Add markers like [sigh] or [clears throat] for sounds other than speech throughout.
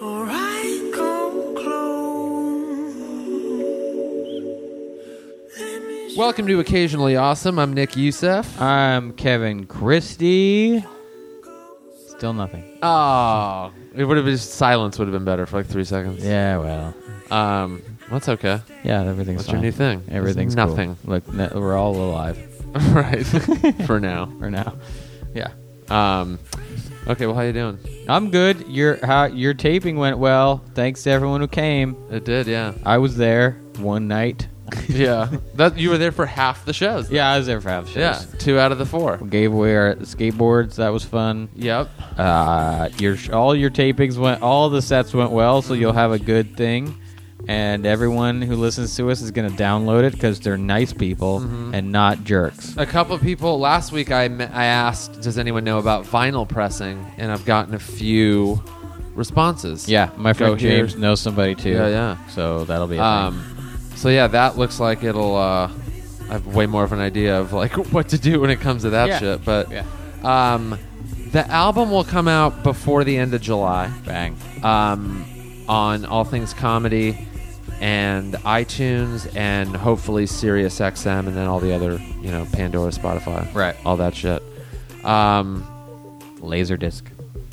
Or I come close. Let me Welcome to Occasionally Awesome. I'm Nick Youssef. I'm Kevin Christie. Still nothing. Oh, it would have been just silence would have been better for like three seconds. Yeah, well, Um, that's okay. [laughs] yeah, everything's What's fine. your new thing? Everything's It's cool. nothing. Look, n- we're all alive right. [laughs] for now. for now. Yeah, Um, okay. Well, how you doing? I'm good. Your how your taping went well. Thanks to everyone who came. It did. Yeah. I was there one night. [laughs] Yeah. that you were there for half the shows. Yeah, I was there for half shows. Yeah. Two out of the four. We gave away our skateboards. That was fun. Yep. Uh, your all your tapings went, all the sets went well, so you'll have a good thing. And everyone who listens to us is going to download it because they're nice people Mm-hmm. and not jerks. A couple of people last week. I me- I asked, does anyone know about vinyl pressing? And I've gotten a few responses. Yeah, my Go friend here. James knows somebody too. Yeah, yeah. So that'll be. A thing. Um, so yeah, that looks like it'll. Uh, I have way more of an idea of like [laughs] what to do when it comes to that Yeah. shit. But Yeah. um, the album will come out before the end of July Bang. um, on All Things Comedy and iTunes and hopefully Sirius XM and then all the other you know Pandora, Spotify, Right. all that shit. Um, Laser [laughs] disc.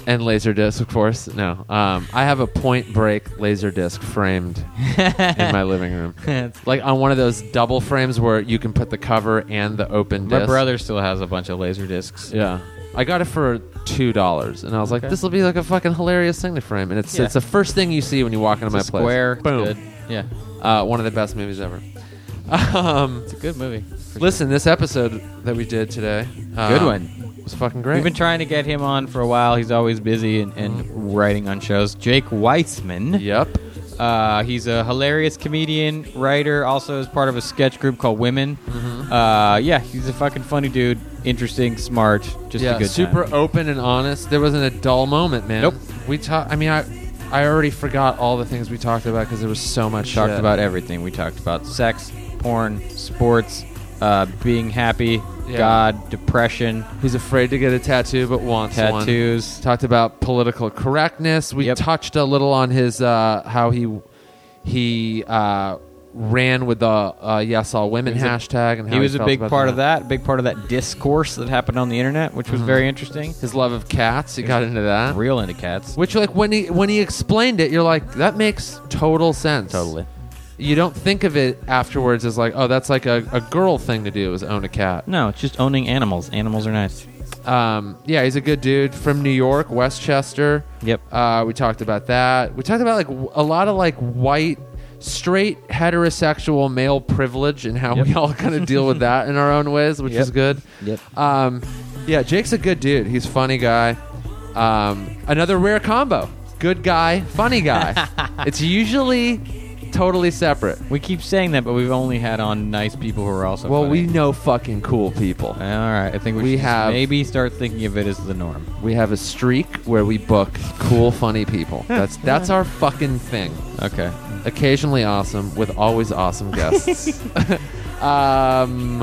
and Laserdisc, of course. No, um, I have a Point Break Laserdisc framed in [laughs] my living room, That's- like on one of those double frames where you can put the cover and the open. My disc. brother still has a bunch of laser discs. Yeah, I got it for two dollars, and I was like, Okay. "This will be like a fucking hilarious thing to frame." And it's Yeah. it's the first thing you see when you walk into my It's a square. place. it's Boom! good. Yeah, Uh, one of the best movies ever. [laughs] Um, it's a good movie. For listen, this episode that we did today, um, Good one. was fucking We've great. been trying to get him on for a while. He's always busy and, Mm-hmm. and writing on shows. Jake Weitzman. yep. Uh, he's a hilarious comedian, writer, also is part of a sketch group called Women. Mm-hmm. Uh, yeah, he's a fucking funny dude, interesting, smart, just yeah, a good super time. open and honest. There wasn't a dull moment, man. Nope. We talked. I mean, I I already forgot all the things we talked about because there was so much Talked shit. about everything. We talked about sex, porn, sports, uh, being happy, Yeah. God, depression, He's afraid to get a tattoo, but wants one. tattoos. talked about political correctness. We Yep. touched a little on his uh, how he he uh, ran with the uh, "Yes All Women" He was a- hashtag, and how He was a felt big about part of that, a big part of that discourse that happened on the internet, which Mm-hmm. was very interesting. His love of cats, he got into that. Real into cats. Which, like when he when he explained it, you're like, that makes total sense. You don't think of it afterwards as like, oh, that's like a, a girl thing to do is own a cat. No, it's just owning animals. Animals are nice. Um, yeah, he's a good dude from New York, Westchester. Yep. Uh, we talked about that. We talked about like w- a lot of like white, straight, heterosexual male privilege and how we Yep. all kind of deal with that in our own ways, which Yep. is good. Yep. Um, yeah, Jake's a good dude. He's a funny guy. Um, another rare combo: good guy, funny [laughs] guy. it's usually totally separate. We keep saying that, but we've only had on nice people who are also. Well, we funny. know fucking cool people. All right, I think we, we should just have- maybe start thinking of it as the norm. We have a streak where we book cool, funny people. That's that's our fucking thing. Okay. Occasionally awesome with always awesome guests. [laughs] um,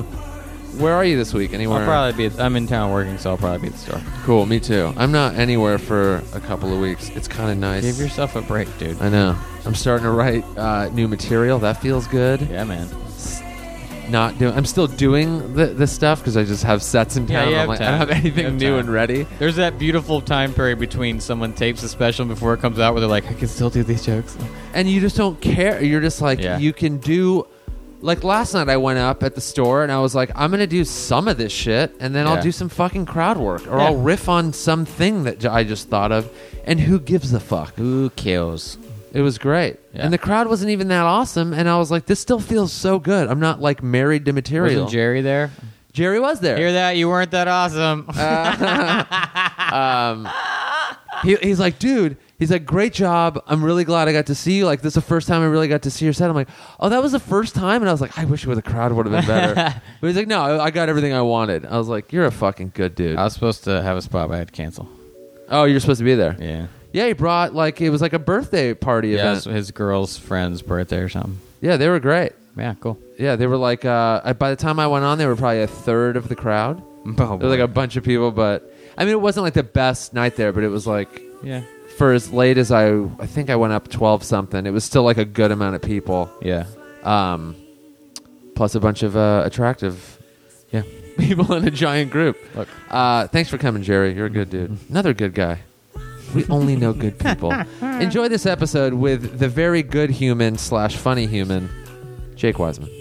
where are you this week? Anywhere? I'll probably be. At, I'm in town working, so I'll probably be at the store. Cool. Me too. I'm not anywhere for a couple of weeks. It's kind of nice. Give yourself a break, dude. I know. I'm starting to write uh, new material. That feels good. Yeah, man. Not doing. I'm still doing the, the stuff because I just have sets in Yeah, town. you I'm have like, I time. don't have anything You have new time. and ready. There's that beautiful time period between someone tapes a special and before it comes out, where they're like, "I can still do these jokes." and you just don't care. You're just like Yeah. you can do. Like last night, I went up at the store and I was like, I'm gonna do some of this shit, and then I'll Yeah. do some fucking crowd work, or Yeah. I'll riff on something that j- I just thought of, and who gives a fuck? Who kills? It was great, Yeah. and the crowd wasn't even that awesome, and I was like, this still feels so good. I'm not like married to material. Wasn't Jerry there? Jerry was there. Hear that? You weren't that [laughs] awesome. He, he's like, dude. He's like, great job. I'm really glad I got to see you. Like, this is the first time I really got to see your set. I'm like, oh, that was the first time. And I was like, I wish it was a crowd would have been better. but he's like, no, I, I got everything I wanted. I was like, you're a fucking good dude. I was supposed to have a spot, but I had to cancel. oh, you're supposed to be there. Yeah. Yeah. he brought like it was like a birthday party Yeah, it was event. his girl's friend's birthday or something. Yeah, they were great. Yeah, cool. Yeah, they were like uh, I- by the time I went on, they were probably a third of the crowd. Oh, There was like a bunch of people, but I mean, it wasn't like the best night there, but it was like Yeah. for as late as I, I think I went up twelve something. It was still like a good amount of people, Yeah. um, plus a bunch of uh, attractive Yeah. [laughs] people in a giant group. Look. Mm-hmm. Uh, thanks for coming, Jerry. You're a good dude. Another good guy. We only know good [laughs] people. Enjoy this episode with the very good human slash funny human, Jake Wiseman.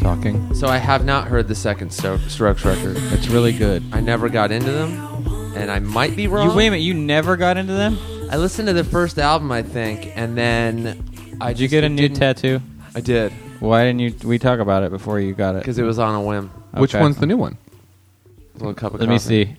Talking. So I have not heard the second Sto- Strokes record. It's really good. I never got into them, and I might be wrong. You wait a minute. You never got into them? I listened to the first album, I think, and then I Did you get a new tattoo? I did Why didn't you? We talk about it before you got it. because it was on a whim. Which Okay. one's the new one? A little cup of Let coffee. me see.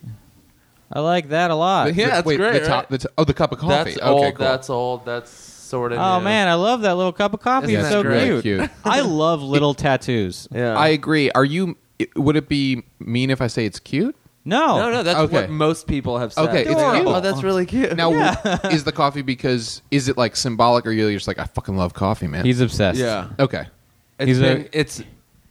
I like that a lot. Uh, Yeah, The- that's wait, great, The top, right? the to- oh, the cup of coffee. That's okay, old. cool. That's old. That's sort of. Oh man, I love that little cup of coffee. Isn't it's that so great? cute. Cute. I love little tattoos. [laughs] Yeah. I agree. Are you? it- Would it be mean if I say it's cute? No, no, no. That's okay. what most people have said. Okay, it's Adorable. oh, that's really cute. Now, is the coffee because is it like symbolic, or you're just like I fucking love coffee, man? He's obsessed. yeah, okay. It's He's a- been it's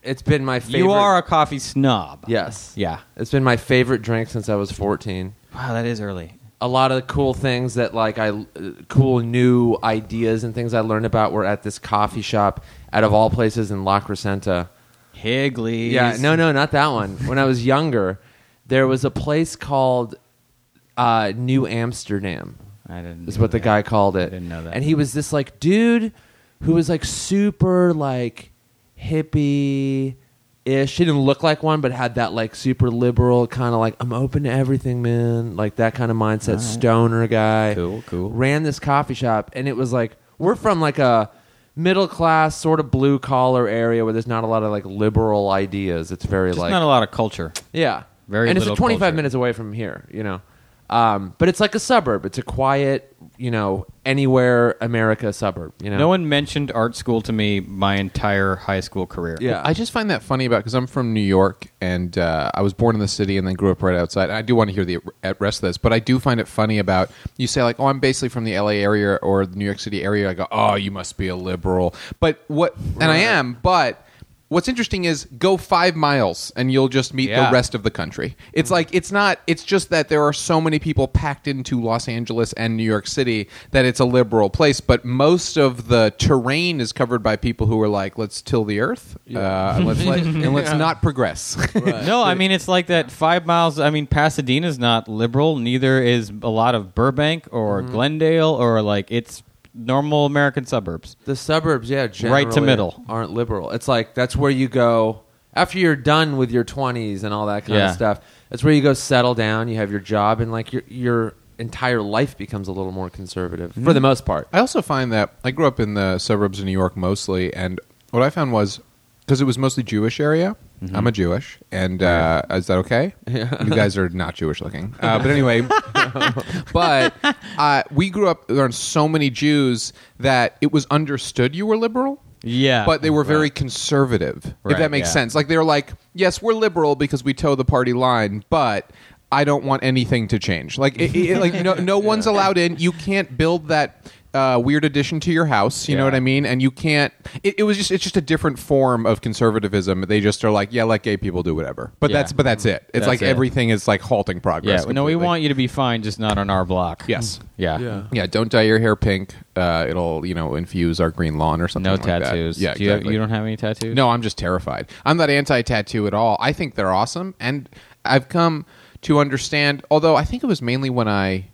it's been my favorite. you are a coffee snob. yes, yeah. It's been my favorite drink since I was fourteen. Wow, that is early. a lot of the cool things that like I uh, cool new ideas and things I learned about were at this coffee shop out of all places in La Crescenta. Higley. Yeah, no, no, not that one. When I was younger, there was a place called uh, New Amsterdam. I didn't. Is know what the that. guy called it. didn't know that. And he was this like dude who was like super like hippie ish. He didn't look like one, but had that like super liberal kind of like I'm open to everything, man. Like that kind of mindset, stoner guy. Cool, cool. Ran this coffee shop, and it was like we're from like a middle class sort of blue collar area where there's not a lot of like liberal ideas. It's very Just like not a lot of culture. yeah. Very And it's little 25 culture. minutes away from here, you know. Um, but it's like a suburb. It's a quiet, you know, anywhere America suburb, you know. No one mentioned art school to me my entire high school career. Yeah. I just find that funny about because I'm from New York and uh, I was born in the city and then grew up right outside. And I do want to hear the at rest of this, but I do find it funny about you say like, "Oh, I'm basically from the LA area or the New York City area." I go, "Oh, you must be a liberal," but what? And I am, but. What's interesting is go five miles and you'll just meet Yeah. the rest of the country. It's like it's not. It's just that there are so many people packed into Los Angeles and New York City that it's a liberal place. But most of the terrain is covered by people who are like, let's till the earth, uh, and let's let, and let's not progress. No, I mean it's like that five miles. I mean Pasadena's not liberal. Neither is a lot of Burbank or Mm-hmm. Glendale or like it's normal American suburbs. the suburbs, yeah, generally Right to middle. aren't liberal. It's like that's where you go after you're done with your 20s and all that kind Yeah. of stuff. That's where you go settle down, you have your job and like your your entire life becomes a little more conservative for Mm-hmm. the most part. I also find that I grew up in the suburbs of New York mostly, and what I found was because it was mostly Jewish area. I'm a Jewish, and uh, is that okay? You guys are not Jewish looking, uh, but anyway. but uh, we grew up there are so many Jews that it was understood you were liberal. Yeah, But they were very conservative, Right, if that makes yeah. sense. Like they were like, yes, we're liberal because we toe the party line, but I don't want anything to change. Like, it, it- like no, [laughs] no one's allowed in. You can't build that uh, weird addition to your house. You know Yeah. what I mean? And you can't. It, it was just it's just a different form of conservatism. They just are like, yeah, let gay people do whatever. But Yeah. that's but that's it. It's That's like it. everything is like halting yeah. progress. No, we completely. want you to be fine, just not on our block. Yes. Yeah. Yeah, don't dye your hair pink. Uh, it'll you know infuse our green lawn or something. No like that. tattoos. Yeah, Do you, have- exactly. you don't have any tattoos. No, I'm just terrified. I'm not anti tattoo at all. I think they're awesome, and I've come to understand. Although I think it was mainly when I,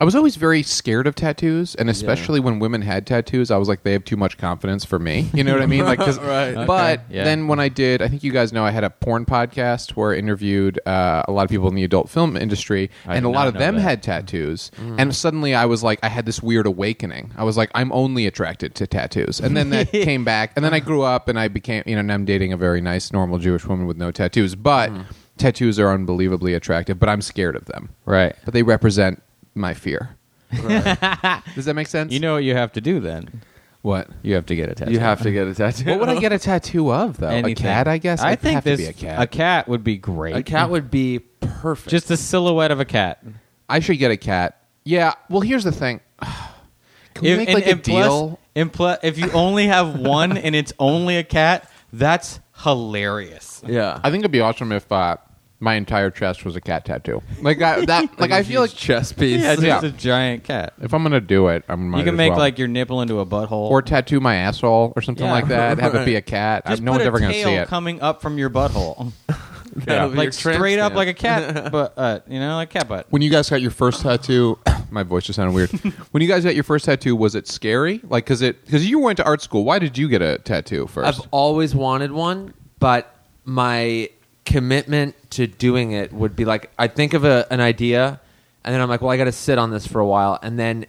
I was always very scared of tattoos, and especially when women had tattoos, I was like, they have too much confidence for me. You know what I mean? Like, [laughs] 'cause- But Okay, yeah. then when I did, I think you guys know I had a porn podcast where I interviewed uh, a lot of people in the adult film industry, I and did a lot not of know them that. had tattoos and suddenly i was like i had this weird awakening i was like i'm only attracted to tattoos and then [laughs] that came back and then i grew up and i became you know and i'm dating a very nice normal jewish woman with no tattoos but tattoos are unbelievably attractive but i'm scared of them Right. but they represent my fear [laughs] does that make sense You know what you have to do then. what You have to get a tattoo. You have to get a tattoo. what would i get a tattoo of though Anything. a cat i guess I It'd think have this to be a cat would be great. A cat would be perfect. Just the silhouette of a cat. I should get a cat. Yeah. Well, here's the thing. [sighs] Can we If- make, like, a plus- deal? and plus- if you only have one and it's only a cat, that's hilarious. [laughs] Yeah. I think it'd be awesome if uh, my entire chest was a cat tattoo. Like I, that. [laughs] like I feel like chest piece. Yeah, just Yeah. a giant cat. if I'm gonna do it, I'm. You can make like your nipple into a butthole, or tattoo my asshole or something Yeah. like that. Have it be a cat. just no put one's a ever gonna see tail it. coming up from your butthole, [laughs] [laughs] Yeah. like straight up like a [laughs] cat butt. Uh, you know, like cat butt. When you guys got your first tattoo, [coughs] my voice just [laughs] sounded weird. when you guys got your first tattoo, was it scary? Like, cause it, cause you went to art school. Why did you get a tattoo 1st I've always wanted one, but my commitment to doing it would be like I think of a, an idea, and then I'm like, well, I got to sit on this for a while, and then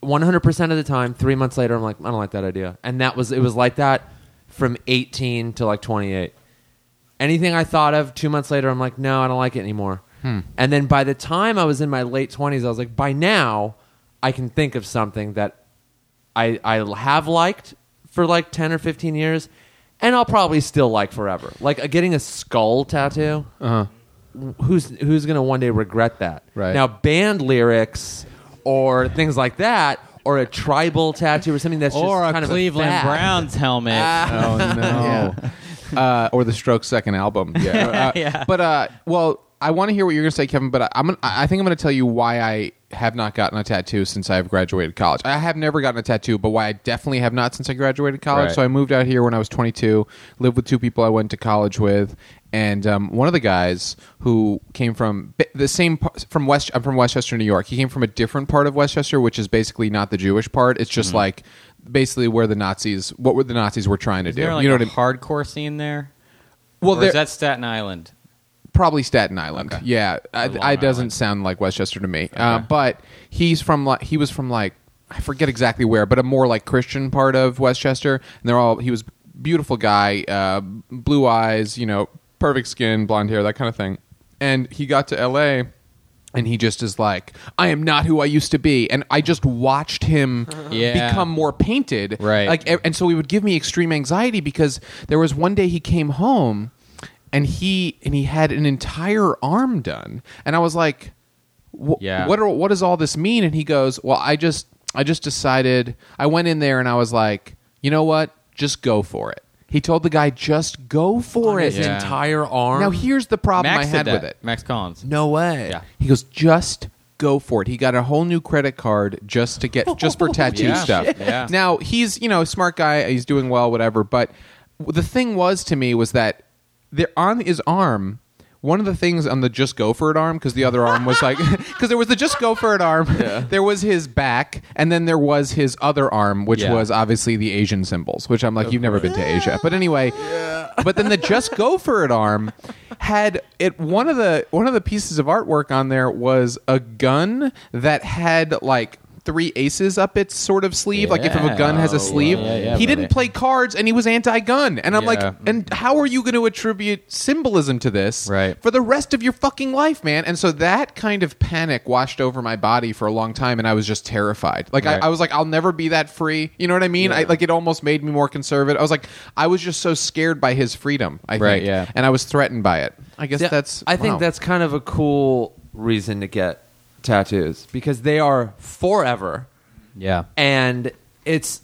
100 percent of the time, three months later, I'm like, I don't like that idea, and that was it was like that from 18 to like 28. Anything I thought of two months later, I'm like, no, I don't like it anymore. Hmm. And then by the time I was in my late 20s, I was like, by now, I can think of something that I, I have liked for like 10 or 15 years and I'll probably still like forever. Like uh, getting a skull tattoo. Uh-huh. Who's who's going to one day regret that? Right. Now band lyrics or things like that or a tribal tattoo or something that's Or just a kind of Cleveland fad. Browns helmet. oh [laughs] no. [laughs] Uh, or the Strokes' second album. Yeah. Uh, Yeah. But uh, well, I want to hear what you're going to say, Kevin. But I, I'm gonna, I I think I'm going to tell you why I have not gotten a tattoo since I've graduated college. I have never gotten a tattoo, but why I definitely have not since I graduated college. Right. So I moved out here when I was 22, lived with two people I went to college with. And um, one of the guys who came from bi- the same par- from West, I'm from Westchester, New York. He came from a different part of Westchester, which is basically not the Jewish part. It's Mm. just like basically where the Nazis, what were the Nazis were trying to Is do. there like you know a what I mean? hardcore scene there? Well, Or is there- that Staten Island? probably Staten Island. Okay. Yeah, I, Long I doesn't Island. sound like Westchester to me. Uh, but he's from like he was from like I forget exactly where, but a more like Christian part of Westchester. And they're all he was beautiful guy, uh, blue eyes, you know, perfect skin, blonde hair, that kind of thing. And he got to L.A. And he just is like, I am not who I used to be, and I just watched him [laughs] Yeah. become more painted. Right. Like, e- and so he would give me extreme anxiety because there was one day he came home and he and he had an entire arm done, and I was like, "Wh- Yeah. What are, what does all this mean?" And he goes, "Well, I just I just decided. I went in there and I was like, you know what? Just go for it." He told the guy, "Just go for it." His Yeah. entire arm. Now here's the problem Max I had did that. with it. Max Collins. No way. Yeah. He goes, just go for it. He got a whole new credit card just to get [laughs] just for tattoo Yeah. stuff. Yeah. Now he's you know a smart guy. He's doing well, whatever. But the thing was to me was that there on his arm. One of the things on the just go for it arm, because the other arm was like, [laughs] because there was the just go for it arm, [laughs] there was his back, and then there was his other arm, which Yeah. was obviously the Asian symbols, which I'm like, you've never been to Asia. But anyway, but then the just go for it arm had it one of the one of the pieces of artwork on there was a gun that had like three aces up its sort of sleeve like if a gun has Yeah. a sleeve Oh, wow. Yeah, yeah, he didn't buddy. play cards and he was anti-gun and i'm Yeah. like and how are you going to attribute symbolism to this Right. for the rest of your fucking life man and so that kind of panic washed over my body for a long time and i was just terrified like Right. I, I was like i'll never be that free you know what i mean I, like it almost made me more conservative i was like i was just so scared by his freedom i Right, think. yeah. And I was threatened by it. I guess See, that's. I think wow. that's kind of a cool reason to get tattoos because they are forever. Yeah. and it's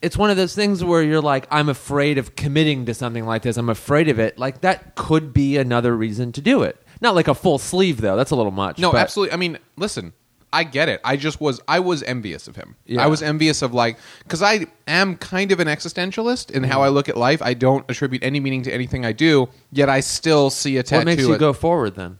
it's one of those things where you're like i'm afraid of committing to something like this i'm afraid of it like that could be another reason to do it not like a full sleeve though that's a little much No, but- absolutely. I mean, listen, I get it. I just was. I was envious of him. Yeah. I was envious of like because I am kind of an existentialist in Mm-hmm. how I look at life. I don't attribute any meaning to anything I do. Yet I still see a tattoo. what makes you at- go forward then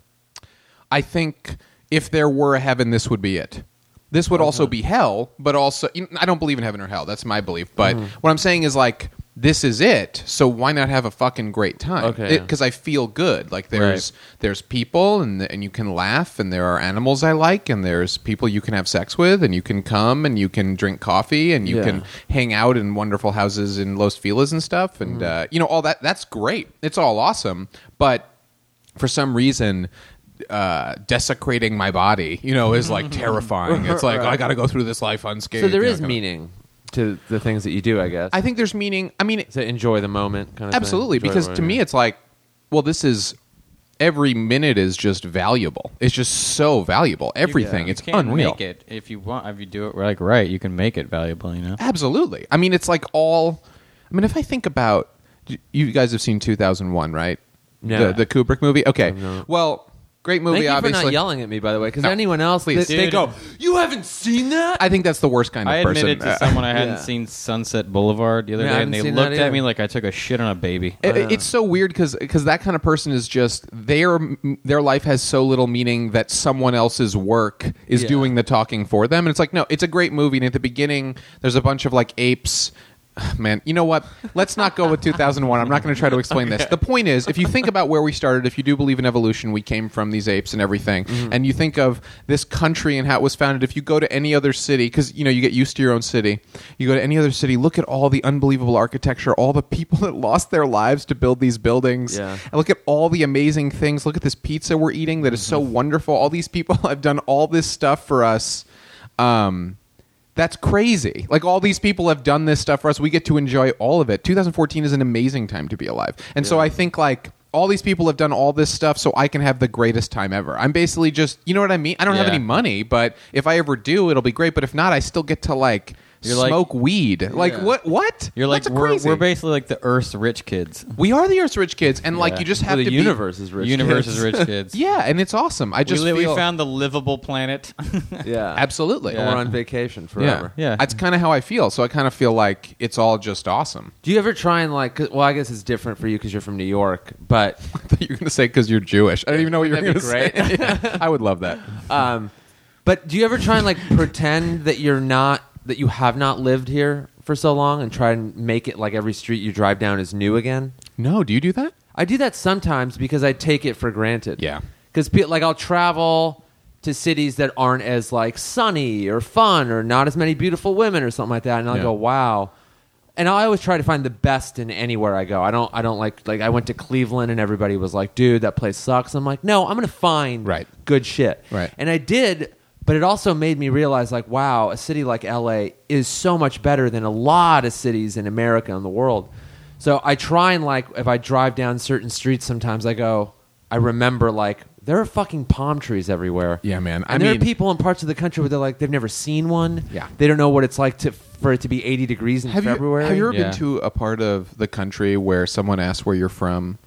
I think if there were a heaven, this would be it. This would also be hell, but also you know, I don't believe in heaven or hell. That's my belief. But Mm-hmm. what I'm saying is like this is it. So why not have a fucking great time? Okay. because I feel good. Like there's there's people and and you can laugh and there are animals I like and there's people you can have sex with and you can come and you can drink coffee and you Yeah. can hang out in wonderful houses in Los Feliz and stuff and Mm-hmm. uh, you know all that. That's great. It's all awesome, but for some reason uh desecrating my body you know [laughs] is like terrifying it's like i gotta go through this life unscathed so there you know, is kinda- meaning to the things that you do i guess i think there's meaning i mean to enjoy the moment kind of thing. absolutely Enjoy because what to you- me it's like well this is every minute is just valuable. It's just so valuable. Everything. You It's can unreal. Make it if you want. If you do it like right, you can make it valuable. You know. Absolutely. I mean, it's like all. I mean, if I think about, you guys have seen 2001, right? Yeah. The, the Kubrick movie. Okay. Well, great movie. Thank you obviously, for not yelling at me, by the way, because No, anyone else, please. they, they Dude. go, "You haven't seen that." I think that's the worst kind of I person. admitted Uh, to someone I hadn't yeah. seen Sunset Boulevard the other Yeah, I day, haven't and they seen that looked at either. me like I took a shit on a baby. It- it's so weird because that kind of person is just their their life has so little meaning that someone else's work is Yeah. doing the talking for them and it's like no it's a great movie and at the beginning there's a bunch of like apes [sighs] man you know what let's not go with 2001 i'm not going to try to explain this the point is if you think about where we started if you do believe in evolution we came from these apes and everything and you think of this country and how it was founded if you go to any other city because you know you get used to your own city you go to any other city look at all the unbelievable architecture all the people [laughs] that lost their lives to build these buildings Yeah. and look at all the amazing things look at this pizza we're eating that is so Mm-hmm. wonderful all these people [laughs] have done all this stuff for us um, that's crazy. Like all these people have done this stuff for us. We get to enjoy all of it. 2014 is an amazing time to be alive. And so I think like all these people have done all this stuff so I can have the greatest time ever. I'm basically just, you know what I mean? I don't have Yeah. any money, but if I ever do, it'll be great, but if not, I still get to like You're like- smoke weed. Like what what? You're like That's we're, crazy. we're basically like the Earth's rich kids. We are the Earth's rich kids and like Yeah. you just Well, have the to be- universe is rich. Universe kids. is [laughs] rich kids. yeah, and it's awesome. I just we, li- we feel- found the livable planet. [laughs] [laughs] yeah, absolutely. And Yeah. We're on vacation forever. yeah. Yeah. That's kind of how I feel. So I kind of feel like it's all just awesome. [laughs] Do you ever try and like? 'cause- well, I guess it's different for you because you're from New York, but thought you were going to say because you're Jewish. I don't even know what you were going That'd to be say. Yeah, [laughs] I would love that. um, but do you ever try and like pretend that you're not that you have not lived here for so long and try and make it like every street you drive down is new again? No, do you do that? I do that sometimes because I take it for granted. Yeah. Because pe- like I'll travel to cities that aren't as like sunny or fun or not as many beautiful women or something like that, and I'll Yeah. go, wow. And I always try to find the best in anywhere I go. I don't. I don't like. Like I went to Cleveland and everybody was like, "Dude, that place sucks." I'm like, "No, I'm gonna find Right. good shit." Right. And I did, but it also made me realize, like, wow, a city like LA is so much better than a lot of cities in America and the world. So I try and, like, if I drive down certain streets, sometimes I go, I remember, like, there are fucking palm trees everywhere. Yeah, man. I and there mean- are people in parts of the country where they're like, they've never seen one. Yeah. They don't know what it's like to for it to be 80 degrees in Have you, February. have you ever Yeah. been to a part of the country where someone asks where you're from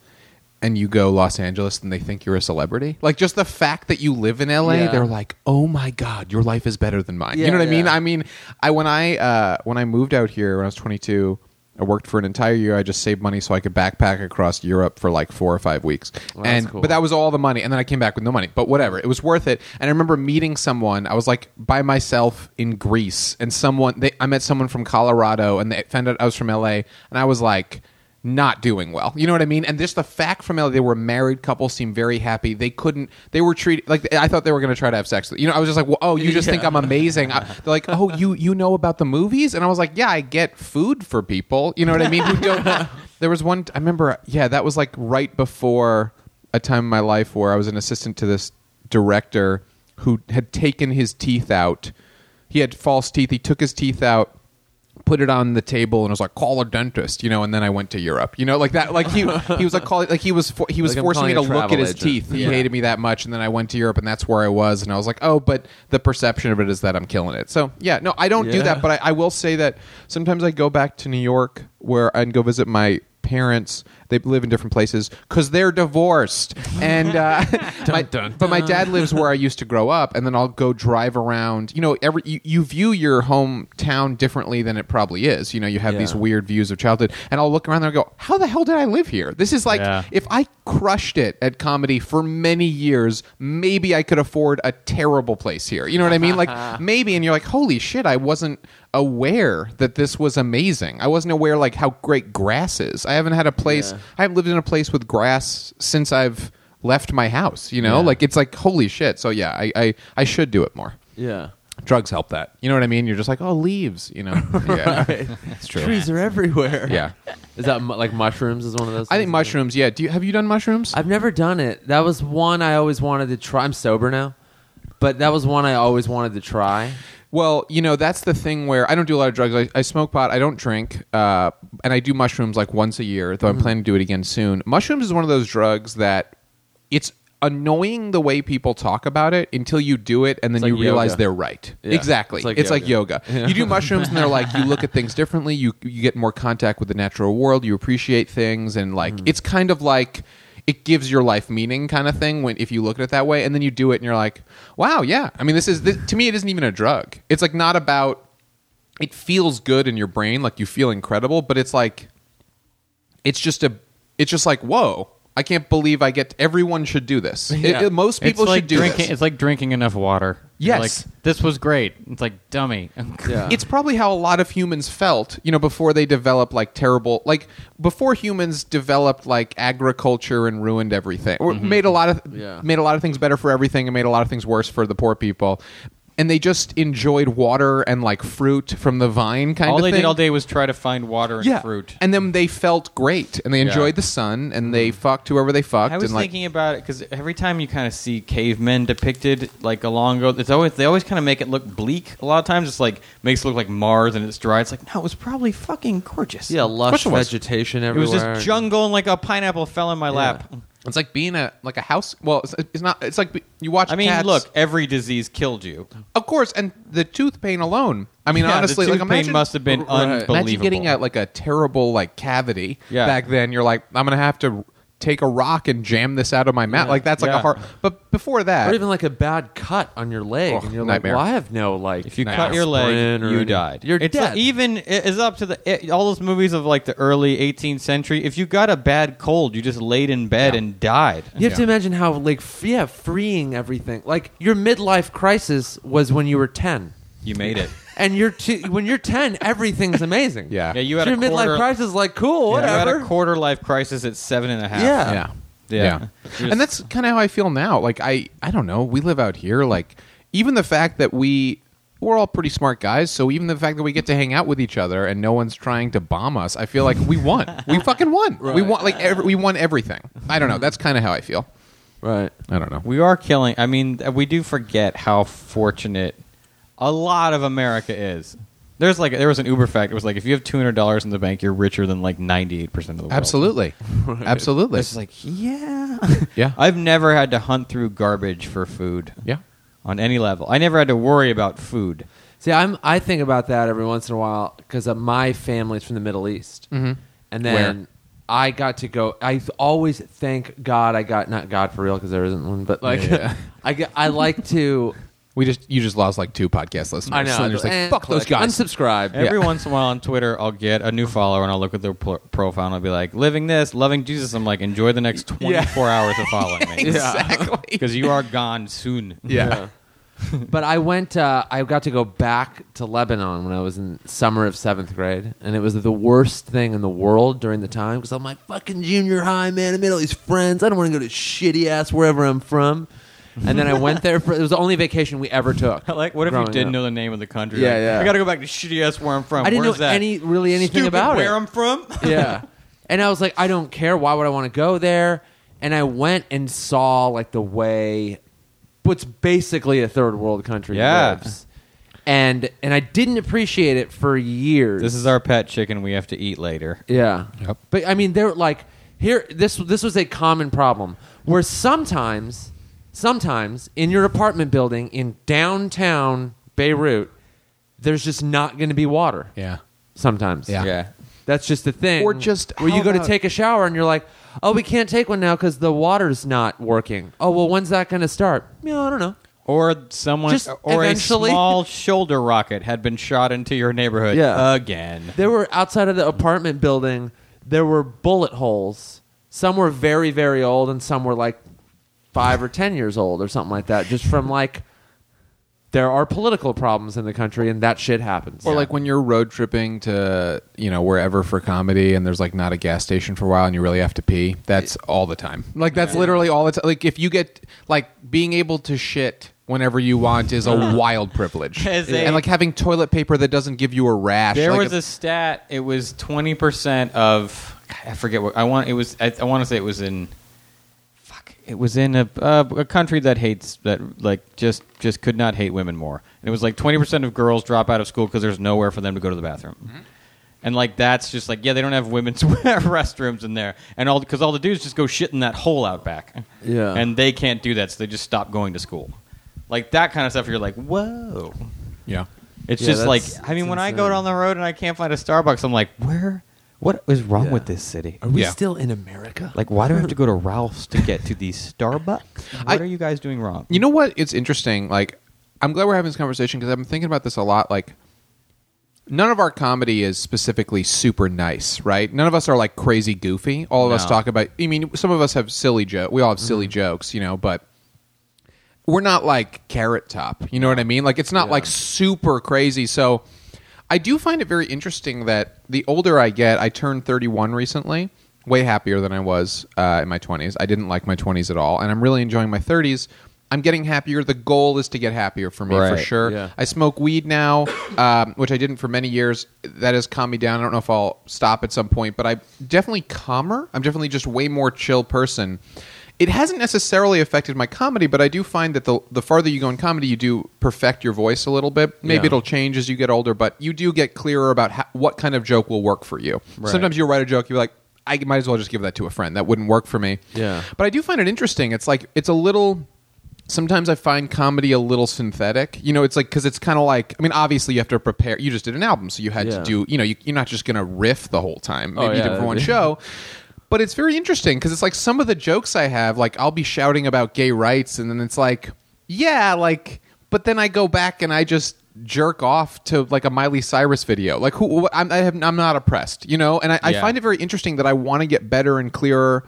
and you go Los Angeles and they think you're a celebrity? Like just the fact that you live in LA, Yeah. they're like, "Oh my god, your life is better than mine." you Yeah, know what I mean? yeah. I mean, I when I uh, when I moved out here when I was 22, I worked for an entire year. I just saved money so I could backpack across Europe for like 4 or 5 weeks. that's and cool. but that was all the money and then I came back with no money. But whatever, it was worth it. And I remember meeting someone. I was like by myself in Greece and someone they, I met someone from Colorado and they found out I was from LA and I was like not doing well. You know what I mean? And just the fact from LA they were a married couple seemed very happy. They couldn't they were treated like I thought they were going to try to have sex. You know, I was just like, well, "Oh, you just think I'm amazing." I, they're like, "Oh, you you know about the movies?" And I was like, "Yeah, I get food for people." You know what I mean? Who don't There was one I remember, yeah, that was like right before a time in my life where I was an assistant to this director who had taken his teeth out. He had false teeth. He took his teeth out, put it on the table, and was like, "Call a dentist," you know. And then I went to Europe, you know, like that. Like he, he was like, call, like he was, for, he was Like, I'm forcing me to calling a look at travel his agent. teeth. He Yeah. hated me that much, and then I went to Europe, and that's where I was. And I was like, "Oh, but the perception of it is that I'm killing it." So yeah, no, I don't do Yeah. that, but I, I will say that sometimes I go back to New York where I go visit my parents. They live in different places because they're divorced. And uh, [laughs] my- but my dad lives where I used to grow up, and then I'll go drive around. You know, every you, you view your hometown differently than it probably is. You know, you have Yeah. these weird views of childhood, and I'll look around there and go, "How the hell did I live here? This is like Yeah. if I crushed it at comedy for many years, maybe I could afford a terrible place here. You know what I mean? Like maybe, and you're like, holy shit, I wasn't aware that this was amazing. I wasn't aware like how great grass is. I haven't had a place. Yeah. I haven't lived in a place with grass since I've left my house. You know, like it's like holy shit. So yeah, I, I I should do it more. yeah. Drugs help that. You know what I mean? You're just like, oh, leaves. You know? [laughs] Yeah, It's true. Trees are everywhere. yeah. Is that mu- like mushrooms is one of those? I think things? mushrooms. Yeah. Do you have you done mushrooms? I've never done it. That was one I always wanted to try. I'm sober now, but that was one I always wanted to try. Well, you know, that's the thing where I don't do a lot of drugs. I, I smoke pot. I don't drink, uh, Mm-hmm. and I do mushrooms like once a year. Though I'm planning to do it again soon. Mushrooms is one of those drugs that it's annoying the way people talk about it until you do it and then like you realize yoga. they're right. Yeah. Exactly. It's like It's like yoga. yoga. You do mushrooms and they're like you look at things differently, you you get more contact with the natural world, you appreciate things and like it's kind of like it gives your life meaning kind of thing when if you look at it that way and then you do it and you're like, "Wow, yeah." I mean, this is this, to me it isn't even a drug. It's like not about it feels good in your brain, like you feel incredible, but it's like it's just a it's just like, "Whoa, I can't believe I get everyone should do this." It- Yeah. it- most people it's like should do drinking, this. It's like drinking enough water. You're Yes. like, this was great. It's like dummy. [laughs] Yeah. it's probably how a lot of humans felt, you know, before they developed like terrible, like before humans developed like agriculture and ruined everything, or Mm-hmm. made a lot of Yeah. made a lot of things better for everything and made a lot of things worse for the poor people, and they just enjoyed water and like fruit from the vine kind all of they thing. did all day was try to find water and fruit. and then they felt great and they enjoyed the sun and they fucked whoever they fucked. Mm-hmm. I was and, like, thinking about it because every time you kind of see cavemen depicted like along, go- it's always they always kind of make it look bleak. A lot of times it's like makes it look like Mars and it's dry. It's like no, it was probably fucking gorgeous. Yeah, lush Question was- vegetation it was everywhere. just jungle and like a pineapple fell in my lap. It's like being a like a house. Well, it's, it's not. It's like be- you watch. I mean, cats- look, every disease killed you. of course, and the tooth pain alone. I mean, Yeah, the honestly, like tooth pain imagine must have been unbelievable. Imagine getting a, like a terrible like cavity Yeah. back then. You're like, I'm gonna have to take a rock and jam this out of my mouth. Like that's like Yeah. a hard. But before that, or even like a bad cut on your leg, Ugh, and you're nightmare. like, "Well, I have no like." If you Nah. cut your leg, Aspirin or you any- died. You're it's dead. Like, even it is up to the it- all those movies of like the early 18th century. If you got a bad cold, you just laid in bed and died. you have to Yeah. imagine how like f- yeah, freeing everything. Like your midlife crisis was when you were ten, You [laughs] made it. and you're two, when you're ten, everything's [laughs] amazing. Yeah. Yeah, you had So a your midlife quarter- crisis. is Like cool, You whatever. had a quarter life crisis at seven and a half. Yeah. yeah, Yeah. Just- and that's kind of how I feel now. Like I, I don't know. We live out here. Like even the fact that we we're all pretty smart guys, so even the fact that we get to hang out with each other and no one's trying to bomb us, I feel like we won. [laughs] we fucking won. We Right. won. Like every, we won everything. I don't know. That's kind of how I feel. right. I don't know. We are killing. I mean, uh, we do forget how fortunate a lot of America is. There's like there was an Uber fact. It was like if you have two hundred dollars in the bank, you're richer than like ninety eight percent of the world. [laughs] Absolutely. Absolutely. It's like yeah, [laughs] Yeah. I've never had to hunt through garbage for food. yeah. on any level. I never had to worry about food. See, I'm I think about that every once in a while because my family's from the Middle East, mm-hmm. and then Where? I got to go. I always thank God I got not God for real because there isn't one, but like Yeah. [laughs] I get- I like [laughs] to. We just you just lost like two podcast listeners. I know. And they're just eh, like fuck those click, guys. Unsubscribe. Every once in a while on Twitter, I'll get a new follower and I'll look at their pl- profile and I'll be like, living this, loving Jesus. I'm like, enjoy the next 24 hours of [laughs] following me. exactly. Because you are gone soon. Yeah. [laughs] but I went. Uh, I got to go back to Lebanon when I was in summer of seventh grade, and it was the worst thing in the world during the time because I'm like fucking junior high, man. I made all these friends. I don't want to go to shitty ass wherever I'm from. And then I went there for it was the only vacation we ever took. [laughs] [laughs] Like, what if growing you didn't up. know the name of the country? Yeah, Like, yeah. I got to go back to shitty ass where I'm from. I didn't Where's know that? any really anything Stupid about where it. I'm from? [laughs] yeah. And I was like, I don't care. Why would I want to go there? And I went and saw like the way what's basically a third world country Yeah. lives. And and I didn't appreciate it for years. this is our pet chicken we have to eat later. Yeah. Yep. But I mean, they're like here. This this was a common problem where sometimes, sometimes in your apartment building in downtown Beirut, there's just not going to be water. Yeah. Sometimes. Yeah. That's just the thing. Or just where how you go to about- take a shower and you're like, oh, we can't take one now because the water's not working. Oh well, when's that going to start? Yeah, I don't know. Or someone, Just or eventually. a small shoulder rocket had been shot into your neighborhood Yeah. again. There were outside of the apartment building, there were bullet holes. Some were very, very old, and some were like five or ten years old or something like that. Just from like, there are political problems in the country, and that shit happens. Or like when you're road tripping to you know wherever for comedy, and there's like not a gas station for a while, and you really have to pee. That's all the time. Like that's literally all the time. Like if you get like being able to shit whenever you want [laughs] is a wild privilege, As a- and like having toilet paper that doesn't give you a rash. There like was a stat. It was twenty percent of. God, I forget what I want. It was. I, I want to say it was in. Fuck. It was in a uh, a country that hates that like just just could not hate women more. And it was like twenty percent of girls drop out of school because there's nowhere for them to go to the bathroom. And like that's just like yeah, they don't have women's [laughs] restrooms in there, and all because all the dudes just go shit in that hole out back. Yeah. and they can't do that, so they just stop going to school. Like that kind of stuff. You're like, whoa. Yeah. It's Yeah, just like that's- I mean, that's when I go insane. down the road and I can't find a Starbucks, I'm like, where? What is wrong Yeah. with this city? Are we Yeah. still in America? Like, why do I have to go to Ralph's to get to the [laughs] Starbucks? What I- are you guys doing wrong? You know what? It's interesting. Like, I'm glad we're having this conversation because I've been thinking about this a lot. Like, none of our comedy is specifically super nice, right? None of us are like crazy goofy. All of us No. talk about. I mean, some of us have silly jokes. We all have silly jokes, you know, but. We're not like carrot top, you know what I mean? Like it's not Yeah. like super crazy. So I do find it very interesting that the older I get, I turned 31 recently, way happier than I was uh, in my 20s. I didn't like my 20s at all, and I'm really enjoying my 30s. I'm getting happier. The goal is to get happier for me, for Right, sure. yeah. I smoke weed now, um, which I didn't for many years. That has calmed me down. I don't know if I'll stop at some point, but I'm definitely calmer. I'm definitely just way more chill person. It hasn't necessarily affected my comedy, but I do find that the the farther you go in comedy, you do perfect your voice a little bit. Maybe Yeah. it'll change as you get older, but you do get clearer about how, what kind of joke will work for you. Right. Sometimes you'll write a joke, you're like, I might as well just give that to a friend. That wouldn't work for me. Yeah. But I do find it interesting. It's like it's a little. Sometimes I find comedy a little synthetic. You know, it's like because it's kind of like I mean, obviously you have to prepare. You just did an album, so you had Yeah. to do. You know, you, you're not just gonna riff the whole time. Oh, Maybe you yeah, did for one that'd be- show. But it's very interesting because it's like some of the jokes I have, like I'll be shouting about gay rights, and then it's like, yeah, like. But then I go back and I just jerk off to like a Miley Cyrus video. Like, who? wh- I'm, I have, I'm not oppressed, you know. And I, I Yeah. find it very interesting that I want to get better and clearer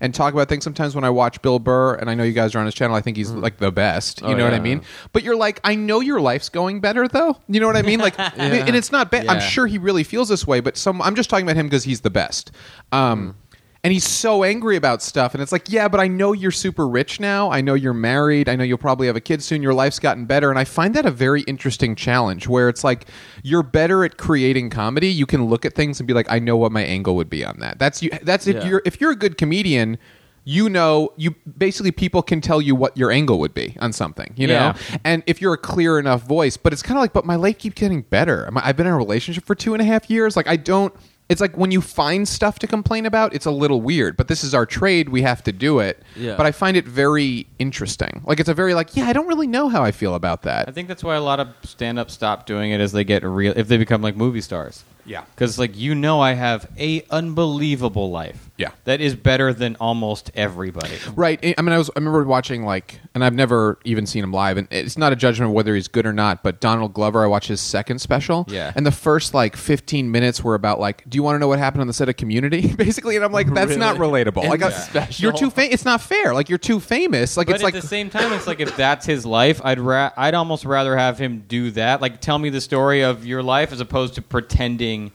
and talk about things. Sometimes when I watch Bill Burr, and I know you guys are on his channel, I think he's like the best. You Oh, know what I yeah. mean? But you're like, I know your life's going better though. You know what I mean? Like, and it's not bad. I'm Yeah. sure he really feels this way, but some I'm just talking about him because he's the best. Hmm. Um, And he's so angry about stuff, and it's like, yeah, but I know you're super rich now. I know you're married. I know you'll probably have a kid soon. Your life's gotten better, and I find that a very interesting challenge where it's like you're better at creating comedy. You can look at things and be like, I know what my angle would be on that. That's you. That's if Yeah. you're if you're a good comedian. You know, you basically people can tell you what your angle would be on something. You know, Yeah. and if you're a clear enough voice but it's kind of like but my life keeps getting better I'm- i've been in a relationship for two and a half years like i don't it's like when you find stuff to complain about it's a little weird but this is our trade we have to do it Yeah. but i find it very interesting like it's a very like yeah i don't really know how i feel about I that think that's why a lot of stand up stop doing it as they get real if they become like movie stars. Yeah. Cuz like you know I have a unbelievable life. Yeah. That is better than almost everybody. Right. I- I mean, I was. I remember watching like, and I've never even seen him live, and it's not a judgment of whether he's good or not. But Donald Glover, I watched his second special, Yeah. and the first like 15 minutes were about like, do you want to know what happened on the set of Community, [laughs] basically? And I'm like, that's not relatable. In like, the I- special? you're too famous. It's not fair. Like, you're too famous. Like, But it's at like the same time, it's like if that's his life, I'd ra- I'd almost rather have him do that. Like, tell me the story of your life as opposed to pretending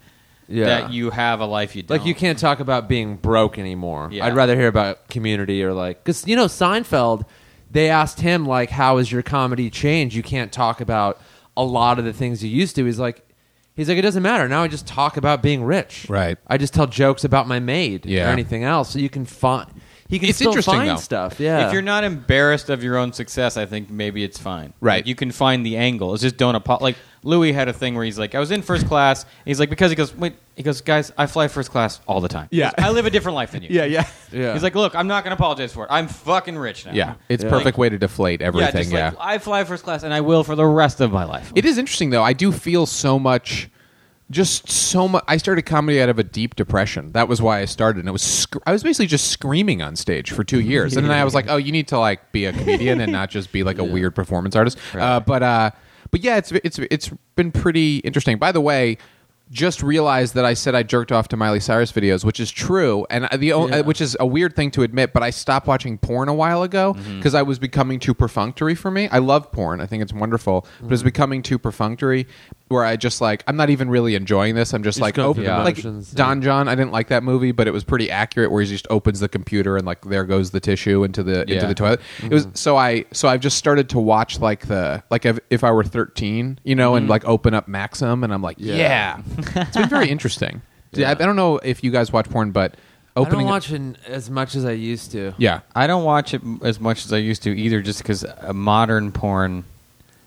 Yeah. that you have a life you don't. Like you can't talk about being broke anymore. Yeah. I'd rather hear about community or like because you know Seinfeld, they asked him like, "How has your comedy changed?" You can't talk about a lot of the things you used to. He's like, he's like, it doesn't matter now. I just talk about being rich. Right. I just tell jokes about my maid Yeah. or anything else. So you can find he can It's still interesting, find though. stuff. Yeah. If you're not embarrassed of your own success, I think maybe it's fine. Right. Like, you can find the angle. It's just don't apo- like Louis had a thing where he's like, I was in first class. And he's like, because he goes, wait, he goes, guys, I fly first class all the time. He Yeah. goes, I live a different life than you. [laughs] [laughs] yeah, yeah, Yeah. He's like, look, I'm not gonna apologize for it. I'm fucking rich now. yeah. It's Yeah. perfect way to deflate Yeah, everything. just like I fly first class and I will for the rest of my life. It is interesting though. I do feel so much, just so much. I started comedy out of a deep depression. That was why I started, and it was sc- I was basically just screaming on stage for two years, and then I was like, oh, you need to like be a comedian and not just be like a weird performance artist. Uh, but uh, but yeah, it's it's it's been pretty interesting. By the way. Just realized that I said I jerked off to Miley Cyrus videos, which is true, and I- the o- Yeah. which is a weird thing to admit. But I stopped watching porn a while ago Mm-hmm. because I was becoming too perfunctory for me. I love porn; I think it's wonderful, but Mm-hmm. it's becoming too perfunctory. Where I just like, I'm not even really enjoying this. I'm just Just like, go oh, through the like motions, yeah. Don John. I didn't like that movie, but it was pretty accurate. Where he just opens the computer and like there goes the tissue into the into Yeah. the toilet. It was Mm-hmm. so I so I've just started to watch like the like if, if I were 13, you know, and like open up Maxim, and I'm like, yeah, Mm-hmm. Yeah. it's been [laughs] very interesting. Yeah. I, I don't know if you guys watch porn, but I don't opening watch it as much as I used to. yeah. I don't watch it m- as much as I uh, used to either, just because modern porn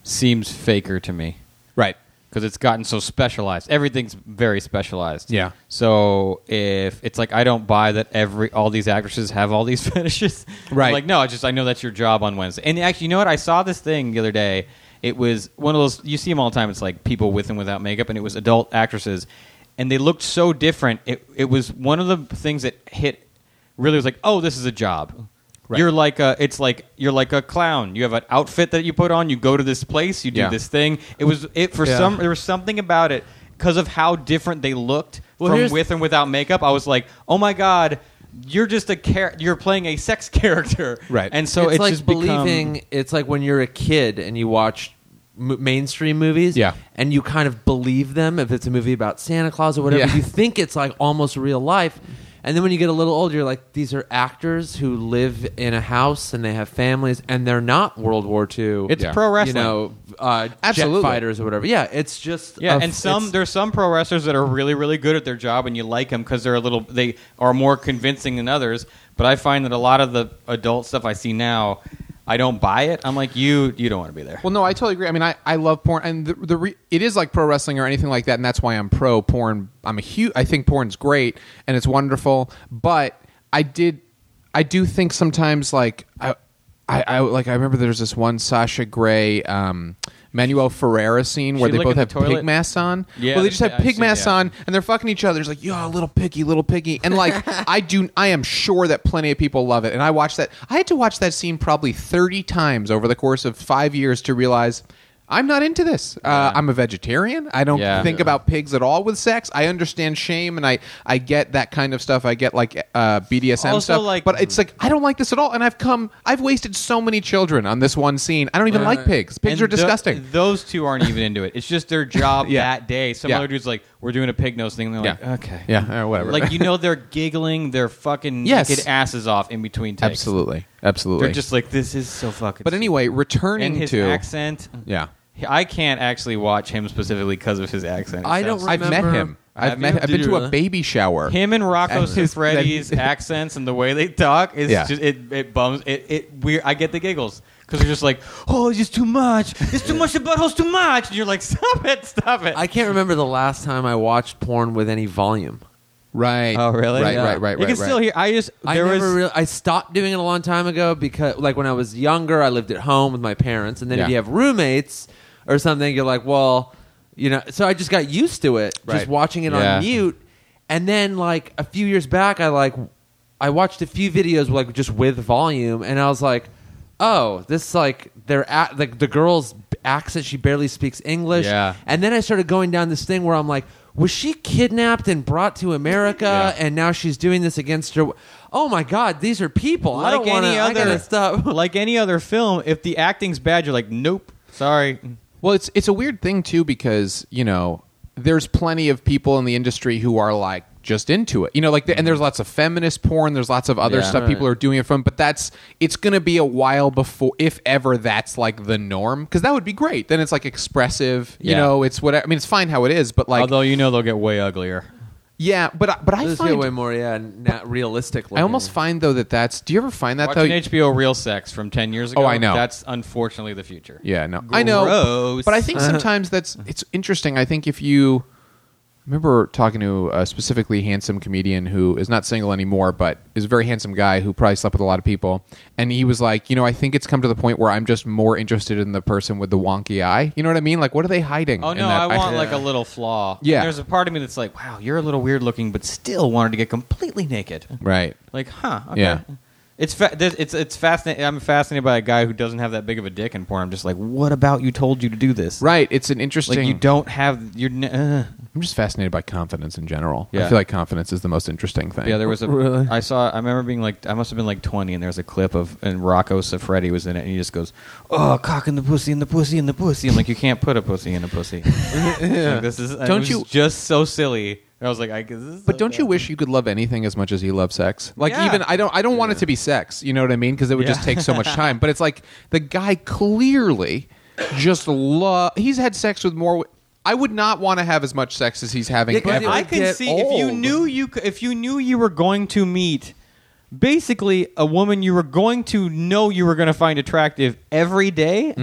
seems faker to me. Right. because it's gotten so specialized. Everything's very specialized. Yeah. So if it's like I don't buy that every all these actresses have all these [laughs] finishes. I'm Right. like no, I just I know that's your job on Wednesday. And actually, you know what? I saw this thing the other day. It was one of those you see them all the time. It's like people with and without makeup, and it was adult actresses, and they looked so different. It it was one of the things that hit really was like, oh, this is a job. Right. You're like a, it's like you're like a clown. You have an outfit that you put on. You go to this place. You do Yeah. this thing. It was it for Yeah. some. There was something about it because of how different they looked Well, from here's- with and without makeup. I was like, oh my god, you're just a char- you're playing a sex [laughs] character, Right. And so it's, it's, like just become- believing it's like when you're a kid and you watch m- mainstream movies Yeah. and you kind of believe them if it's a movie about santa claus or whatever Yeah. you think it's like almost real life and then when you get a little older you're like these are actors who live in a house and they have families and they're not world war ii It's Yeah. pro wrestling. you know uh, Absolutely. jet fighters or whatever yeah it's just Yeah, a- and some it's- there's some pro wrestlers that are really really good at their job, and you like them because they're a little they are more convincing than others. But I find that a lot of the adult stuff I see now, I don't buy it. I'm like you, you don't want to be there. Well, no, I totally agree. I mean, I, I love porn, and the, the re- it is like pro wrestling or anything like that, and that's why I'm pro porn. I'm a huge. I think porn's great and it's wonderful, but I did, I do think sometimes like I, I, I like I remember there's this one Sasha Grey, um, Manuel Ferreira scene where She they look both in have the toilet? pig masks on. Yeah, well, they just have I've pig seen- masks yeah. on and they're fucking each other. It's like, yeah, little piggy, little piggy, and like I do, I am sure that plenty of people love it. And I watched that. I had to watch that scene probably thirty times over the course of five years to realize I'm not into this. Uh, I'm a vegetarian. I don't Yeah. think Yeah. about pigs at all with sex. I understand shame, and I I get that kind of stuff. I get like uh, BDSM Also, stuff, like- but it's like I don't like this at all. And I've come, I've wasted so many children on this one scene. I don't even like pigs. Pigs Uh, And are tho- disgusting. those two aren't even into it. It's just their job [laughs] Yeah. that day. Some Yeah. other dude's like, "We're doing a pig nose thing." And they're Yeah. like, "Okay, yeah, or whatever. [laughs] Like you know, they're giggling their fucking Yes. naked asses off in between takes. absolutely, absolutely. They're just like, "This is so fucking." But anyway, stupid." returning and his to accent. yeah, I can't actually watch him specifically because of his accent. It I don't sounds- re- I've met Remember- him. I've Have met. you? I've Did been you to a really? baby shower. him and Rocco And his- [laughs] Siffredi's that- accents and the way they talk is Yeah. just it, it bums it it weird. I get the giggles because they're just like, oh, it's just too much. It's too much. The butthole's too much. And you're like, stop it, stop it. i can't remember the last time i watched porn with any volume Right. [laughs] Oh, really? Right. Yeah. Right. Right. you right, can still right. hear. I just there I was never really, I stopped doing it a long time ago because like when I was younger, I lived at home with my parents, and then Yeah. if you have roommates or something, you're like, well, you know. So I just got used to it, Right. just watching it Yeah. on mute, and then like a few years back, I like I watched a few videos like just with volume, and I was like. Oh, this like they're at like the girl's accent. She barely speaks English. Yeah. And then I started going down this thing where I'm like, was she kidnapped and brought to America Yeah. and now she's doing this against her? Oh my God, these are people. I like don't want any other to [laughs] stop. [laughs] like any other film. If the acting's bad, you're like, nope, sorry. Well, it's it's a weird thing too because you know there's plenty of people in the industry who are like just into it, you know, like the, and there's lots of feminist porn, there's lots of other Mm-hmm. Yeah. stuff people are doing it from, but that's it's going to be a while before, if ever, that's like the norm because that would be great. Then it's like expressive, you Yeah. know, it's whatever. I mean, it's fine how it is, but like, Although you know they'll get way uglier. yeah, but I- but I Let's get way find more, yeah, not realistic. I almost find though that that's. Do you ever find that Watching though? HBO Real Sex from ten years ago. Oh, I know. That's unfortunately the future. Yeah, no, I know, Gross. but [laughs] I think sometimes that's it's interesting. I think if you I remember talking to a specifically handsome comedian who is not single anymore, but is a very handsome guy who probably slept with a lot of people, and he was like, you know, I think it's come to the point where I'm just more interested in the person with the wonky eye. You know what I mean? Like, what are they hiding? Oh in no, that- I want like a little flaw. And Yeah. there's a part of me that's like, wow, you're a little weird looking, but still wanted to get completely naked. right. Like, huh? Okay. Yeah. It's fa- this- it's it's fascinating. I'm fascinated by a guy who doesn't have that big of a dick in porn. I'm just like, what about you told you to do this? Right, it's an interesting. Like you don't have your. Uh. I'm just fascinated by confidence in general. I Yeah. feel like confidence is the most interesting thing. Yeah, there was a. I Really? saw. I remember being like, I must have been like twenty, and there was a clip of and Rocco Siffredi was in it, and he just goes, "Oh, cock in the pussy, in the pussy, in the pussy." I'm like, you can't put a pussy in a [laughs] pussy. Like, this is Don't don't you- you just so silly. And I was like, I this is But so don't you dumb. wish you could love anything as much as you love sex? Like Yeah. even I don't I don't want it to be sex, you know what I mean? Because it would just Yeah. take so much time. But it's like the guy clearly just love he's had sex with more I would not want to have as much sex as he's having Yeah, 'cause ever. it I would can get see if you old. knew you c- if you knew you were going to meet Mm-hmm. basically a woman you were going to know you were going to find attractive every day,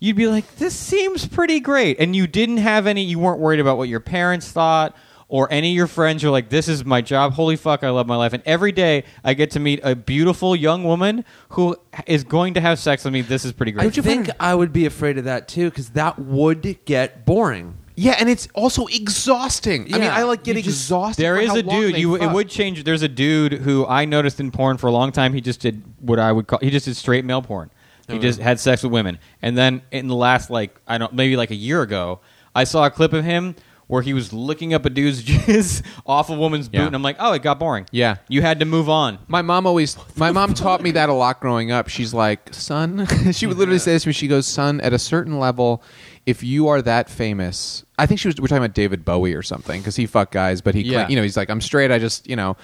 you'd be like, this seems pretty great. And you didn't have any, you weren't worried about what your parents thought or any of your friends. You're like, this is my job. Holy fuck, I love my life. And every day I get to meet a beautiful young woman who is going to have sex with me. This is pretty I great. think I would be afraid of that too because that would get boring. Yeah, and it's also exhausting. I mean, Yeah, I like get you just- exhausted. There by is how a long dude. they You it fuck. would change. There's a dude who I noticed in porn for a long time. He just did what I would call. He just did straight male porn. He just had sex with women. And then in the last like I don't maybe like a year ago, I saw a clip of him where he was looking up a dude's [laughs] jizz off a woman's boot, Yeah. and I'm like, oh, it got boring. Yeah. you had to move on. My mom always, my mom taught me that a lot growing up. She's like, son, [laughs] she would literally say this to me. She goes, son, at a certain level, if you are that famous, I think she was, we're talking about David Bowie or something, because he fucked guys, but he, Yeah. you know, he's like, I'm straight. I just, you know,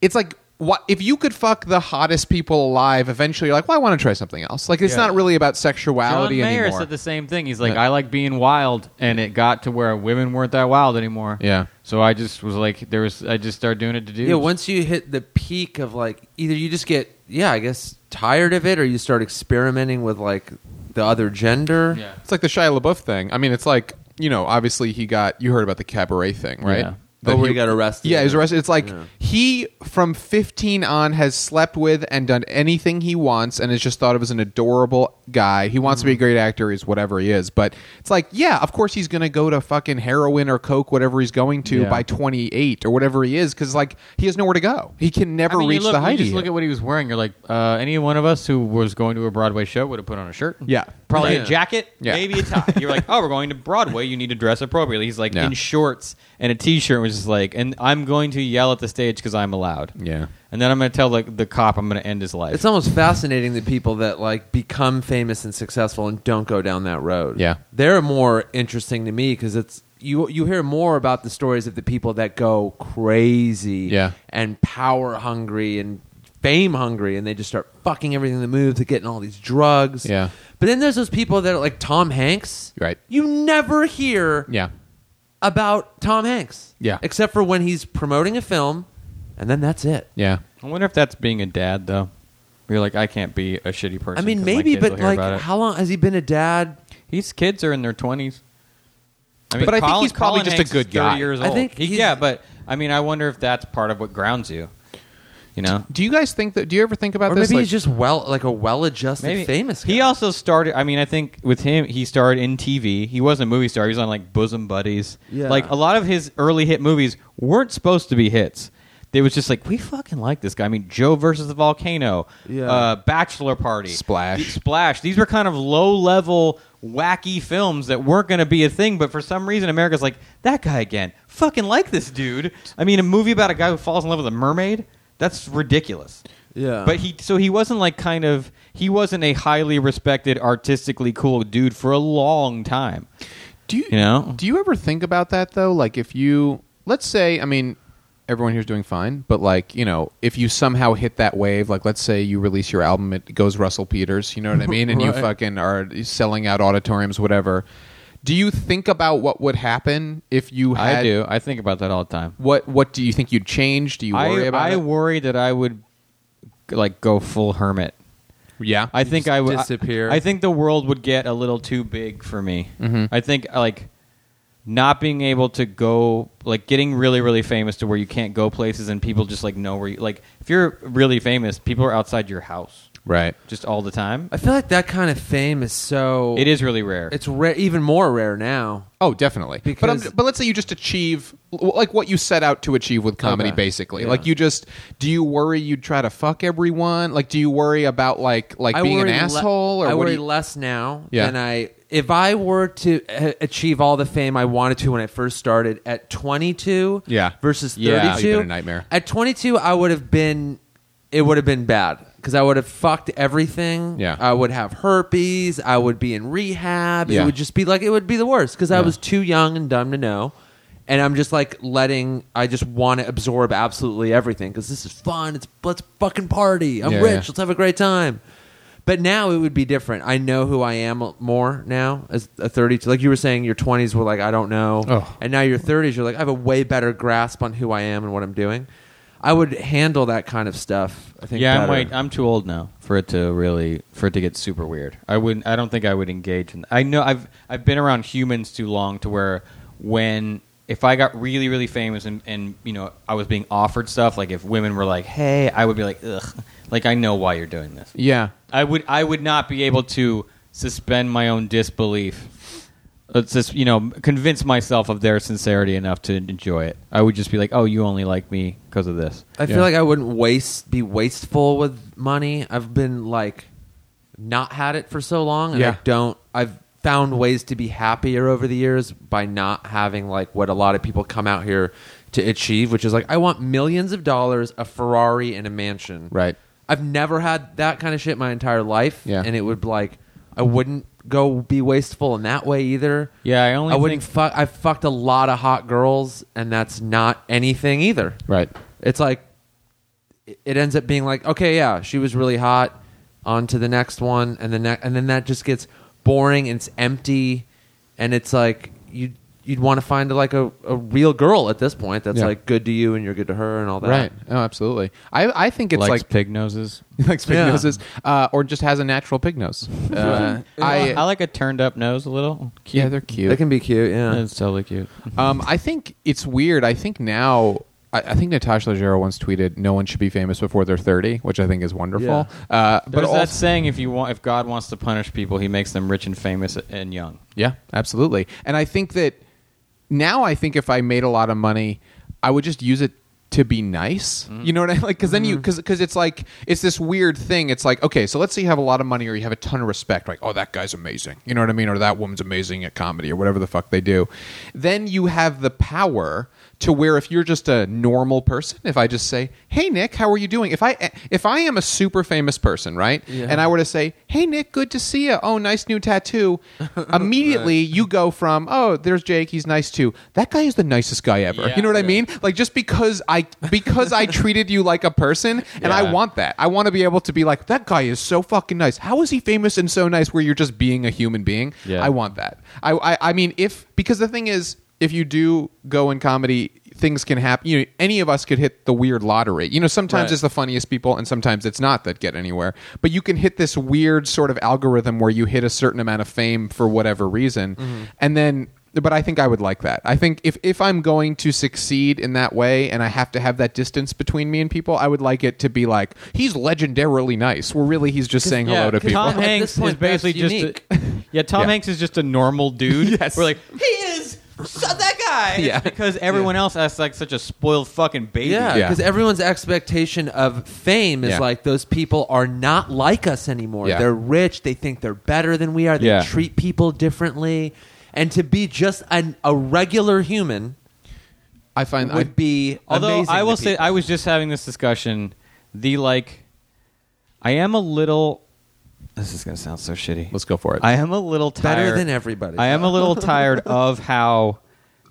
it's like, what if you could fuck the hottest people alive? Eventually, you're like, well, I want to try something else. Like, it's not really about John sexuality Mayer anymore. said the same thing. He's like, Yeah. I like being wild, and it got to where women weren't that wild anymore. Yeah. So I just was like, there was. I just started doing it to do. Yeah, once you hit the peak of like either you just get yeah, I guess tired of it or you start experimenting with like the other gender. Yeah. It's like the Shia LaBeouf thing. I mean, it's like you know, obviously he got you heard about the cabaret thing, right? Yeah. Oh, where he got arrested. Yeah, he was arrested. It's like Yeah. he from 15 on has slept with and done anything he wants, and is just thought of as an adorable guy. He wants to be Mm-hmm. a great actor. He's whatever he is, but it's like, yeah, of course he's gonna go to fucking heroin or coke, whatever he's going to Yeah. by 28 or whatever he is, because like he has nowhere to go. He can never I mean, you reach look- the you height. he just look hit. at what he was wearing. You're like, uh, any one of us who was going to a Broadway show would have put on a shirt. Yeah. probably Yeah. a jacket, Yeah. maybe a tie. You're like, oh, we're going to Broadway. You need to dress appropriately. He's like Yeah. in shorts and a t-shirt. Was just like, and I'm going to yell at the stage because I'm allowed. yeah. And then I'm going to tell like the cop I'm going to end his life. It's almost fascinating that people that like become famous and successful and don't go down that road. Yeah. They're more interesting to me because it's you you hear more about the stories of the people that go crazy Yeah. and power hungry and fame hungry and they just start fucking everything that moves and getting all these drugs. Yeah. But then there's those people that are like Tom Hanks. Right. You never hear Yeah. about Tom Hanks. Yeah. Except for when he's promoting a film and then that's it. Yeah. I wonder if that's being a dad though. You're like, I can't be a shitty person. I mean, 'cause my maybe, kids will but hear like, about it. how long has he been a dad? His kids are in their twenties. I mean, But I think Colin- he's probably Colin just a Hanks is good 30 guy. Years I old. think He- he's- yeah, but I mean, I wonder if that's part of what grounds you. You know, Do you guys think that? Do you ever think about Or this? maybe like- he's just well, like a well-adjusted, maybe famous. Guy. He also started. I mean, I think with him, he starred in TV. He wasn't a movie star. He was on like Bosom Buddies. Yeah. Like a lot of his early hit movies weren't supposed to be hits. They was just like we fucking like this guy. I mean, Joe versus the volcano, Yeah. uh, Bachelor Party, Splash. The- Splash. These were kind of low level, wacky films that weren't going to be a thing. But for some reason, America's like that guy again. Fucking like this dude. I mean, a movie about a guy who falls in love with a mermaid. That's ridiculous. Yeah. But he so he wasn't like kind of he wasn't a highly respected artistically cool dude for a long time. Do you, You know? Do you ever think about that though? Like if you let's say, I mean, everyone here's doing fine, but like you know, if you somehow hit that wave, like let's say you release your album, it goes Russell Peters, you know what [laughs] I mean, and you Right. fucking are selling out auditoriums, whatever. Do you think about what would happen if you had? I do. I think about that all the time. What What do you think you'd change? Do you worry I about I it? worry that I would like go full hermit. yeah, I think I would disappear. I, think the world would get a little too big for me. Mm-hmm. I think like not being able to go like getting really really famous to where you can't go places and people just like know where you like if you're really famous people are outside your house right. just all the time. I feel like that kind of fame is so. It is really rare. It's rare, even more rare now. Oh, definitely. but Because- I'm, but let's say you just achieve l- like what you set out to achieve with comedy, Okay. basically. Yeah. Like you just do you worry you'd try to fuck everyone? Like do you worry about like like being an worry le- asshole or I what worry do you- less now Yeah. than I. If I were to uh, achieve all the fame I wanted to when I first started at 22, Yeah. versus 32, Yeah, you've been a nightmare. At 22, I would have been. It would have been bad because I would have fucked everything. Yeah. I would have herpes. I would be in rehab. It Yeah. would just be like it would be the worst because I was too young and dumb to know. And I'm just like letting. I just want to absorb absolutely everything because this is fun. It's let's fucking party. I'm Yeah, rich. yeah. Let's have a great time. But now it would be different. I know who I am more now as a 32. Like you were saying, your 20s were like, I don't know. Oh. And now your 30s, you're like, I have a way better grasp on who I am and what I'm doing. I would handle that kind of stuff. I think. yeah, I'm better. wait. I'm too old now for it to really for it to get super weird. I wouldn't. I don't think I would engage in. I know I've I've been around humans too long to where when if I got really really famous and and you know I was being offered stuff like if women were like hey I would be like ugh like I know why you're doing this. Yeah. I would I would not be able to suspend my own disbelief. Let's just you know convince myself of their sincerity enough to enjoy it. I would just be like, oh, you only like me because of this. I feel Yeah. like I wouldn't waste be wasteful with money. I've been like not had it for so long and Yeah. I don't I've found ways to be happier over the years by not having like what a lot of people come out here to achieve, which is like I want millions of dollars, a Ferrari and a mansion. Right. I've never had that kind of shit my entire life Yeah. and it would like I wouldn't go be wasteful in that way either. Yeah, I only I wouldn't think- fuck I fucked a lot of hot girls and that's not anything either Right. it's like it- it ends up being like okay yeah she was really hot on to the next one and the ne- and then that just gets boring and it's empty and it's like you you'd want to find like a, a real girl at this point that's Yeah. like good to you and you're good to her and all that Right. Oh, absolutely. I I think it's Likes like pig noses. [laughs] likes pig Yeah. noses, uh, or just has a natural pig [laughs] nose. Uh, I, I, like a turned up nose a little. yeah, they're cute. it can be cute yeah It's totally cute. Um, I think it's weird. I think now. I, I think Natasha Leggero once tweeted, "No one should be famous before they're 30, which I think is wonderful. Uh, but There's that also, saying: if you want, if God wants to punish people, He makes them rich and famous and young. yeah, absolutely. And I think that now, I think if I made a lot of money, I would just use it to be nice. You know what I [laughs] mean? like? Because then you because because it's like it's this weird thing. It's like okay, so let's say you have a lot of money or you have a ton of respect. Like, oh, that guy's amazing. You know what I mean? Or that woman's amazing at comedy or whatever the fuck they do. Then you have the power to where if you're just a normal person, if I just say, "Hey Nick, how are you doing?" If I if I am a super famous person, right, and I were to say, "Hey Nick, good to see you. Oh, nice new [laughs] tattoo," immediately you go from, "Oh, there's Jake. He's nice too. That guy is the nicest guy ever." Yeah, you know what I yeah. mean? Like just because I [laughs] because I treated you like a person, and I Yeah. want that. I want to be able to be like, "That guy is so fucking nice. How is he famous and so nice?" Where you're just being a human being. Yeah. I want that. I, I I mean, if because the thing is, if you do go in comedy, things can happen. You know, any of us could hit the weird lottery. You know, sometimes Right. it's the funniest people, and sometimes it's not that get anywhere. But you can hit this weird sort of algorithm where you hit a certain amount of fame for whatever reason, Mm-hmm. and then. But I think I would like that. I think if, if I'm going to succeed in that way and I have to have that distance between me and people, I would like it to be like, he's legendarily nice. Where really he's just saying hello to because [laughs] people. Tom Hanks is basically just A, yeah. Tom Yeah. Hanks is just a normal dude. Yes. we're like he is so that guy. It's Yeah. because everyone else acts like such a spoiled fucking baby. yeah Yeah. because everyone's expectation of fame is Yeah. like those people are not like us anymore Yeah. they're rich they think they're better than we are they Yeah. treat people differently and to be just an, a regular human I find I- would be Although amazing I to will say, people. I was just having this discussion. The like, I am a little. This is gonna sound so shitty. Let's go for it. I am a little tired. Better than everybody. I am a little [laughs] tired of how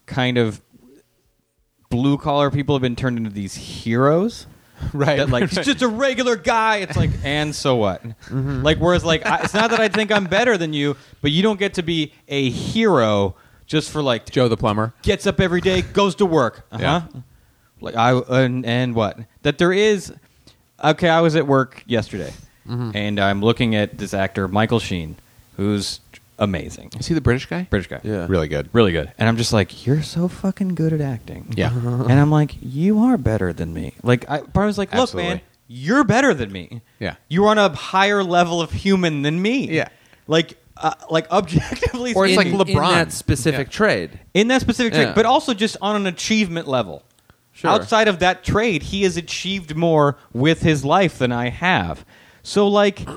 kind of blue collar people have been turned into these heroes. [laughs] Right, Mm-hmm. That like it's just a regular guy. It's [laughs] like and so what? Like whereas like I, it's not that I think I'm better than you, but you don't get to be a hero just for like Joe the plumber. gets up every day, goes to work. Uh huh. Yeah. Like I and, and what that there is. Okay, I was at work yesterday, Mm-hmm. and I'm looking at this actor Michael Sheen, who's amazing, Is he the British guy? British guy. Yeah. Really good. Really good. And I'm just like, you're so fucking good at acting. Yeah. [laughs] and I'm like, you are better than me. Like, I, but I was like, look, man, Absolutely. you're better than me. Yeah. You're on a higher level of human than me. Yeah. Like, uh, like objectively Or it's speaking- like in LeBron. that specific Yeah. trade. in that specific trade, Yeah. but also just on an achievement level. Sure. Outside of that trade, he has achieved more with his life than I have. So like,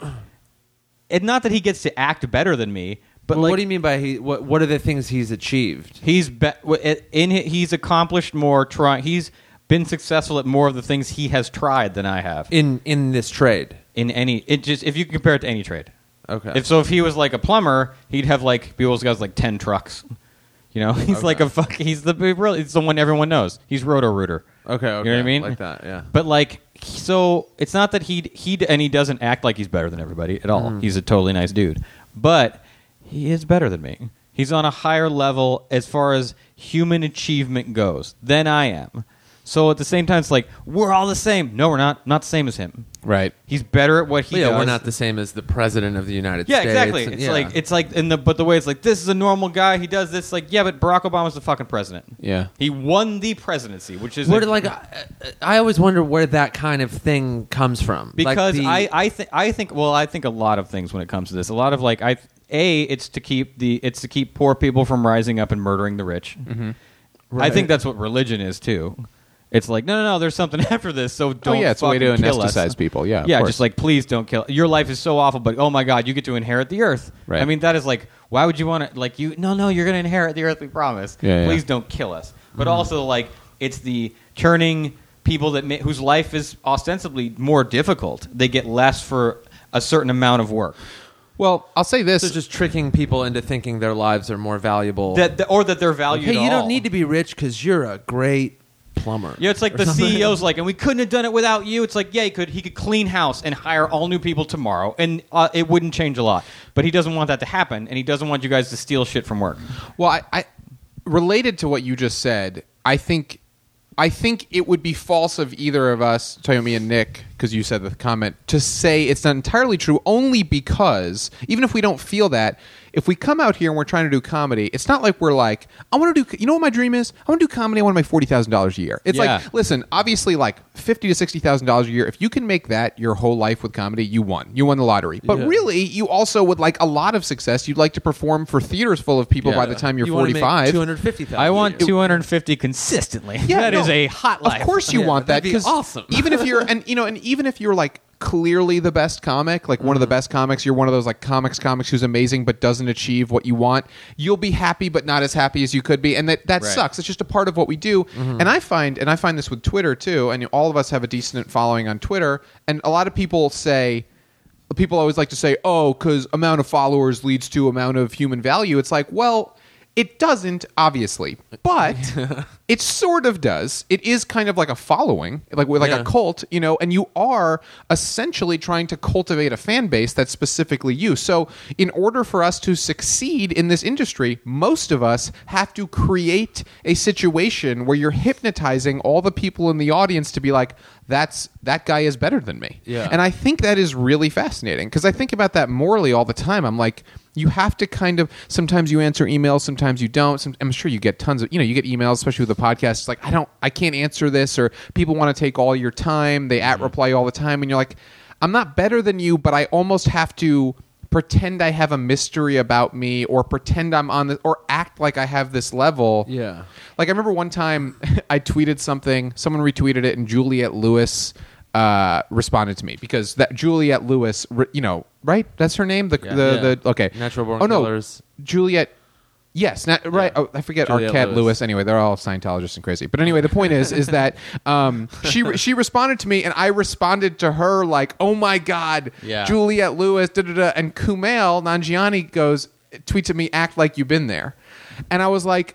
[clears throat] and not that he gets to act better than me, but But like what do you mean by he? What, what are the things he's achieved? he's be- w- i- in hi- he's accomplished more. Try he's been successful at more of the things he has tried than I have in in this trade. in any it just if you compare it to any trade. Okay. If so, if he was like a plumber, he'd have like Buell's guys like ten trucks. [laughs] You know, he's like a fuck. He's the big real. He's the one everyone knows. He's Roto Rooter. Okay, You know what I okay, mean? like that, yeah. But like, so it's not that he he and he doesn't act like he's better than everybody at all. Mm. He's a totally nice dude, but he is better than me. He's on a higher level as far as human achievement goes than I am. So at the same time, it's like we're all the same. No, we're not. Not the same as him. Right. He's better at what he yeah, does. we're not the same as the president of the United Yeah, States. exactly. and- It's yeah. like it's like in the but the way it's like this is a normal guy. He does this like yeah, but Barack Obama's the fucking president. Yeah. he won the presidency, which is Where, a- like I, I always wonder where that kind of thing comes from. um, Like because the- I I think I think well I think a lot of things when it comes to this. A lot of like I a it's to keep the it's to keep poor people from rising up and murdering the rich. Mm-hmm. I think that's what religion is too. It's like no no no, there's something [laughs] after this, so Oh don't. yeah, it's a way to fucking kill us. anesthetize people. Yeah. of yeah, course. just like please don't kill. Your life is so awful, but oh my god, you get to inherit the earth. Right. I mean, that is like, why would you want to? Like, you no, no, you're going to inherit the earth. We promise. Yeah, yeah. please don't kill us. But also, like, it's the turning people that ma- whose life is ostensibly more difficult. They get less for a certain amount of work. Well, I'll say this. so just tricking people into thinking their lives are more valuable. That, that or that they're valued. hey, at you all. don't need to be rich because you're a great plumber. Yeah, [laughs] it's like or the something. CEO's like, and we couldn't have done it without you. It's like, yeah, he could. He could clean house and hire all new people tomorrow, and uh, it wouldn't change a lot. But he doesn't want that to happen, and he doesn't want you guys to steal shit from work. Well, I, I related to what you just said, I think I think it would be false of either of us, Toyomi and Nick, because you said the comment, to say it's not entirely true only because even if we don't feel that, if we come out here and we're trying to do comedy, it's not like we're like, I want to do you know what my dream is? I want to do comedy, I want to make forty thousand dollars a year. It's Yeah. like listen, obviously like fifty to sixty thousand dollars a year, if you can make that your whole life with comedy, you won. You won the lottery. But Yeah. really you also would like a lot of success. You'd like to perform for theaters full of people people Yeah. by the time you're you 45. Two hundred fifty thousand. I want 250 consistently. [laughs] That no, is a hot life. Of course you Yeah, want that that'd be because awesome. even if you're and you know and even if you're like clearly the best comic, like one of the best comics, you're one of those like comics comics who's amazing but doesn't achieve what you want. You'll be happy but not as happy as you could be and that that Right. sucks. It's just a part of what we do. And I find and I find this with Twitter too and all of us have a decent following on Twitter and a lot of people say people always like to say, "Oh, because amount of followers leads to amount of human value." It's like, well, it doesn't, obviously, but it sort of does. It is kind of like a following, like with like Yeah. a cult, you know. And you are essentially trying to cultivate a fan base that's specifically you. So, in order for us to succeed in this industry, most of us have to create a situation where you're hypnotizing all the people in the audience to be like, "That's that guy is better than me." Yeah. And I think that is really fascinating because I think about that morally all the time. I'm like, you have to kind of sometimes you answer emails, sometimes you don't. Some, I'm sure you get tons of you know you get emails, especially with the podcast. It's like I don't, I can't answer this, or people want to take all your time. They at reply you all the time, and you're like, I'm not better than you, but I almost have to pretend I have a mystery about me, or pretend I'm on this, or act like I have this level. Yeah. Like I remember one time [laughs] I tweeted something, someone retweeted it, and Juliet Lewis uh, responded to me because that Juliet Lewis, re- you know, right? That's her name. The the, Yeah. the okay, Natural Born Oh no, Killers. Juliet. Yes, not, right. Oh, I forget Juliette Arquette Lewis. Lewis. Anyway, they're all Scientologists and crazy. But anyway, the point is, is that [laughs] um, she re- she responded to me, and I responded to her like, "Oh my God, Yeah. Juliet Lewis." Da da da. And Kumail Nanjiani goes tweets at me, "Act like you've been there," and I was like.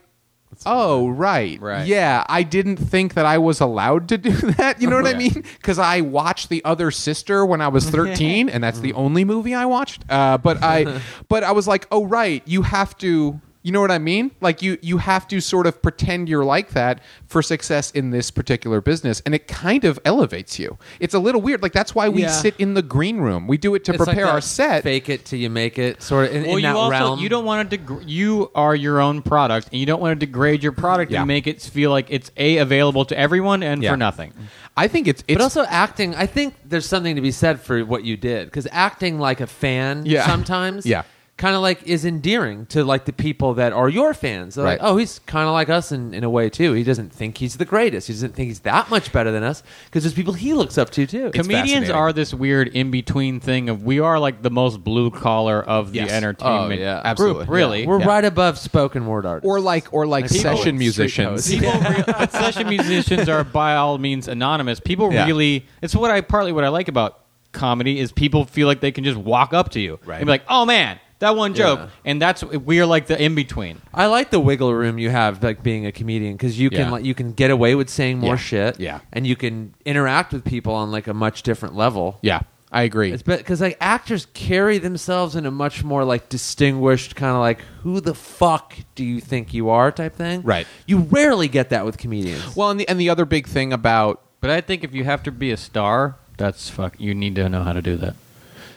Oh right. Right. yeah. I didn't think that I was allowed to do [laughs] that. You know what I Yeah. mean? Because I watched The Other Sister when I [laughs] was thirteen, and that's Mm. the only movie I watched. Uh, [laughs] but I, but I was like, oh right, you have to. You know what I mean? Like you, you have to sort of pretend you're like that for success in this particular business, and it kind of elevates you. It's a little weird. Like that's why we Yeah. sit in the green room. We do it to It's like prepare that our set. Fake it till you make it. Sort of in, Well, in you that also realm. you don't want to. Deg- you are your own product, and you don't want to degrade your product Yeah. and make it feel like it's a available to everyone and Yeah. for nothing. I think it's it's but also acting, I think there's something to be said for what you did because acting like a fan Yeah. [laughs] sometimes, Yeah. kind of like is endearing to like the people that are your fans. They're like, Right. oh, he's kind of like us in, in a way too. He doesn't think he's the greatest. He doesn't think he's that much better than us because there's people he looks up to too. Comedians fascinating. are this weird in between thing of we are like the most blue collar of the Yes. entertainment Oh, yeah. group. Absolutely. Really, We're Yeah. right above spoken word artists. or like or like Like people session with [laughs] musicians. street people re- but session musicians are by all means anonymous people Yeah. really it's what i partly what i like about comedy is people feel like they can just walk up to you Right. and be like oh man that one joke Yeah. and that's we're like the in-between I like the wiggle room you have, like being a comedian, because you can Yeah. like you can get away with saying more Yeah. shit, Yeah. and you can interact with people on like a much different level. Yeah. I agree. It's because like actors carry themselves in a much more like distinguished kind of like who the fuck do you think you are type thing. Right. You rarely get that with comedians. well, and the and the other big thing about But I think if you have to be a star, that's fuck. You need to know how to do that.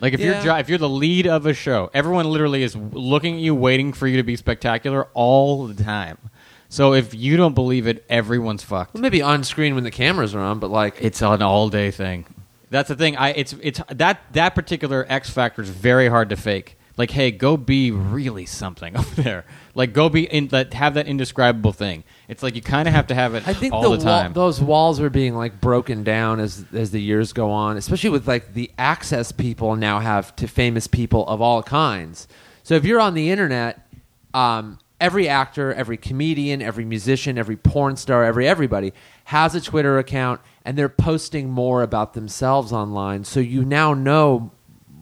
Like if you're Yeah. jo- if you're the lead of a show, everyone literally is w- looking at you, waiting for you to be spectacular all the time. So if you don't believe it, everyone's fucked. Well, maybe on screen when the cameras are on, but like It's an all day thing. That's the thing. I it's it's that that particular X factor is very hard to fake. Like, hey, go be really something [laughs] up there. Like, go be in that have that indescribable thing. It's like you kind of have to have it I think all the, the, wall- time. those walls are being like broken down as as the years go on, especially with like the access people now have to famous people of all kinds. So if you're on the internet, um, every actor, every comedian, every musician, every porn star, every everybody has a Twitter account, and they're posting more about themselves online. So you now know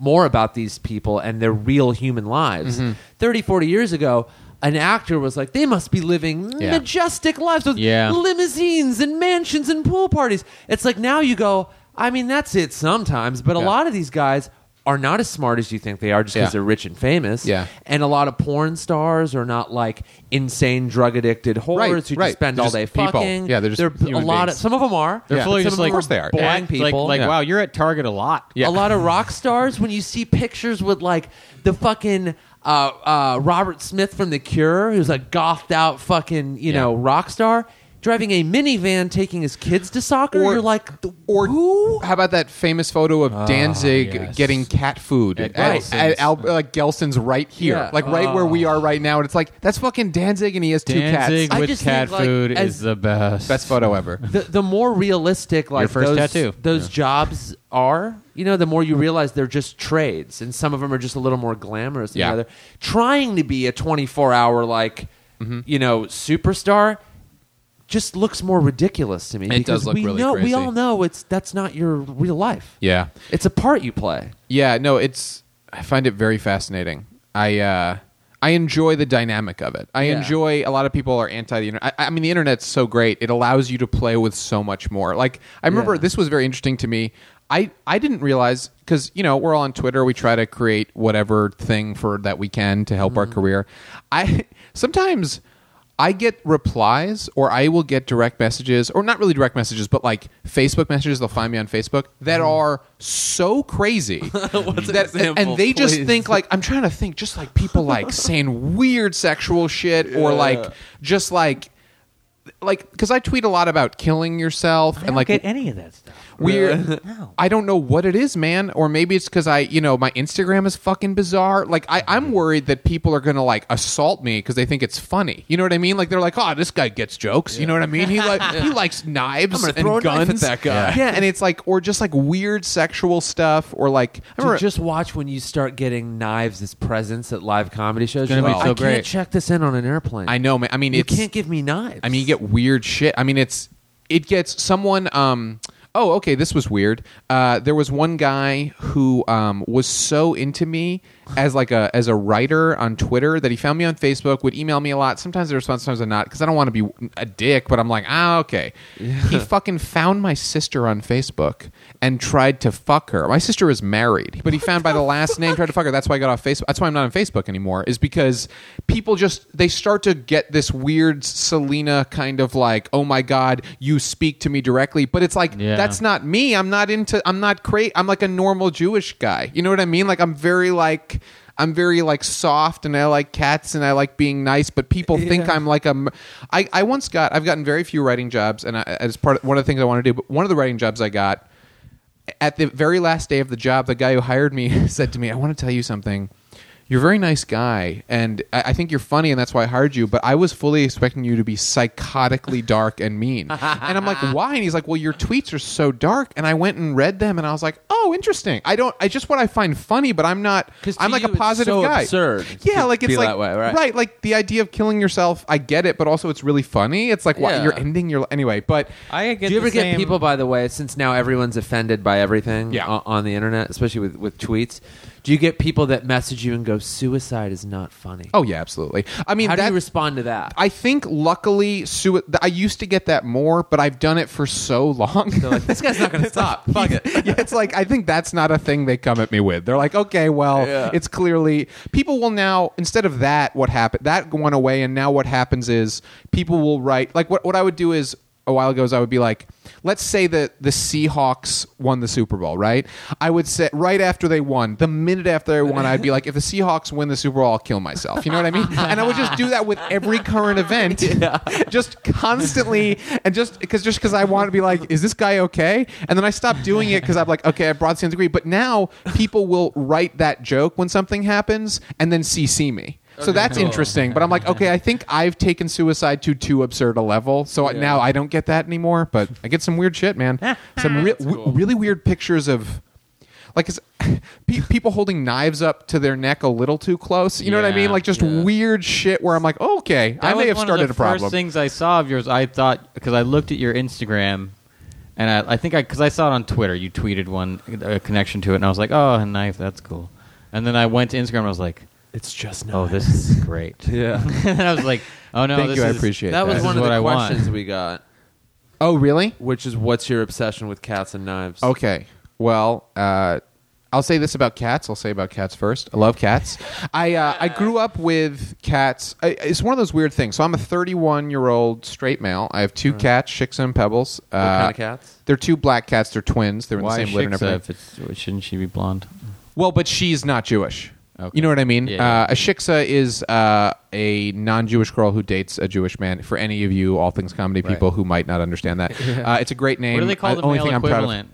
more about these people and their real human lives. Mm-hmm. Thirty, forty 30, 40 years ago, an actor was like, they must be living Yeah. majestic lives with Yeah. limousines and mansions and pool parties. It's like now you go, I mean, that's it sometimes, but a Yeah. lot of these guys are not as smart as you think they are just because Yeah. they're rich and famous. Yeah. And a lot of porn stars are not like insane drug addicted whores Right, who just right. spend They're all just day people. fucking. Yeah, they're just a human lot beings. of some of them are. They're Yeah. fully Some just of them like are Of course they are. boring act- like- people. Like, Yeah. wow, you're at Target a lot. Yeah. a lot of rock stars when you see pictures with like the fucking uh, uh, Robert Smith from The Cure, who's a gothed out fucking you Yeah. know rock star, driving a minivan, taking his kids to soccer. Or- You're like, th- or who? How about that famous photo of Danzig Ah, yes. getting cat food At at, Gelson's. at, Al, like Gelson's right here, Yeah. like right where we are right now, and it's like that's fucking Danzig, and he has two Danzig cats. I with just cat think, like, food as- is the best. Best [laughs] photo ever. The, the more realistic like first those, tattoo. those jobs are, you know, the more you realize they're just trades, and some of them are just a little more glamorous than Yeah. the other. Trying to be a twenty-four hour like, Mm-hmm. you know, superstar just looks more ridiculous to me. It because does look we really know, We crazy. all know it's that's not your real life. Yeah, it's a part you play. yeah. No, it's. I find it very fascinating. I uh, I enjoy the dynamic of it. I Yeah. enjoy. A lot of people are anti the internet. I, I mean, the internet's so great; it allows you to play with so much more. Like I remember Yeah. this was very interesting to me. I, I didn't realize because you know we're all on Twitter. We try to create whatever thing for that we can to help our Mm-hmm. career. I [laughs] sometimes I get replies or I will get direct messages or not really direct messages, but like Facebook messages. They'll find me on Facebook that Mm-hmm. are [laughs] so crazy that example, and they just please? think like I'm trying to think just like [laughs] people like saying weird sexual shit or like just like like because I tweet a lot about killing yourself and like any of that stuff. [laughs] weird. I don't know what it is, man. Or maybe it's because I, you know, my Instagram is fucking bizarre. Like, I, I'm worried that people are gonna like assault me because they think it's funny. You know what I mean? Like, they're like, "Oh, this guy gets jokes." You know what I mean? He like [laughs] he likes knives gonna and throw a knife guns. at that guy. Yeah. and it's like, or just like weird sexual stuff, or like, I Dude, remember, just watch when you start getting knives as presents at live comedy shows. gonna You're be like, so I great." can't check this in on an airplane. I know, man. I mean, you it's can't give me knives. I mean, you get weird shit. I mean, it's it gets someone. Um, oh, okay, this was weird. Uh, there was one guy who um, was so into me as like a as a writer on Twitter that he found me on Facebook, would email me a lot. Sometimes I respond, sometimes I not, because I don't want to be a dick. But I'm like, ah, okay. [laughs] He fucking found my sister on Facebook and tried to fuck her. My sister is married, but he found by the last name tried to fuck her. That's why I got off Facebook. That's why I'm not on Facebook anymore. Is because people just they start to get this weird Selena kind of like, oh my god, you speak to me directly. But it's like Yeah. that's not me. I'm not into. I'm not crazy. I'm like a normal Jewish guy. You know what I mean? Like I'm very like. I'm very like soft and I like cats and I like being nice, but people think I'm like a. m- I, I once got I've gotten very few writing jobs, and I, as part of, one of the things I want to do, but one of the writing jobs I got at the very last day of the job, the guy who hired me [laughs] said to me, I want to tell you something. You're a very nice guy, and I, I think you're funny, and that's why I hired you. But I was fully expecting you to be psychotically dark and [laughs] mean. And I'm like, why? And he's like, well, your tweets are so dark. And I went and read them, and I was like, oh, interesting. I don't. I just what I find funny, but I'm not. 'Cause to I'm like you, a it's positive so guy. absurd Yeah, to like it's be like that way, right? Like the idea of killing yourself, I get it, but also it's really funny. It's like why Yeah. you're ending your anyway. But I get Do you ever the same- get people, by the way, since now everyone's offended by everything Yeah. o- on the internet, especially with, with tweets? do you get people that message you and go, "Suicide is not funny"? Oh yeah, absolutely. I mean, how do that- you respond to that? I think luckily, sui- I used to get that more, but I've done it for so long. like, this guy's [laughs] not going to stop. Fuck it. yeah, it's like I think that's not a thing they come at me with. They're like, okay, well, Yeah. it's clearly people will now instead of that, what happened? That went away, and now what happens is people will write like what what I would do is a while ago is I would be like, let's say that the Seahawks won the Super Bowl, right? I would say right after they won, the minute after they won, I'd be like, if the Seahawks win the Super Bowl, I'll kill myself. You know what I mean? And I would just do that with every current event, just constantly, and just because just because I want to be like, is this guy okay? And then I stopped doing it because I'm like, okay, I broad stands agree. But now people will write that joke when something happens and then CC me. So that's interesting, but I'm like, okay, I think I've taken suicide to too absurd a level. So I now I don't get that anymore, but I get some weird shit, man. Some re- w- really weird pictures of like it's, [laughs] pe- people holding knives up to their neck a little too close. You know what I Yeah, mean? Like just weird shit where I'm like, oh, okay, That I may was have one started of the a problem. First things I saw of yours, I thought because I looked at your Instagram, and I, I think I because I saw it on Twitter. You tweeted one a connection to it, and I was like, oh, a knife, that's cool. And then I went to Instagram, and I was like, It's just oh, this is [laughs] great. Yeah. [laughs] and I was like, oh no, Thank this you, I is- appreciate That was This one is of what the I want. questions we got, oh, really? which is, "What's your obsession with cats and knives?" Okay. Well, uh, I'll say this about cats. I'll say about cats first. I love cats. I uh, [laughs] I grew up with cats. I, it's one of those weird things. So I'm a 31 year old straight male. I have Mm. two cats, Shih Tzu and Pebbles. What Uh, kind of cats? They're two black cats. They're twins. They're in Why the same litter. and Shiksa everything. if it's- shouldn't she be blonde? Well, but she's not Jewish. Okay. You know what I mean? Yeah, yeah. Uh, a shiksa is uh, a non-Jewish girl who dates a Jewish man. For any of you all things comedy people who might not [laughs] understand that, uh, it's a great name. What do they Uh, call the only male thing I'm proud of- equivalent?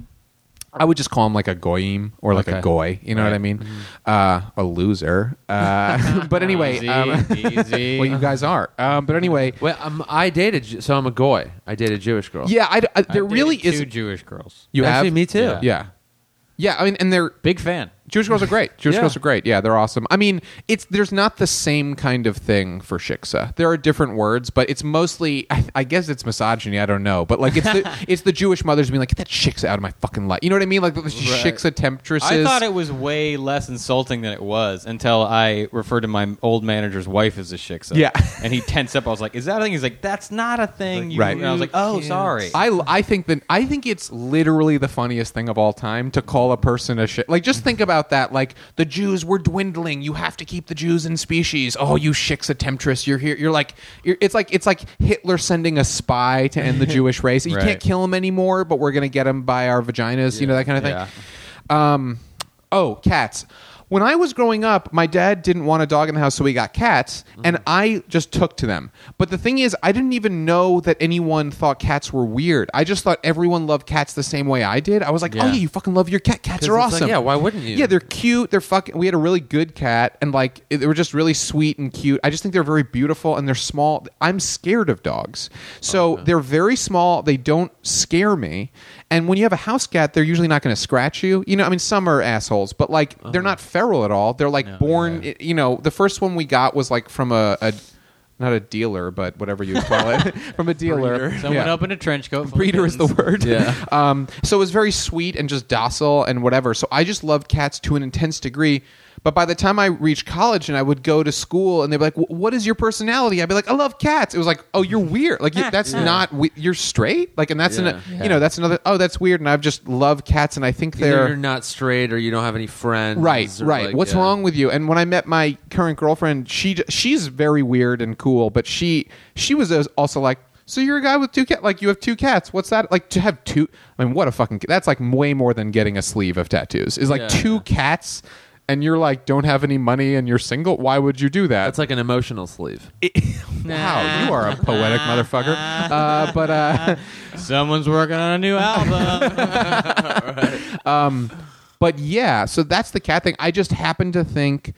I would just call him like a goyim or like Okay. a goy. You know what I Right. Mm-hmm. mean? Uh, a loser. Uh, [laughs] [laughs] but anyway, Easy, um, easy. well, you guys are. Um, [laughs] but anyway, Well, um, I dated, Ju- so I'm a goy. I dated a Jewish girl. yeah, I d I there I've really dated two is. Jewish girls. You Actually, have me too. Yeah. Yeah, yeah. I mean, and they're Big fan. Jewish girls are great. Jewish Yeah. girls are great. Yeah, they're awesome. I mean, it's there's not the same kind of thing for shiksa. There are different words, but it's mostly I, I guess it's misogyny. I don't know, but like it's [laughs] the it's the Jewish mothers being like, get that shiksa out of my fucking life. You know what I mean? Like the shiksa temptresses. I thought it was way less insulting than it was until I referred to my old manager's wife as a shiksa. Yeah. [laughs] and he tensed up. I was like, "Is that a thing?" He's like, "That's not a thing." You, Right. And I was like, "Oh, sorry." I, I think that I think it's literally the funniest thing of all time to call a person a shit. Like just think about that. Like the Jews were dwindling. You have to keep the Jews in species. Oh, you shiksa temptress. You're here. You're like you're, it's like it's like Hitler sending a spy [laughs] to end the Jewish race. You Right. can't kill him anymore, but we're gonna get him by our vaginas. You know that kind of thing. Yeah. Um, oh, cats. When I was growing up, my dad didn't want a dog in the house, so we got cats, Mm. and I just took to them. But the thing is, I didn't even know that anyone thought cats were weird. I just thought everyone loved cats the same way I did. I was like, Yeah. oh, yeah, you fucking love your cat. Cats 'Cause are it's like, awesome. yeah, why wouldn't you? Yeah, they're cute. They're fucking. We had a really good cat, and like it- they were just really sweet and cute. I just think they're very beautiful, and they're small. I'm scared of dogs, so they're very small. They don't scare me. And when you have a house cat, they're usually not going to scratch you. You know, I mean, some are assholes, but like they're not Uh-huh. feral at all. They're like born. i- You know, the first one we got was like from a. a not a dealer, but whatever you call [laughs] it, from a dealer. Someone Yeah. up in a trench coat. full of Breeder is the kittens. word. [laughs] Yeah. Um, so it was very sweet and just docile and whatever. So I just loved cats to an intense degree. But by the time I reached college and I would go to school and they'd be like, "Wh- "What is your personality?" I'd be like, "I love cats." It was like, "Oh, you're weird. Like you, that's not we- you're straight. Like and that's an, Yeah. you know that's another. Oh, that's weird." And I've just loved cats and I think Either they're you're not straight or you don't have any friends. Right, or, right. like, What's yeah. wrong with you? And when I met my current girlfriend, she j- she's very weird and cool, but she she was as- also like, so you're a guy with two cats? Like you have two cats? What's that? Like to have two? I mean, what a fucking that's like way more than getting a sleeve of tattoos. Is like Yeah. two cats, and you're like don't have any money and you're single. Why would you do that? That's like an emotional sleeve. wow, you are [laughs] a poetic motherfucker. Uh, but uh, [laughs] Someone's working on a new album. But yeah, so that's the cat thing. I just happen to think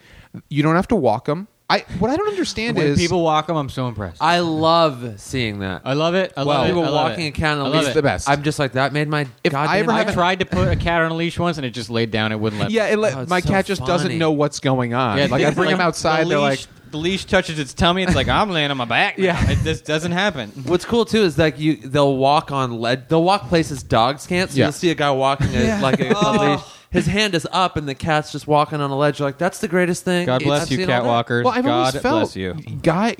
you don't have to walk them. I what I don't understand when is people walk them, I'm so impressed. I, I love seeing that. love it. I love Wow. it. People I love walking it. a cat I on a love leash it. the best. I'm just like that made my. If I goddamn ever life have I tried to put a cat on a leash once, and it just laid down. It wouldn't let. me. Yeah, it let, Oh, it's my so cat just doesn't funny. know what's going on. like I things bring like them outside, the they're like, leash- the leash touches its tummy. It's like I'm laying on my back. now. Yeah. it just doesn't happen. What's cool too is like you, they'll walk on lead. They'll walk places dogs can't. So Yeah. [laughs] Oh. you'll see a guy walking a, like a, a leash, his hand is up, and the cat's just walking on a ledge. You're like, that's the greatest thing. God bless I've you, seen all day." catwalkers. Well, I've God always felt bless you. Guy,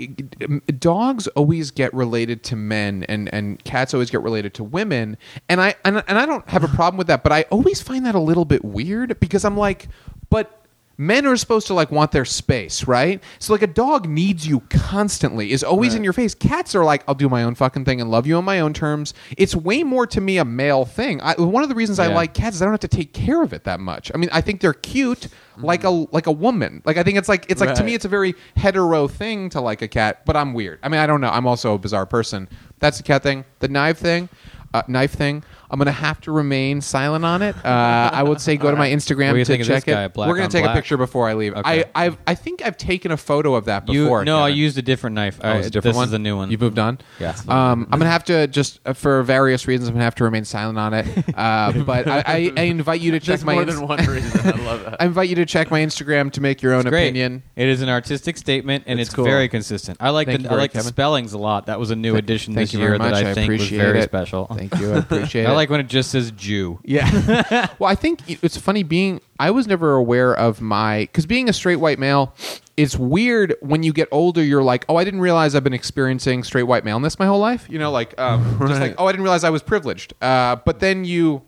dogs always get related to men, and, and cats always get related to women, and I and, and I don't have a problem with that, but I always find that a little bit weird because I'm like, but men are supposed to like want their space, right? So like a dog needs you constantly, is always in your face. Cats are like, I'll do my own fucking thing and love you on my own terms. It's way more to me a male thing. I, one of the reasons I Yeah. like cats is I don't have to take care of it that much. I mean, I think they're cute. Like a like a woman, like I think it's like it's like to Right. me it's a very hetero thing to like a cat, but I'm weird. I mean, I don't know. I'm also a bizarre person. That's the cat thing. The knife thing, uh, knife thing. I'm gonna have to remain silent on it. Uh, I would say go to my Instagram What do you to think of this check it. guy, black We're gonna on take black? a picture before I leave. Okay. I I've, I think I've taken a photo of that You, before. no, I Kevin. used a different knife. Oh, I- it's a different this one. is the new one. You moved on. Yeah. Um, I'm gonna have to just uh, for various reasons. I'm gonna have to remain silent [laughs] on it. Uh, but I, I, I invite you to [laughs] check There's my. more ins- than one [laughs] reason. I love that. [laughs] I invite you to check my Instagram to make your own It's great. opinion. It is an artistic statement, and it's, It's cool. very consistent. I like Thank the I you very like the Kevin. spellings a lot. That was a new addition Thank this you year very much. that I, I think was appreciate very it. special. Thank you. I [laughs] appreciate I it. like when it just says Jew. [laughs] Yeah. well, I think it's funny being. I was never aware of my because being a straight white male, it's weird when you get older. You're like, oh, I didn't realize I've been experiencing straight white maleness my whole life. You know, like um, [laughs] just like oh, I didn't realize I was privileged. Uh, but then you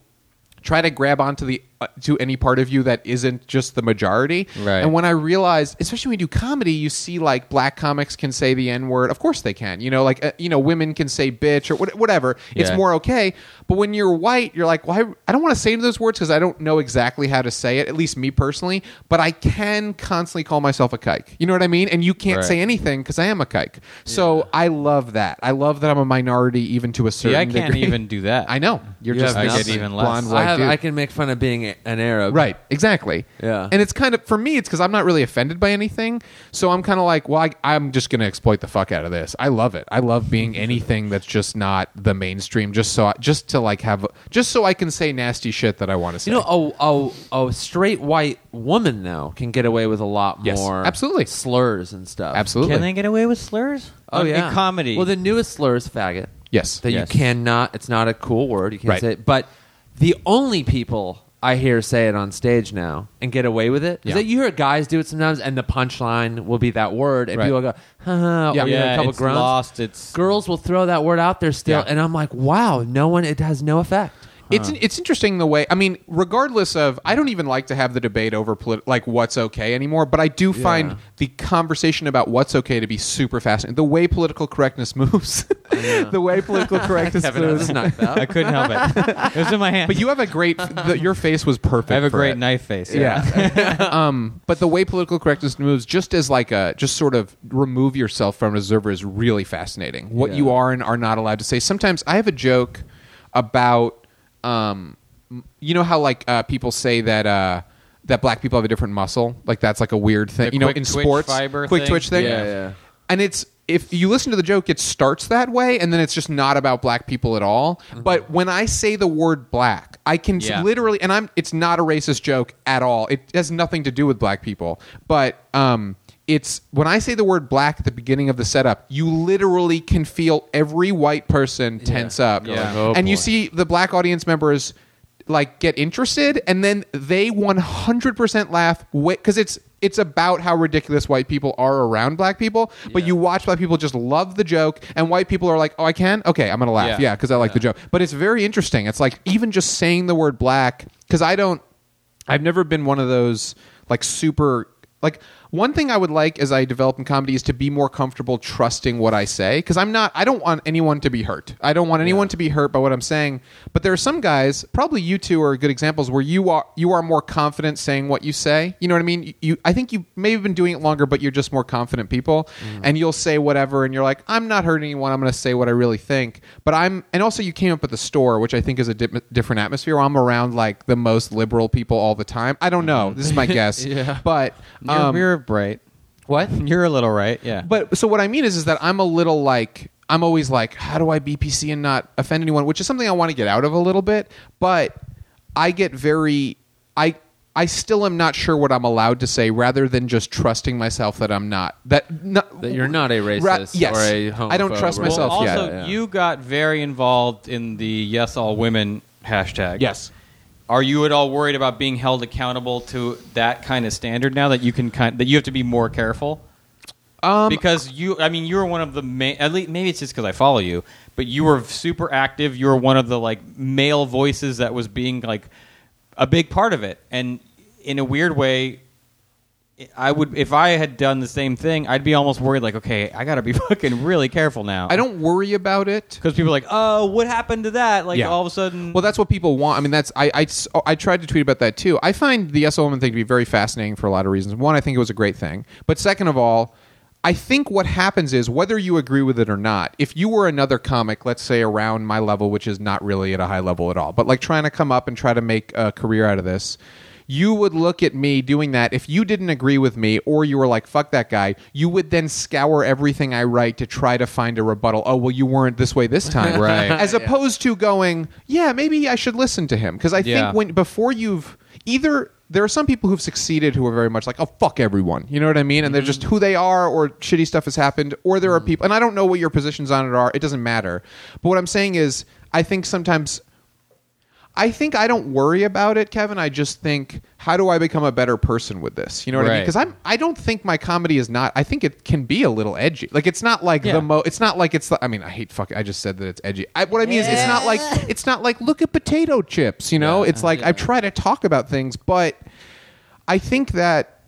try to grab onto the uh, to any part of you that isn't just the majority. Right. And when I realized, especially when you do comedy, you see like black comics can say the n word. Of course they can. You know, like uh, you know, women can say bitch or what, whatever. It's Yeah. more okay. But when you're white, you're like, well, I, I don't want to say those words because I don't know exactly how to say it, at least me personally, but I can constantly call myself a kike. You know what I mean? And you can't Right. say anything because I am a kike. So I love that. I love that I'm a minority even to a certain See, I can't degree. even do that. [laughs] I know. You're You just have this nothing. I get even less. blonde I, white have, dude. I can make fun of being a- an Arab. Right, exactly. Yeah. And it's kind of, for me, it's because I'm not really offended by anything. So I'm kind of like, well, I, I'm just going to exploit the fuck out of this. I love it. I [laughs] love being anything that's just not the mainstream, just so, I, just to like have, just so I can say nasty shit that I want to say. You know, a, a, a straight white woman now can get away with a lot Yes, more absolutely. slurs and stuff. Absolutely. get away with slurs? Oh, Um, yeah. in comedy. Well, the newest slur is faggot. Yes. uh, That Yes. you cannot, it's not a cool word. You can't Right. say it. But the only people I hear say it on stage now and get away with it is Yeah. that you hear guys do it sometimes and the punchline will be that word and Right. people go, ha ha, Yeah. or, you know, yeah, a couple it's grunts. lost. It's Girls will throw that word out there still. Yeah. And I'm like, wow, no one, it has no effect. It's it's interesting the way I mean, regardless of I don't even like to have the debate over polit- like what's okay anymore, but I do find the conversation about what's okay to be super fascinating. The way political correctness [laughs] moves, the way political [laughs] correctness Kevin has moves. a [laughs] knife out. I couldn't help it. It was in my hand. But you have a great the, your face was perfect. I have a for great it. knife face. [laughs] Yeah. [laughs] um, but the way political correctness moves, just as like a, just sort of remove yourself from an observer is really fascinating. What you Yeah. are and are not allowed to say. Sometimes I have a joke about, um, m- you know how like uh, people say that. Uh, that black people have a different muscle, like that's like a weird thing, The you know, quick in twitch sports, fiber quick thing? twitch thing. Yeah, yeah. And it's if you listen to the joke, it starts that way, and then it's just not about black people at all. Mm-hmm. But when I say the word black, I can Yeah. literally literally and i'm it's not a racist joke at all it has nothing to do with black people but um it's when i say the word black at the beginning of the setup you literally can feel every white person tense up You're like, oh and you boy. see the black audience members like get interested and then they 100% laugh because it's it's about how ridiculous white people are around black people but you watch black people just love the joke and white people are like oh i can okay i'm gonna laugh Yeah. yeah because I like the joke. But it's very interesting. It's like even just saying the word black because I don't. I've never been one of those like super like one thing I would like as I develop in comedy is to be more comfortable trusting what I say because I'm not. I don't want anyone to be hurt. I don't want anyone to be hurt by what I'm saying. But there are some guys, probably you two are good examples where you are you are more confident saying what you say. You know what I mean? You, you I think you may have been doing it longer, but you're just more confident people, and you'll say whatever, and you're like, I'm not hurting anyone. I'm going to say what I really think. But I'm, and also you came up at the store, which I think is a di- different atmosphere. I'm around like the most liberal people all the time. I don't know. This is my guess. yeah. But You're, um, you're right. what? You're a little right. Yeah. But so what I mean is, is that I'm a little like I'm always like, how do I be PC and not offend anyone? Which is something I want to get out of a little bit. But I get very, I I still am not sure what I'm allowed to say, rather than just trusting myself that I'm not that not That you're not a racist Ra- yes. or a homophobe. I don't trust or- myself Well, yet. also, Yeah. you got very involved in the yes all women hashtag. Yes. Are you at all worried about being held accountable to that kind of standard now that you can kind that you have to be more careful? Um, because you, I mean, you were one of the main. At least maybe it's just because I follow you, but you were super active. You were one of the like male voices that was being like a big part of it, and in a weird way, I would if I had done the same thing, I'd be almost worried. Like, okay, I got to be [laughs] fucking really careful now. I don't worry about it. because people are like, oh, what happened to that? Like Yeah. all of a sudden, Well, that's what people want. I mean, that's I, I s- oh, I tried to tweet about that too. I find the S Woman thing to be very fascinating for a lot of reasons. One, I think it was a great thing, but second of all, I think what happens is whether you agree with it or not. If you were another comic, let's say around my level, which is not really at a high level at all, but like trying to come up and try to make a career out of this. You would look at me doing that if you didn't agree with me, or you were like, fuck that guy, you would then scour everything I write to try to find a rebuttal. Oh, well, you weren't this way this time. Right. [laughs] As opposed to going, yeah, maybe I should listen to him. Because I Yeah. think when before you've either there are some people who've succeeded who are very much like, oh fuck everyone. You know what I mean? Mm-hmm. And they're just who they are or shitty stuff has happened, or there are people and I don't know what your positions on it are, it doesn't matter. But what I'm saying is I think sometimes I think I don't worry about it, Kevin. I just think, how do I become a better person with this? You know what I mean? Right. Because I'm, I don't think my comedy is not. I think it can be a little edgy. Like it's not like Yeah. the mo. It's not like it's. The, I mean, I hate fuck. I just said that it's edgy. I, what I mean is, it's not like it's not like look at potato chips. You know, it's like I try to talk about things, but I think that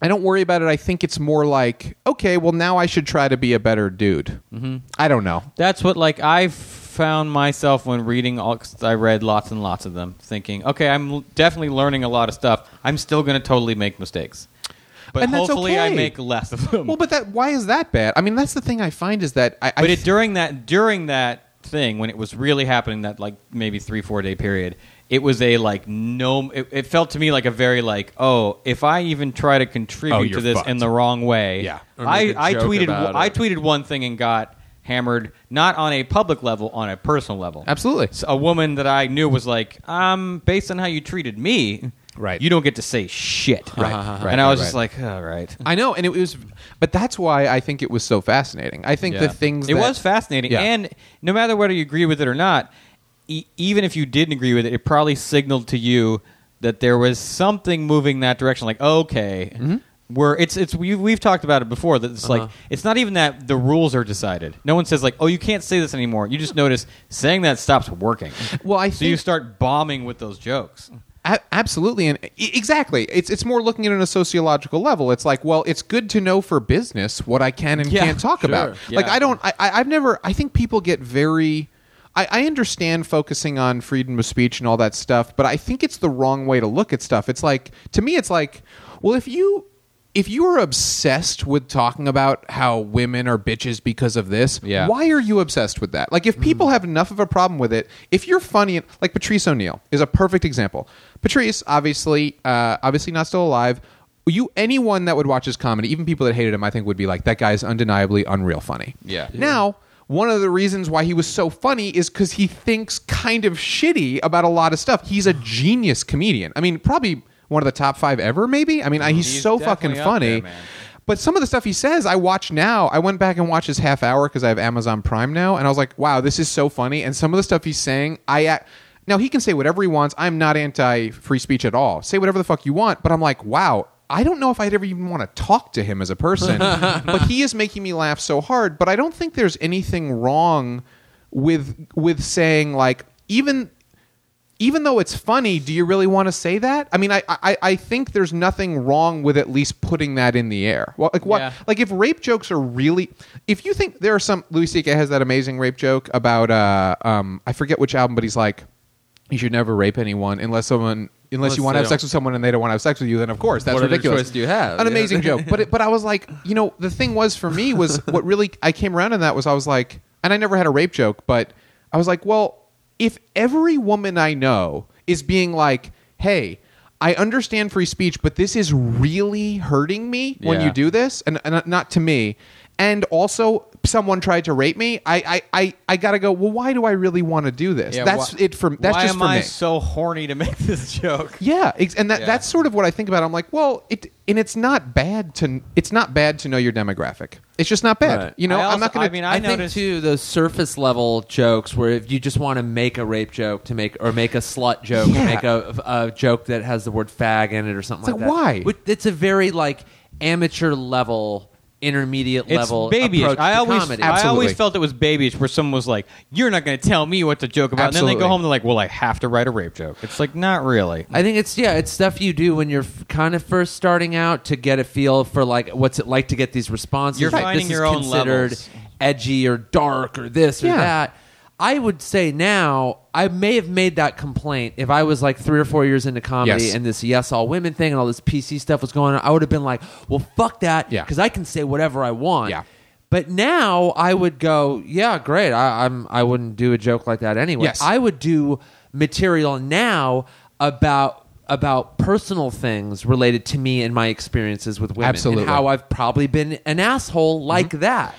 I don't worry about it. I think it's more like, okay, well now I should try to be a better dude. Mm-hmm. I don't know. that's what like I found myself when reading all 'cause I read lots and lots of them, thinking, okay, I'm l- definitely learning a lot of stuff. I'm still going to totally make mistakes, but And that's hopefully I okay. make less of them. Well, but that why is that bad? I mean, that's the thing I find is that I. I Um, but it th- during that during that thing when it was really happening that like maybe three four day period it was a like no it, it felt to me like a very like oh if i even try to contribute Oh, to you're this fucked. in the wrong way Yeah. Or i make a i joke tweeted about i it. tweeted one thing and got hammered not on a public level on a personal level Absolutely. So a woman that i knew was like um based on how you treated me Right. you don't get to say shit Right, [laughs] right, and i was right, just right. like all right I know, and it was, but that's why I think it was so fascinating. I think the Yeah. things it that- was fascinating, Yeah. and no matter whether you agree with it or not, e- even if you didn't agree with it, it probably signaled to you that there was something moving that direction. Like, okay, Mm-hmm. we're it's it's we we've talked about it before. That it's Uh-huh. like it's not even that the rules are decided. No one says like, oh, you can't say this anymore. You just notice saying that stops working. Well, I so you think- start bombing with those jokes. A- absolutely and e- exactly. It's it's more looking at it on a sociological level. It's like, well, it's good to know for business what I can and Yeah, can't talk sure. about. Like Yeah. I don't, I, I I've never. I think people get very. I, I understand focusing on freedom of speech and all that stuff, but I think it's the wrong way to look at stuff. It's like to me, it's like, well, if you if you are obsessed with talking about how women are bitches because of this, Yeah. why why are you obsessed with that? Like, if people have enough of a problem with it, if you're funny, like Patrice O'Neill is a perfect example. Patrice, obviously, uh, obviously not still alive. You anyone that would watch his comedy, even people that hated him, I think would be like, that guy is undeniably unreal funny. Yeah. Now, one of the reasons why he was so funny is because he thinks kind of shitty about a lot of stuff. He's a genius comedian. I mean, probably one of the top five ever, maybe. I mean, I he's, He's so fucking definitely up funny. there, man. But some of the stuff he says, I watch now. I went back and watched his half hour because I have Amazon Prime now, and I was like, "Wow, this is so funny." And some of the stuff he's saying, I ac- now he can say whatever he wants. I'm not anti free speech at all. Say whatever the fuck you want. But I'm like, wow. I don't know if I'd ever even want to talk to him as a [laughs] person, but he is making me laugh so hard. But I don't think there's anything wrong with with saying like even even though it's funny, do you really want to say that? I mean, I, I, I think there's nothing wrong with at least putting that in the air. Well, like what? Yeah. Like if rape jokes are really, if you think there are some, Louis C.K. has that amazing rape joke about, uh, um, I forget which album, but he's like, you should never rape anyone unless someone. Unless, Unless you want they to have sex don't- with someone and they don't want to have sex with you, then of course that's What other ridiculous. choice do you have? An Yeah. amazing joke, but it, but I was like, you know, the thing was for [laughs] me was what really I came around in that was I was like, and I never had a rape joke, but I was like, well, if every woman I know is being like, hey, I understand free speech, but this is really hurting me when Yeah. you do this, and, and not to me, and also someone tried to rape me, I I, I, I gotta go. Well, why do I really want to do this? Yeah, that's why- it for that's why just am for I me. so horny to make [laughs] this joke? Yeah, ex- and that, Yeah. that's sort of what I think about. I'm like, well, it and it's not bad to it's not bad to know your demographic. It's just not bad. Right. You know, I I'm also- not going I mean, I, I, think noticed too those surface level jokes where if you just want to make a rape joke to make or make a slut joke, Yeah. or make a, a joke that has the word fag in it or something It's like, like, that. why? Which- It's a very like amateur level, intermediate it's level babyish. approach I to always, comedy. I always Absolutely. felt it was babyish where someone was like, "You're not going to tell me what to joke about," and then they Absolutely. go home and they're like, "Well, I have to write a rape joke." It's like not really. I think it's yeah, it's stuff you do when you're f- kind of first starting out to get a feel for like what's it like to get these responses. You're Like, finding this is your own considered levels. edgy or dark or this or Yeah. that. I would say now I may have made that complaint if I was like three or four years into comedy Yes. and this yes all women thing and all this PC stuff was going on. I would have been like, well, fuck that, Yeah. because I can say whatever I want. Yeah. But now I would go, yeah, great. I, I'm I wouldn't do a joke like that anyway. Yes. I would do material now about about personal things related to me and my experiences with women Absolutely. Mm-hmm. and how I've probably been an asshole like that.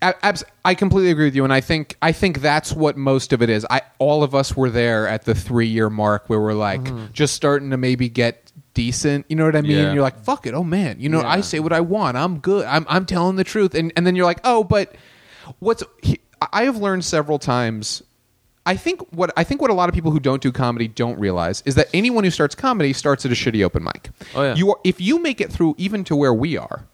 I, abs- I completely agree with you, and I think I think that's what most of it is. I all of us were there at the three year mark where we're like Mm-hmm. just starting to maybe get decent. You know what I mean? Yeah. You're like, fuck it, oh man, you know Yeah. I say what I want. I'm good. I'm I'm telling the truth, and and then you're like, oh, but what's he- I have learned several times. I think what I think what a lot of people who don't do comedy don't realize is that anyone who starts comedy starts at a shitty open mic. Oh, yeah. You are, if you make it through even to where we are,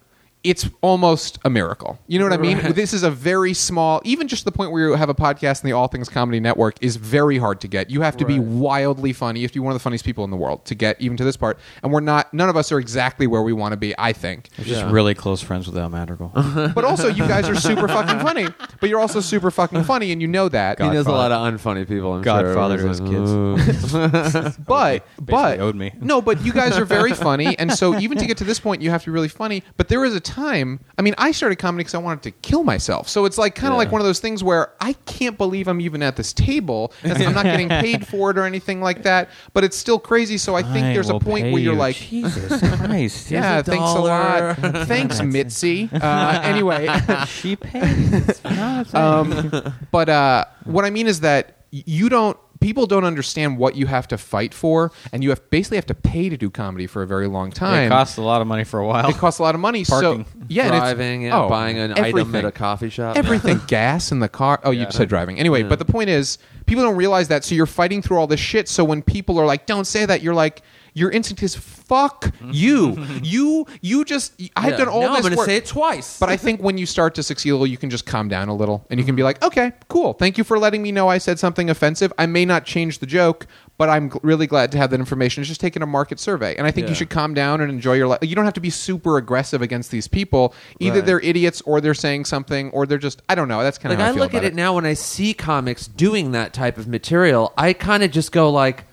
it's almost a miracle. You know what I mean? Right. This is a very small, even just the point where you have a podcast in the All Things Comedy Network is very hard to get. You have to be Right. wildly funny. You have to be one of the funniest people in the world to get even to this part. And we're not, none of us are exactly where we want to be, [laughs] I think. I'm just Yeah. really close friends with Al [laughs] Madrigal. But also, you guys are super fucking funny. But you're also super fucking funny, and you know that. I mean, there's a lot Godfather. of unfunny people. I'm Godfather to sure. his kids. [laughs] but Basically but owed me. [laughs] no but you guys are very funny and so even to get to this point you have to be really funny but there was a time i mean i started comedy because i wanted to kill myself so it's like kind of Yeah. like one of those things where i can't believe i'm even at this table and i'm not [laughs] getting paid for it or anything like that but it's still crazy so i think there's a will point pay where you're you. like [laughs] Jesus Christ. yeah Here's a thanks [laughs] a lot dollar. [laughs] thanks mitzi uh, anyway she [laughs] pays. um, but uh, what I mean is that y- you don't. People don't understand what you have to fight for, and you have basically have to pay to do comedy for a very long time. It costs a lot of money for a while. It costs a lot of money. Parking. so yeah, and it's- Driving and oh, buying an item at everything. a coffee shop. [laughs] Everything, gas in the car. Oh, Yeah. you said driving. Anyway, Yeah. but the point is, people don't realize that. So you're fighting through all this shit. So when people are like, "Don't say that," you're like, your instinct [laughs] is "fuck you." you, you just. I've Yeah. done all now this I'm gonna work. say it twice. But I think when you start to succeed a little, you can just calm down a little and you can be like, okay, cool. Thank you for letting me know I said something offensive. I may not change the joke, but I'm gl- really glad to have that information. It's just taking a market survey. And I think Yeah. you should calm down and enjoy your life. You don't have to be super aggressive against these people. Either Right. they're idiots or they're saying something or they're just, I don't know. That's kind of like how I, I, feel look about at it, now when I see comics doing that type of material, I kind of just go like,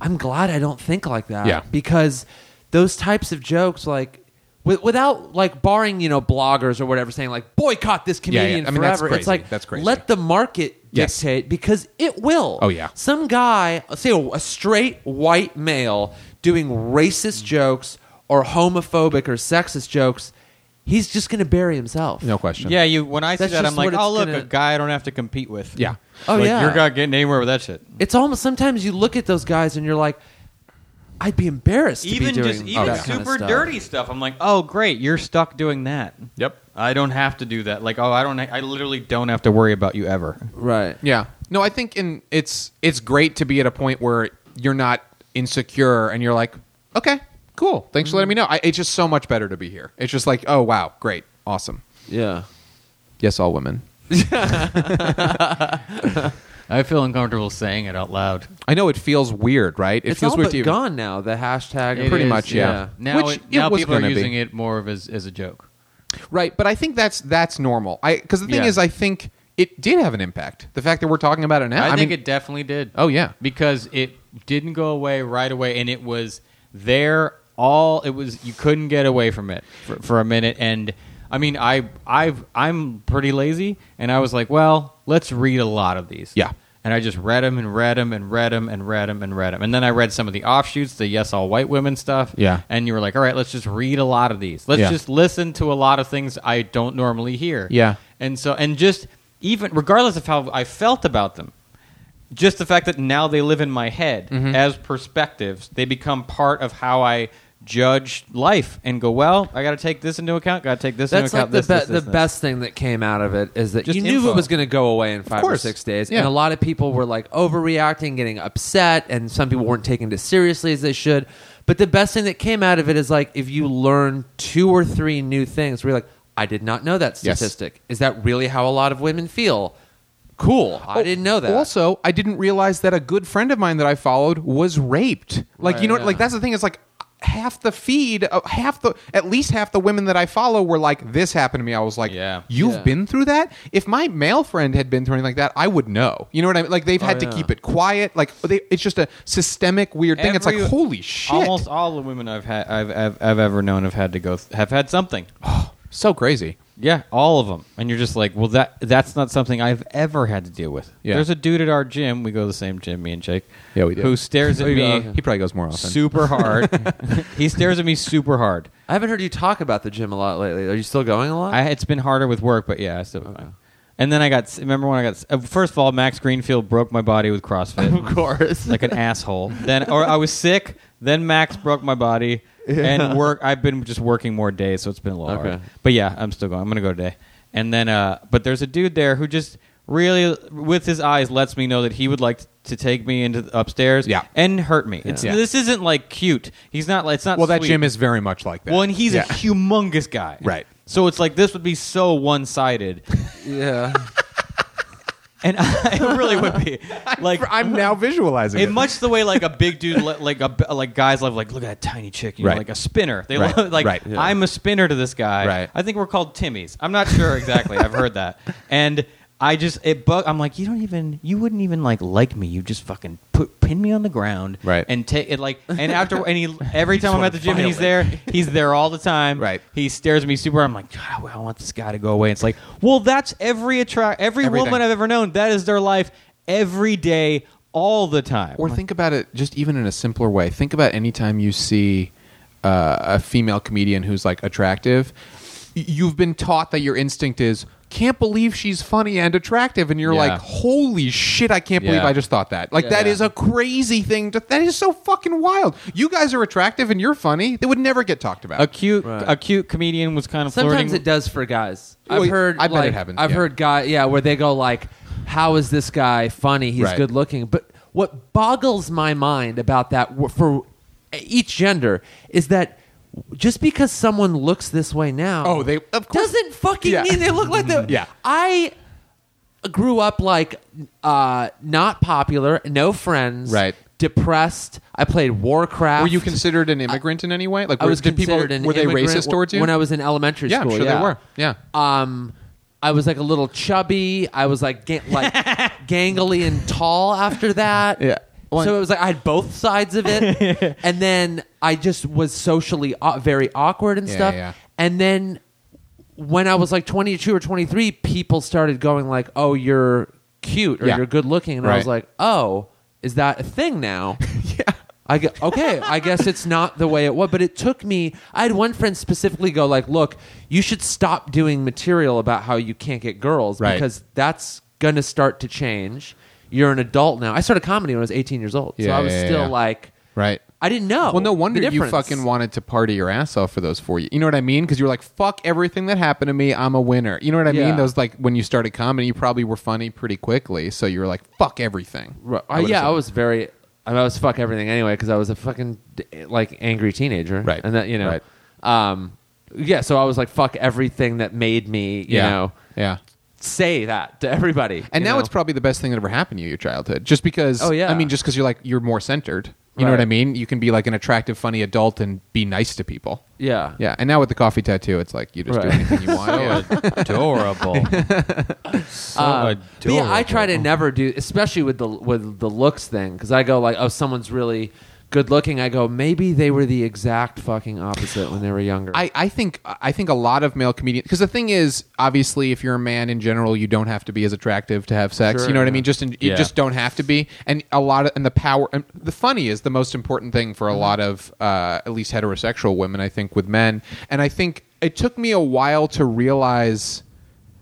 I'm glad I don't think like that. Yeah. Because those types of jokes, like, wi- without like barring you know bloggers or whatever saying like boycott this yeah. comedian I mean, that's forever. It's crazy. like That's crazy. let the market Yes. dictate because it will. Oh, yeah. Some guy, say a, a straight white male doing racist jokes or homophobic or sexist jokes, he's just going to bury himself. No question. Yeah, you. When I see That's that, just I'm like, what it's oh look, gonna- a guy I don't have to compete with. Yeah. Oh, Like, yeah. you're not getting anywhere with that shit. it's almost sometimes you look at those guys and you're like, I'd be embarrassed to even be doing just that even kind of super stuff. dirty stuff. I'm like, oh great, you're stuck doing that. Yep. I don't have to do that. Like, oh, I don't. I literally don't have to worry about you ever. right? Yeah. No, I think in it's it's great to be at a point where you're not insecure and you're like, okay, cool. Thanks for letting me know. I, it's just so much better to be here. It's just like, oh wow, great, awesome. Yeah. Yes, all women. I feel uncomfortable saying it out loud. I know it feels weird, right? It it's feels all weird but to you. gone now. The hashtag, It Pretty is, much, yeah. yeah. Now, Which it, now it was people are gonna be. using it more of as, as a joke. Right, but I think that's that's normal. I because the thing Yeah. is, I think it did have an impact. The fact that we're talking about it now, I, I, think mean, it definitely did. Oh yeah, because it didn't go away right away, and it was there all. It was you couldn't get away from it for, for a minute. And I mean, I I've I'm pretty lazy, and I was like, well, let's read a lot of these. Yeah. And I just read them and read them and read them and read them and read them. And then I read some of the offshoots, the yes all white women stuff. Yeah. And you were like, all right, let's just read a lot of these. Let's Yeah. just listen to a lot of things I don't normally hear. Yeah. and so and just even regardless of how I felt about them, just the fact that now they live in my head as perspectives, they become part of how I judge life and go. Well, I got to take this into account. Got to take this That's into like account. the, this, be- this, the this, this. best thing that came out of it is that Just you knew info. it was going to go away in five or course. six days, Yeah. and a lot of people were like overreacting, getting upset, and some people weren't taking it as seriously as they should. But the best thing that came out of it is like if you learn two or three new things, where you're like, I did not know that Yes. statistic. Is that really how a lot of women feel? Cool, Oh, I didn't know that. Oh, Also, I didn't realize that a good friend of mine that I followed was raped. Like you Right, know, yeah. like that's the thing. It's like half the feed, uh, half the at least half the women that I follow were like, "This happened to me." I was like, Yeah. you've Yeah. been through that." If my male friend had been through anything like that, I would know. You know what I mean? Like Oh, they've had yeah. to keep it quiet. Like they, it's just a systemic weird thing. it's Every- like holy shit, Almost all the women I've had, I've, I've, I've ever known, have had to go, th- have had something. so crazy. Yeah, all of them. And you're just like, well, that that's not something I've ever had to deal with. Yeah. There's a dude at our gym. We go to the same gym, me and Jake. Yeah, we do. Who [laughs] stares at Oh, you me go, He probably goes more often. super [laughs] hard. [laughs] he stares at me super hard. I haven't heard you talk about the gym a lot lately. Are you still going a lot? I, it's been harder with work, but yeah, I still fine. And then I got. s- Remember when I got? s- uh, First of all, Max Greenfield broke my body with [laughs] CrossFit. of course. like an asshole. Then, or I was sick. Then Max broke my body, and work. I've been just working more days, so it's been a little Okay. hard. But yeah, I'm still going. I'm gonna go today. And then, uh, but there's a dude there who just really, with his eyes, lets me know that he would like to take me into the upstairs, Yeah. and hurt me. It's, Yeah. This isn't like cute. He's not. like It's not. Well, that sweet. gym is very much like that. Well, and he's Yeah. a humongous guy, Right. So it's like this would be so one [laughs] sided, [laughs] yeah. and [laughs] I, it really would be like [laughs] I'm now visualizing in much the way like a big [laughs] dude, le- like a b- like guys love like look at that tiny chick, you know, Right. like a spinner. They Right. love, like Right. Yeah. I'm a spinner to this guy. Right. I think we're called Timmys. I'm not sure exactly. I've heard that, and I just it bug. I'm like you don't even you wouldn't even like like me. You just fucking put pin me on the ground, Right. And take it like and after [laughs] and he every time I'm wanna at the gym and he's there, violate. he's there all the time. Right. He stares at me super. hard. I'm like, God, I want this guy to go away. It's like, well, that's every attract every Everything. woman I've ever known. That is their life every day. All the time, Or think about it just even in a simpler way. Think about any time you see uh, a female comedian who's like attractive. Y- You've been taught that your instinct is can't believe she's funny and attractive, and you're Yeah. like, holy shit, I can't believe Yeah. I just thought that. Like that Yeah. is a crazy thing. To, that is so fucking wild. You guys are attractive and you're funny. They would never get talked about. A cute, Right. a cute comedian was kind of Sometimes flirting. it does for guys. I've Well, heard. I bet it like, happens, I've yeah. heard guy. Yeah, where they go like, "How is this guy funny? He's Right. good looking." But what boggles my mind about that w- for each gender is that just because someone looks this way now, Oh, they- of course- doesn't fucking Yeah. mean they look like that. [laughs] Yeah. I grew up like uh, not popular, no friends, Right. Depressed. I played Warcraft. were you considered an immigrant in any way? Like, I were- was did people considered an were they immigrant racist w- towards you? when I was in elementary Yeah, I'm school. sure they were. Yeah. Um, I was like a little chubby. I was like ga- like gangly and tall after that. Yeah. Well, so it was like I had both sides of it, and then I just was socially au- very awkward and Yeah, stuff. yeah. And then when I was like 22 or 23, people started going like, "Oh, you're cute" or Yeah. "You're good looking," and I was Right. like, "Oh, is that a thing [laughs] now?" yeah. I gu- okay, I guess it's not the way it was, but it took me. I had one friend specifically go like, "Look, you should stop doing material about how you can't get girls Right. because that's going to start to change. You're an adult now." I started comedy when I was 18 years old, so Yeah, I was yeah, still yeah. like, right. I didn't know. Well, no Oh, the wonder you difference. fucking wanted to party your ass off for those four years. You know what I mean? Because you were like, fuck everything that happened to me. I'm a winner. You know what I Yeah. mean? Those like when you started comedy, you probably were funny pretty quickly. So you were like, fuck everything. Right. I would've yeah, said- I was very. I, mean, I was fuck everything anyway because I was a fucking like angry teenager, Right. And that you know, Right. um, yeah. So I was like fuck everything that made me, you yeah. know, Yeah. say that to everybody. And you now know? it's probably the best thing that ever happened to you, your childhood. Just because. Oh, yeah. I mean, just because you're like, you're more centered. You know Right. what I mean? You can be like an attractive, funny adult and be nice to people. yeah, Yeah. And now with the coffee tattoo, it's like you just do Right. anything [laughs] you want. yeah. adorable. so Um, but adorable. yeah, I try to never do, especially with the with the looks thing, because I go like, oh, someone's really good looking. I go, maybe they were the exact fucking opposite when they were younger. I, I think I think a lot of male comedians because the thing is obviously if you're a man in general you don't have to be as attractive to have sex Sure, you know what yeah. I mean just in, you Yeah. just don't have to be and a lot of and the power and the funny is the most important thing for a lot of uh, at least heterosexual women I think with men and I think it took me a while to realize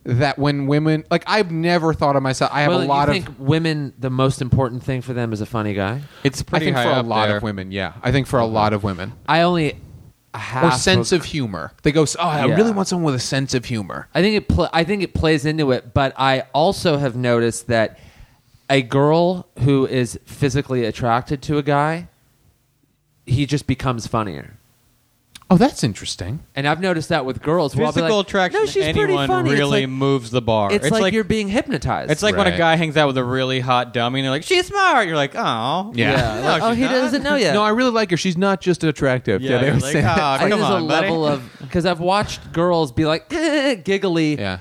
that when women like I've never thought of myself. I have well, a lot you of. think women the most important thing for them is a funny guy? It's I pretty think high for a up lot there. of women, yeah. I think for a lot of women, I only half or sense of humor. They go, oh, I Yeah. really want someone with a sense of humor. I think it. Pl- I think it plays into it, but I also have noticed that a girl who is physically attracted to a guy, he just becomes funnier. Oh, that's interesting. And I've noticed that with girls. where I'll be Physical like, attraction No, to she's pretty anyone funny. It's really like- moves the bar. It's, like, you're being hypnotized. It's like when a Right. guy hangs out with a really hot dummy and they're like, she's smart. You're like, oh. [laughs] Yeah. Like, oh, he doesn't know yet. No, I really like her. She's not just attractive. Yeah, Yeah, they you're always like, say that. [laughs] "Ah, [laughs] I think come there's on, a buddy." level of because I've watched girls be like [laughs] eh, giggly Yeah.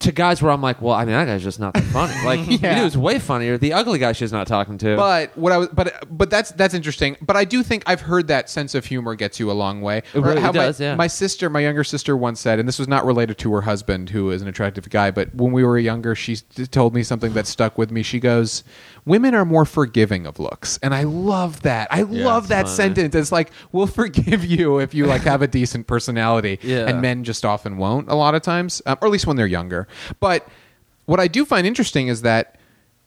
to guys where I'm like, well, I mean, that guy's just not that funny. Like, Yeah. he was way funnier. The ugly guy she's not talking to. But what I was, but but that's that's interesting. But I do think I've heard that sense of humor gets you a long way. It really Or how does, My, yeah. my sister, my younger sister, once said, and this was not related to her husband, who is an attractive guy. But when we were younger, she s- told me something that stuck with me. She goes, "Women are more forgiving of looks," and I love that. I love that funny. sentence. It's like we'll forgive you if you like have a decent personality, Yeah. and men just often won't a lot of times, um, or at least when they're younger. But what I do find interesting is that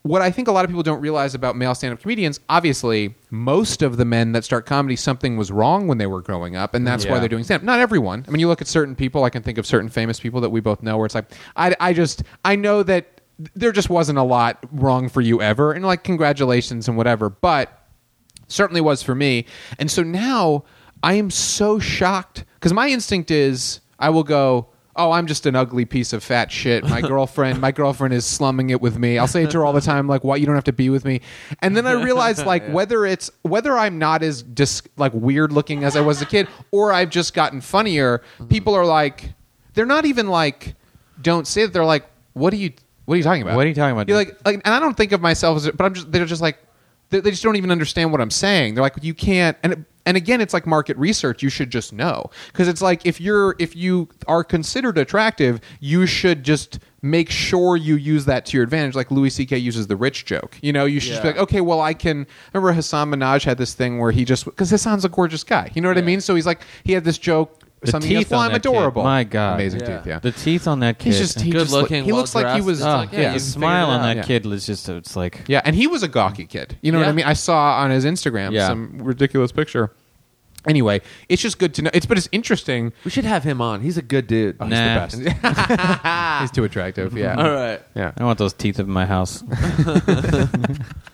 what I think a lot of people don't realize about male stand up comedians, obviously, most of the men that start comedy, something was wrong when they were growing up, and that's Yeah. why they're doing stand up. Not everyone. I mean, you look at certain people, I can think of certain famous people that we both know where it's like, I, I just, I know that there just wasn't a lot wrong for you ever, and like, congratulations and whatever, but certainly was for me. And so now I am so shocked because my instinct is I will go, "Oh, I'm just an ugly piece of fat shit. [laughs] My girlfriend, my girlfriend is slumming it with me." I'll say it to her all the time like, "Why you don't have to be with me?" And then I realize [laughs] like whether it's whether I'm not as dis- like weird looking as I was as a kid or I've just gotten funnier, Mm-hmm. people are like they're not even like don't say that they're like, "What are you what are you talking about?" What are you talking about, You're dude? like like, and I don't think of myself as, but I'm just, they're just like, they, they just don't even understand what I'm saying. They're like, you can't, and and again, it's like market research. You should just know because it's like if you're if you are considered attractive, you should just make sure you use that to your advantage. Like Louis C.K. uses the rich joke. You know, you should just be Yeah. like, okay, well, I can. Remember Hassan Minaj had this thing where he just because Hassan's a gorgeous guy. You know what I mean? So he's like, he had this joke. The something he goes, teeth on well, I'm that kid. adorable. My God. amazing Yeah. teeth. Yeah, The teeth on that kid. he's just he Good just look- looking, he looks like he well-dressed. was. It's Oh, like, yeah, yeah, you the figured smile it on out. that Yeah. kid was just, it's like, Yeah, and he was a gawky kid. You know what Yeah. I mean? I saw on his Instagram Yeah. some ridiculous picture. Anyway, it's just good to know. It's but it's interesting. we should have him on. He's a good dude. he's the Nah. He's the best. [laughs] he's too attractive. [laughs] Yeah. All right. Yeah. I don't want those teeth in my house.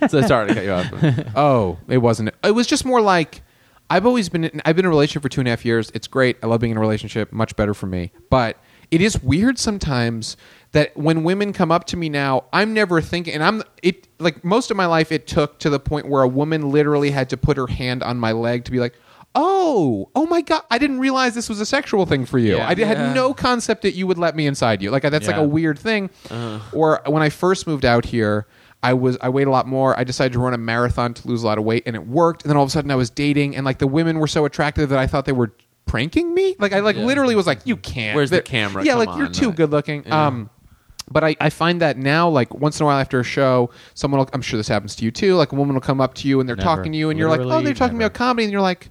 So sorry to cut you off. [laughs] Oh, it wasn't. It was just more like I've always been. In, I've been in a relationship for two and a half years. It's great. I love being in a relationship. Much better for me. But it is weird sometimes that when women come up to me now, I'm never thinking. And I'm it like most of my life. It took to the point where a woman literally had to put her hand on my leg to be like. Oh, oh my God! I didn't realize this was a sexual thing for you. Yeah. I did, Yeah. had no concept that you would let me inside you. Like that's like Yeah. a weird thing. Uh-huh. Or when I first moved out here, I was I weighed a lot more. I decided to run a marathon to lose a lot of weight, and it worked. And then all of a sudden, I was dating, and like the women were so attractive that I thought they were pranking me. Like I like literally was like, "You can't." Where's the They're- camera? Yeah, Come like you're on, too like- good looking. Um, but I, I find that now, like once in a while after a show, someone will, I'm sure this happens to you too. Like a woman will come up to you and they're Never. talking to you, and you're like, "Oh, Literally they're talking never. about comedy," and you're like.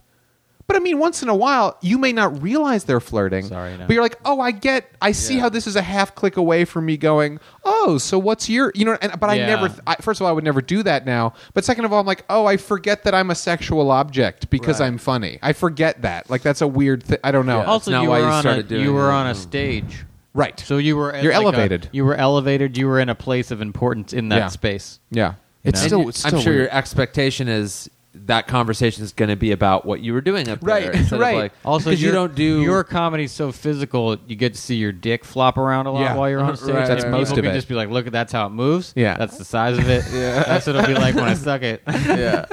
But I mean, once in a while, you may not realize they're flirting. Sorry, no. But you're like, oh, I get, I see how this is a half click away from me going, oh, so what's your, you know? And but Yeah. I never, I, first of all, I would never do that now. But second of all, I'm like, oh, I forget that I'm a sexual object because Right. I'm funny. I forget that. Like that's a weird thing. I don't know. Yeah. Also, not why you started doing you were it. on a stage, Right. So you were at You're like a- elevated. you were elevated. You were in a place of importance in that Yeah. space. yeah, it's know? still, And it's I'm still sure weird. your expectation is that conversation is going to be about what you were doing up Right, there. instead of, right. like- Also, 'cause you your- don't do your comedy's so physical. You get to see your dick flop around a lot Yeah. while you're on [laughs] stage. Right, That's People most of can it. Just be like, look, that's how it moves. Yeah. that's the size [laughs] of it. yeah, that's what it'll be like when I suck it. Yeah.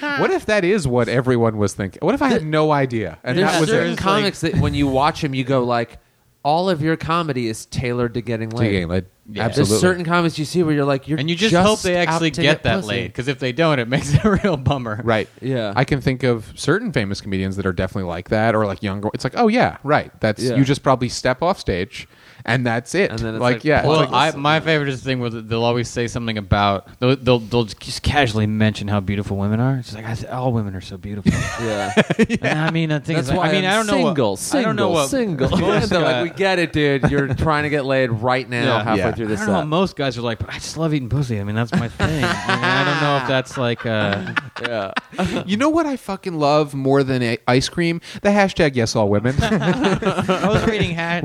what if that is what everyone was thinking? What if I had no idea? And There's that was certain it. comics that when you watch them, you go like, all of your comedy is tailored to getting laid. Yeah. There's certain comics you see where you're like, you're And you just, hope they out actually to get that pussy. laid because if they don't, it makes [laughs] it a real bummer. Right. Yeah. I can think of certain famous comedians that are definitely like that or like younger. It's like, oh, yeah, right. That's Yeah. you just probably step off stage and that's it. And then it's like, like, yeah, it's Well, like- Well, I, my favorite is the thing where they'll always say something about they'll they'll, they'll just casually mention how beautiful women are. It's like I th- all women are so beautiful. Yeah. And I mean, I think That's it's like- why I mean, I'm I don't know what- single, I don't know what single, single. [laughs] [laughs] most They're like, guy- we get it, dude. You're trying to get laid right now, Yeah. halfway Yeah. through I this. don't know. set. how Most guys are like, but I just love eating pussy. I mean, that's my thing. I, mean, I don't know if that's like. Uh, yeah. [laughs] you know what I fucking love more than a- ice cream? The hashtag yes all [laughs] women. I was reading ha- that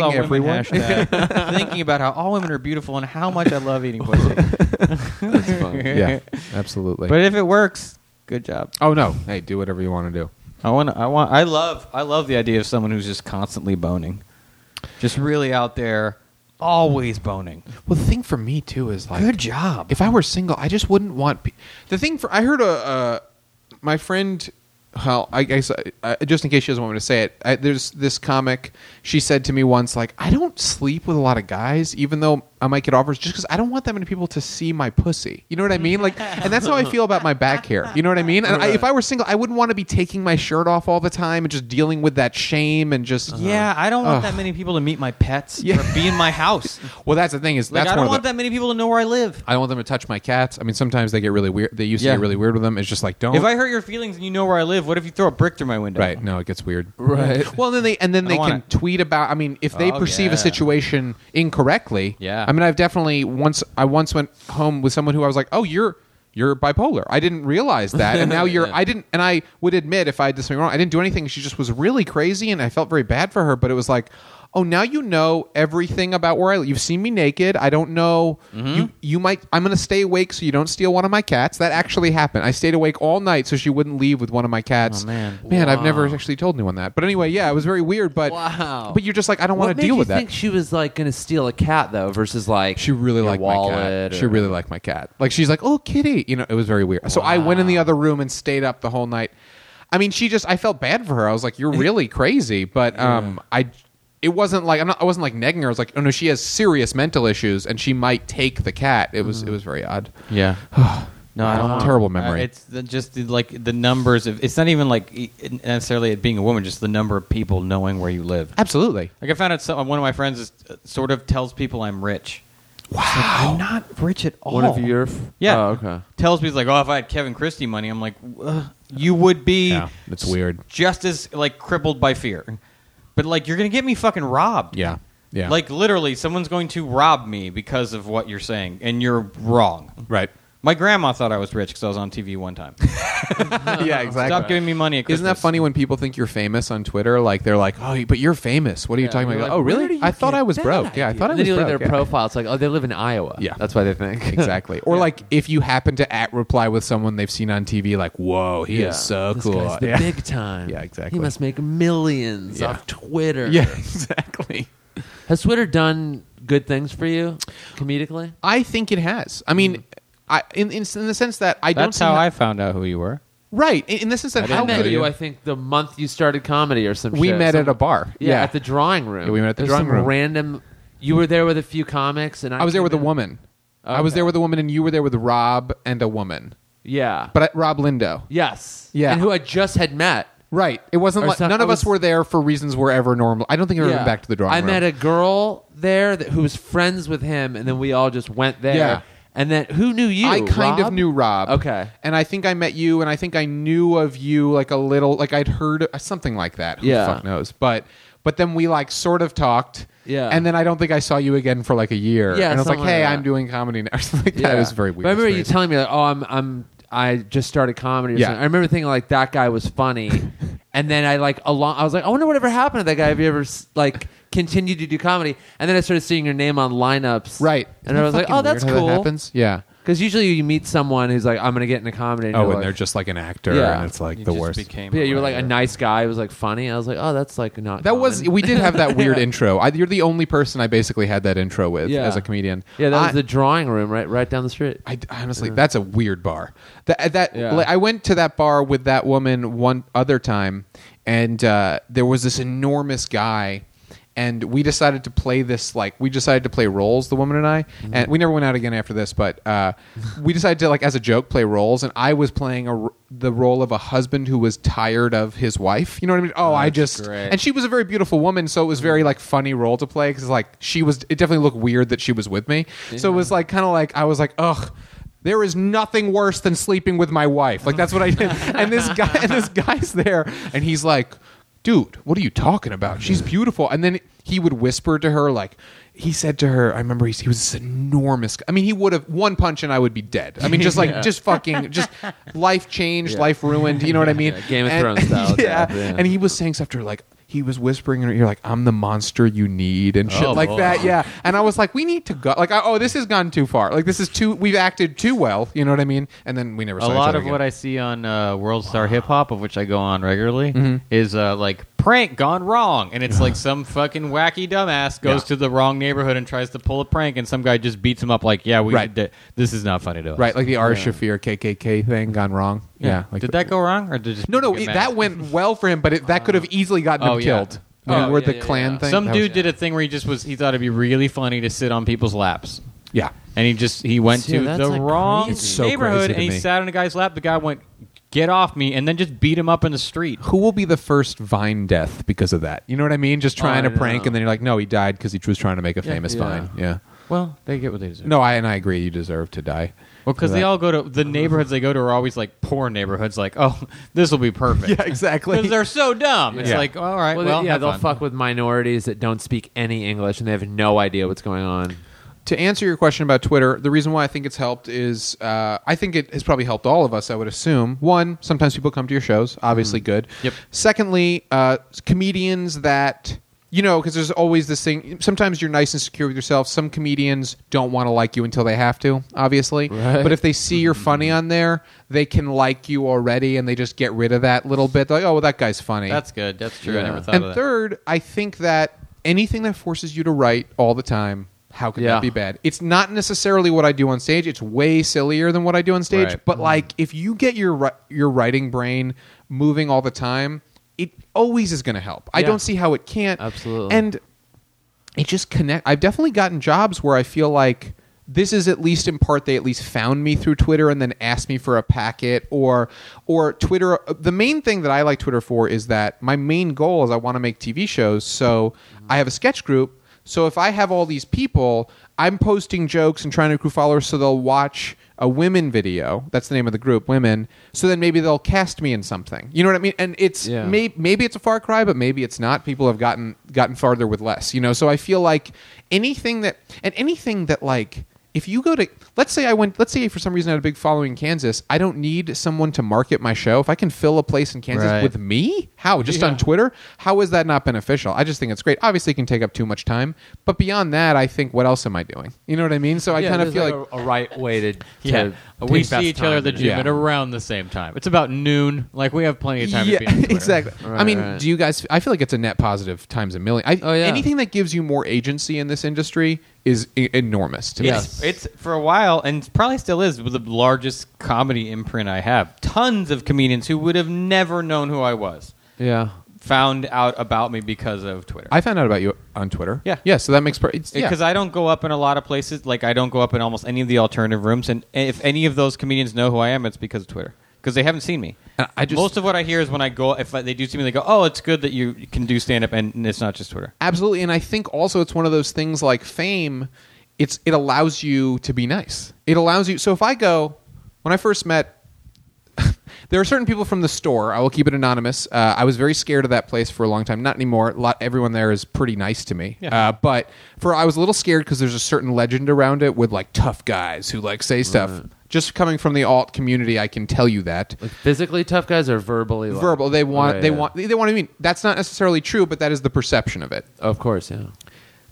yes, all women everyone. hashtag, thinking about how all women are beautiful and how much I love eating [laughs] pussy. yeah, absolutely. But if it works, good job. oh no, hey, do whatever you want to do. I want. I want. I love. I love the idea of someone who's just constantly boning, just really out there, always boning. Well, the thing for me too is like, Good job. if I were single, I just wouldn't want. Pe- the thing for I heard a uh, my friend. Well, I guess uh, just in case she doesn't want me to say it, I, there's this comic. She said to me once, like, I don't sleep with a lot of guys, even though I might get offers, just because I don't want that many people to see my pussy. You know what I mean? Like, and that's how I feel about my back hair. You know what I mean? And I, if I were single, I wouldn't want to be taking my shirt off all the time and just dealing with that shame and just yeah, I don't want uh, Ugh. that many people to meet my pets Yeah. or be in my [laughs] house. Well, that's the thing is Like, that's I one don't of the- want that many people to know where I live. I don't want them to touch my cats. I mean, sometimes they get really weird. They used Yeah. to get really weird with them. It's just like don't. If I hurt your feelings and you know where I live, what if you throw a brick through my window? right? No, it gets weird. Right. [laughs] Well, then they and then I they don't can want it. tweet about. I mean, if they Oh, perceive yeah. a situation incorrectly. Yeah. I mean, I've definitely once. I once went home with someone who I was like, "Oh, you're." You're bipolar. I didn't realize that, [laughs] and now you're. I didn't, and I would admit if I did something wrong. I didn't do anything. She just was really crazy, and I felt very bad for her. But it was like, oh, now you know everything about where I. live. You've seen me naked. I don't know. Mm-hmm. You you might. I'm going to stay awake so you don't steal one of my cats. That actually happened. I stayed awake all night so she wouldn't leave with one of my cats. Oh, man. man, I've never actually told anyone that. But anyway, yeah, it was very weird. But Wow. but you're just like I don't want to deal with you that. think she was like going to steal a cat though, versus like She really your liked my wallet cat. Or, She really liked my cat. Like she's like, oh kitty, you know. It was very weird. So I went in the other room and stayed up the whole night. I mean, she just. I felt bad for her. I was [laughs] like, you're really crazy. But um, I. It wasn't like I'm not. I wasn't like negging her. I was like, oh no, she has serious mental issues and she might take the cat. It Mm-hmm. was. It was very odd. [sighs] Yeah. No, I don't. Wow. want- Terrible memory. Uh, it's the, just the, like the numbers of. It's not even like e- necessarily it being a woman, just the number of people knowing where you live. Absolutely. Like I found out some, one of my friends is, uh, sort of tells people I'm rich. Wow. I'm not rich at all. One of your f- Yeah. Oh, okay. Tells me he's like, oh, if I had Kevin Christie money, I'm like, "Ugh, you would be. Yeah, it's weird. Just as like crippled by fear, but like you're gonna get me fucking robbed. Yeah. Yeah. Like literally, someone's going to rob me because of what you're saying, and you're wrong. [laughs] right. My grandma thought I was rich because I was on TV one time. yeah. Exactly. Stop giving me money. At Christmas. Isn't that funny when people think you're famous on Twitter? Like they're like, "Oh, but you're famous. What are you Yeah, talking you're about?" like, oh, where do really? you I thought get I was that broke. Yeah, I idea? thought I Then was you look broke. at their yeah. profile. It's like, oh, they live in Iowa. Yeah. [laughs] that's why they think [laughs] Exactly. Or like if you happen to at reply with someone they've seen on TV, like, "Whoa, he Yeah. is so This cool." guy's the yeah. [laughs] big time. Yeah, exactly. He must make millions Yeah. off Twitter. yeah, exactly. Has Twitter done good things for you comedically? I think it has. I Mm. mean, I in, in in the sense that I don't That's see how I found out who you were. right in, in the sense that I how met you, I think, the month you started comedy or some we shit. met Some- at a bar. Yeah, at the drawing room. Yeah, we met at the There's drawing some room. Random. You were there with a few comics, and I, I was there came with a in. woman. I was Okay. there with a woman, and you were there with Rob and a woman. Yeah. But I, Rob Lindo. yes. Yeah. And who I just had met. Right. It wasn't Or like some- none of I us was- were there for reasons we're ever normal. I don't think I ever Yeah. went back to the drawing I room. met a girl there that, who was friends with him, and then we all just went there. Yeah. And then who knew you? I kind Rob? of knew Rob. Okay. And I think I met you, and I think I knew of you like a little, like I'd heard uh, something like that. Who Yeah. the fuck knows? But but then we like sort of talked. Yeah. And then I don't think I saw you again for like a year. Yeah, And I was like, something like hey, that. I'm doing comedy now. [laughs] or something like that. It was a very weird. But I remember experience. you telling me like, oh, I'm I'm I just started comedy. Or Yeah. something. I remember thinking like that guy was [laughs] funny, and then I like along I was like, I wonder whatever happened to that guy. Have you ever s- like continued to do comedy? And then I started seeing your name on lineups, right. And I was like, oh, that's That cool. happens. Yeah. Because usually you meet someone who's like, I'm gonna get into comedy. And Oh, you're and like- they're just like an actor, Yeah. and it's like You the just worst. became But yeah, you were like a whatever. nice guy. who was like funny. I was like, oh, that's like not That was common. we did have that [laughs] weird intro. I, you're the only person I basically had that intro with Yeah. as a comedian. yeah, that was I- the drawing room right right down the street. I honestly, that's a weird bar. That that Yeah. like, I went to that bar with that woman one other time, and uh, there was this enormous guy, and we decided to play this like we decided to play roles the woman and i Mm-hmm. and we never went out again after this but [laughs] uh, we decided to like as a joke play roles and i was playing a r the role of a husband who was tired of his wife you know what i mean oh i just great. and she was a very beautiful woman so it was very like funny role to play because like she was it definitely looked weird that she was with me so it was like kind of like i was like ugh there is nothing worse than sleeping with my wife. Like that's what I did. And this guy and this guy's there and he's like, "Dude, what are you talking about? She's beautiful." And then he would whisper to her like he said to her, I remember he's, he was this enormous. I mean, he would have one punch and I would be dead. I mean, [laughs] just like, just fucking, just life changed, life ruined. You know what I mean? Yeah, Game of And- Thrones style [laughs] yeah. type, yeah. And he was saying stuff to her like, he was whispering in her ear like, "I'm the monster you need" and shit Oh, like boy. that. Yeah, and I was like, "We need to go." Like, I, oh, this has gone too far. Like, this is too. We've acted too well. You know what I mean? And then we never. a saw lot of what I see on uh, World Star Hip Hop, of which I go on regularly, Mm-hmm. is uh, like prank gone wrong, and it's like some fucking wacky dumbass goes Yeah. to the wrong neighborhood and tries to pull a prank, and some guy just beats him up. Like, yeah, we Right. did- this is not funny to us. right, like the R. Shafir KKK thing gone wrong. Yeah, like did that go wrong, or did just No, no, get it, mad? [laughs] that went well for him, but it, that could have easily gotten him Oh, yeah. killed. Oh, When we were yeah, the yeah, clan yeah. thing. Some that dude was- did a thing where he just was he thought it'd be really funny to sit on people's laps. Yeah, And he just he went See, to that's, the like, wrong crazy. It's so neighborhood crazy to and he me. sat on a guy's lap. The guy went, "Get off me!" and then just beat him up in the street. who will be the first Vine death because of that? You know what I mean? Oh, Just trying I to prank, know. and then you're like, no, he died because he was trying to make a famous yeah. Vine. Yeah. Well, they get what they deserve. No, I and I agree. You deserve to die. Well, because they all go to the neighborhoods they go to are always like poor neighborhoods. Like, oh, [laughs] this will be perfect. Yeah, exactly. 'Cause they're so dumb. It's Yeah. like, all right, well, Well, yeah, have they'll fun. fuck with minorities that don't speak any English and they have no idea what's going on. to answer your question about Twitter, the reason why I think it's helped is uh, I think it has probably helped all of us. I would assume one, sometimes people come to your shows, obviously good. Mm-hmm. Yep. Secondly, uh, comedians that you know, because there's always this thing. Sometimes you're nice and secure with yourself. Some comedians don't want to like you until they have to, obviously. Right. But if they see you're Mm-hmm. funny on there, they can like you already, and they just get rid of that little bit. They're like, oh, well, that guy's funny. That's good. That's true. Yeah. I never thought and of that. third, I think that anything that forces you to write all the time, how could Yeah. that be bad? It's not necessarily what I do on stage. It's way sillier than what I do on stage. Right. Mm-hmm. But like, if you get your ri- your writing brain moving all the time, it always is going to help. I Yeah. don't see how it can't. Absolutely. And it just connect i've definitely gotten jobs where i feel like this is at least in part they at least found me through twitter and then asked me for a packet or or twitter the main thing that i like twitter for is that my main goal is i want to make tv shows so i have a sketch group so if i have all these people i'm posting jokes and trying to accrue followers so they'll watch a women video that's the name of the group women so then maybe they'll cast me in something you know what i mean and it's Yeah. maybe maybe it's a far cry but maybe it's not people have gotten gotten farther with less you know so i feel like anything that and anything that like if you go to let's say i went let's say for some reason i had a big following in kansas i don't need someone to market my show if i can fill a place in kansas Right. with me how just on Yeah. twitter how is that not beneficial i just think it's great obviously it can take up too much time but beyond that i think what else am i doing you know what i mean so i kind of feel like, a, a right way [laughs] to, to yeah, we take best see each other at the time. gym Yeah. at around the same time. It's about noon. Like we have plenty of time. to be [laughs] on Twitter. exactly. I Right, mean, right. do you guys? I feel like it's a net positive times a million. I, Oh, yeah. Anything that gives you more agency in this industry is e- enormous to me. Yes. It's, it's for a while, and probably still is, with the largest comedy imprint I have. Tons of comedians who would have never known who I was Yeah. found out about me because of Twitter. I found out about you on Twitter. Yeah. yeah. So that makes per- it's, yeah. because I don't go up in a lot of places. Like I don't go up in almost any of the alternative rooms, and if any of those comedians know who I am, it's because of Twitter because they haven't seen me. And Uh, I just- most of what I hear is when I go if I, they do see me, they go, "Oh, it's good that you can do stand up," and it's not just Twitter. Absolutely, and I think also it's one of those things like fame. It's it allows you to be nice. It allows you. So if I go, when I first met, [laughs] there are certain people from the store. I will keep it anonymous. Uh, I was very scared of that place for a long time. Not anymore. A lot everyone there is pretty nice to me. Yeah. Uh, but for I was a little scared because there's a certain legend around it with like tough guys who like say stuff. Just coming from the alt community, I can tell you that Like physically tough guys are verbally like- verbal. They want. Right, they yeah. want. They want to mean. That's not necessarily true, but that is the perception of it Of course, yeah.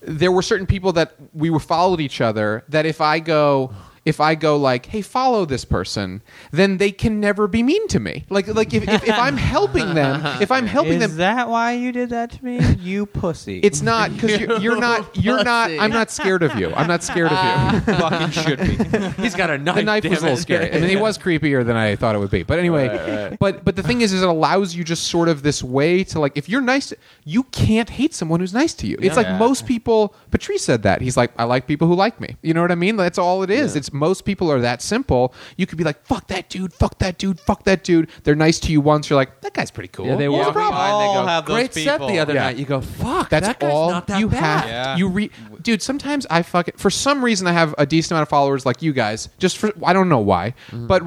there were certain people that we were followed each other that if I go if I go like, "Hey, follow this person," then they can never be mean to me. Like, like if, if, if [laughs] I'm helping them, if I'm helping Is them, that why you did that to me? You pussy. it's not because you're, [laughs] you're not. You're not. pussy. I'm not scared of you. I'm not scared of [laughs] you. fucking should be. [laughs] He's got a knife. the knife damn was a little it. scary. I mean, [laughs] it was creepier than I thought it would be. But anyway, but but the thing is, is it allows you just sort of this way to like, if you're nice, to, you can't hate someone who's nice to you. Yeah. It's like most people. Patrice said that he's like, I like people who like me. You know what I mean? That's all it is. It's most people are that simple. You could be like, fuck that dude, fuck that dude, fuck that dude. They're nice to you once. You're like, that guy's pretty cool. Yeah, they What's the walk problem? by all and they go, have those Great set people." the other Yeah. night. You go, fuck. That's that guy's all not that you bad. have. Yeah. You re- dude. Sometimes I fucking for some reason I have a decent amount of followers like you guys. Just for I don't know why, but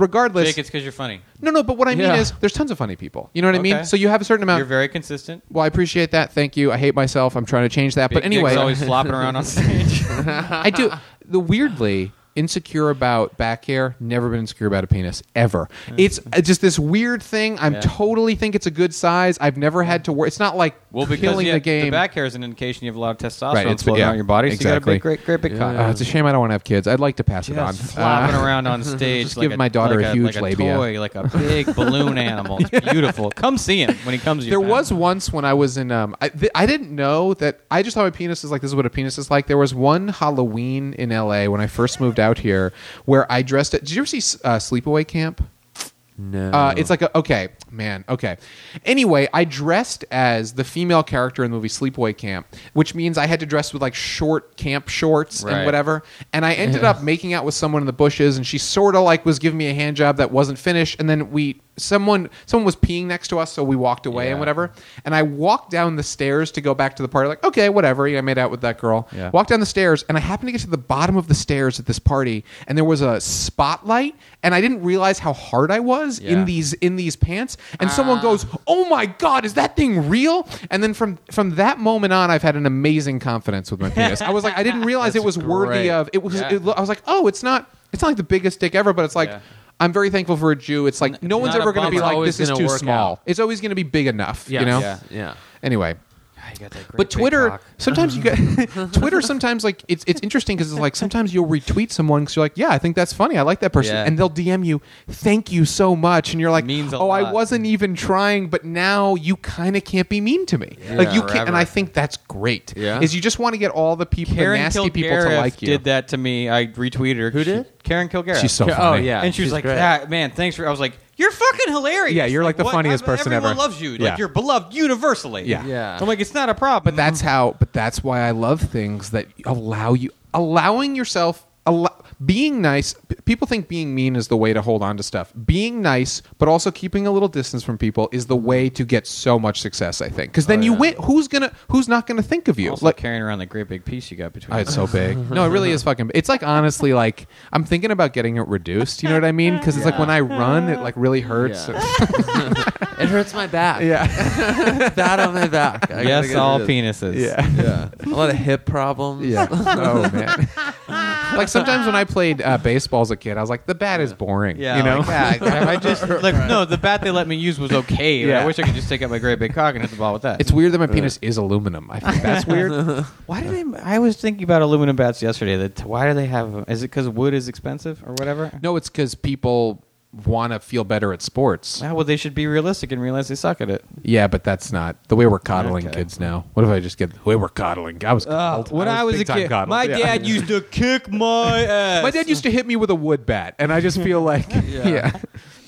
Mm-hmm. regardless, Jake, it's because you're funny. no, no, but what I mean Yeah. is there's tons of funny people. You know what I Okay. mean? So you have a certain amount. You're very consistent. well, I appreciate that. Thank you. I hate myself. I'm trying to change that. Big but anyway, dick's always flopping around on stage. [laughs] I do. The weirdly insecure about back hair. Never been insecure about a penis ever. It's uh, just this weird thing. I'm Mm. Yeah. totally think it's a good size. I've never had to worry. It's not like Well, because killing yeah, the game. back hair is an indication you have a lot of testosterone Right, it's- floating yeah, around your body. So exactly. you got a big, great, great big cock. Uh, it's a shame I don't want to have kids. I'd like to pass it on. Just flopping Uh, around on stage. [laughs] just like give a, my daughter like a huge like labia. toy, like a [laughs] big balloon animal. It's beautiful. Come see him when he comes. To your There was town. once when I was in. Um, I, th- I didn't know that. I just thought my penis is like this is what a penis is like. There was one Halloween in LA when I first moved out here where I dressed. At, did you ever see uh, Sleepaway Camp? No. Uh, it's like a okay, man, okay. Anyway, I dressed as the female character in the movie Sleepaway Camp, which means I had to dress with like short camp shorts Right. and whatever. And I [laughs] ended up making out with someone in the bushes, and she sort of like was giving me a hand job that wasn't finished. And then we someone someone was peeing next to us, so we walked away Yeah. and whatever. And I walked down the stairs to go back to the party, like okay, whatever. Yeah, I made out with that girl. Yeah. Walked down the stairs, and I happened to get to the bottom of the stairs at this party, and there was a spotlight, and I didn't realize how hard I was Yeah. in these these- in these pants and someone goes oh my god is that thing real and then from from that moment on i've had an amazing confidence with my penis i was like i didn't realize it was great. worthy of it was Yeah. it, lo- i was like oh it's not it's not like the biggest dick ever but it's like Yeah. I'm very thankful for a Jew. It's like no one's not a ever going to be bummer. like, Always "This is gonna too work small." out. It's always going to be big enough, yeah. you know. Yeah. yeah. Anyway, Ah, you got that great but big Twitter cock. sometimes you get [laughs] [laughs] Twitter sometimes like it's it's interesting because it's like sometimes you'll retweet someone because you're like yeah I think that's funny I like that person Yeah. and they'll DM you thank you so much and you're like Means a oh I lot." wasn't even trying but now you kind of can't be mean to me like you can't forever. and I think that's great Yeah. is you just want to get all the people the Karen nasty Kilgariff people to like you did that to me. I retweeted her. Who did? Karen Kilgariff. she's so Yeah, oh, funny yeah. and she was she's like, great. "Ah, "Man, thanks for." I was like, "You're fucking hilarious." Yeah, you're like the what? funniest I- person everyone ever. loves you. Like Yeah. you're beloved universally. Yeah. Yeah. I'm like, it's not a problem. but that's how but that's why i love things that allow you allowing yourself allow, being nice p- people think being mean is the way to hold on to stuff being nice but also keeping a little distance from people is the way to get so much success i think because then you win who's gonna who's not gonna think of you also carrying around the great big piece you got between. Oh, [laughs] it's so big. No, it really is fucking. It's like honestly, like I'm thinking about getting it reduced. You know what I mean? Because it's like when I run, it like really hurts. Yeah. it hurts my back. yeah. [laughs] That on my back. I gotta yes, get all rid of it. penises. Yeah. A lot of hip problems. [laughs] Yeah. oh man. [laughs] like sometimes when I played uh, baseball as a kid, I was like, the bat is boring. Yeah, You know. like, ah, [laughs] crap, I just like no. The bat they let me use was okay. but I Yeah. wish I could just take out my great big cock and hit the ball with that. [laughs] It's weird that my penis is aluminum. I think that's [laughs] weird. why do they? I was thinking about aluminum bats yesterday. That why do they have? Is it because wood is expensive or whatever? no, it's because people want to feel better at sports. Ah, well, they should be realistic and realize they suck at it. Yeah, but that's not the way we're coddling Okay. kids now. What if I just get the way we're coddling? I was Uh, coddled. when I was, big a time kid, coddled. my Yeah. dad used to kick [laughs] my ass. My dad used to hit me with a wood bat, and I just feel like [laughs] yeah.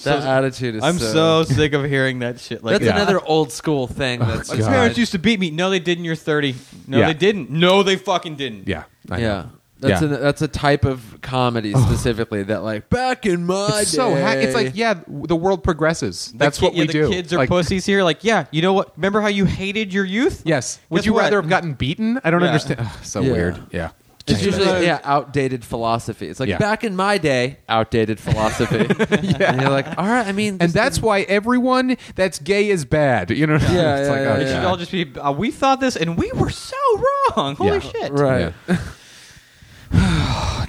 That attitude is I'm so. so sick of hearing that shit. Like that's that. Yeah. another old school thing. That's just- My Oh, God. parents used to beat me. No, they didn't. You're 30. No, Yeah. they didn't. No, they fucking didn't. Yeah, I know. yeah. That's Yeah. a that's a type of comedy specifically that like back in my Oh. It's so day. ha- it's like yeah, the world progresses. The That's ki- what yeah, we the do. Kids are Like, pussies here. Like, yeah, you know what? Remember how you hated your youth? Yes. Would Guess you what? rather have gotten beaten? I don't Yeah. understand. Ugh, so Yeah. weird. Yeah. It's Anyway. usually yeah, outdated philosophy. It's like Yeah. back in my day, outdated [laughs] philosophy. yeah. And you're like, all right, I mean, and this that's why everyone that's gay is bad. You know. Yeah, [laughs] It's yeah, like, yeah, oh, It should God. all just be. Uh, we thought this, and we were so wrong. Holy Yeah. shit! thing- right. [sighs]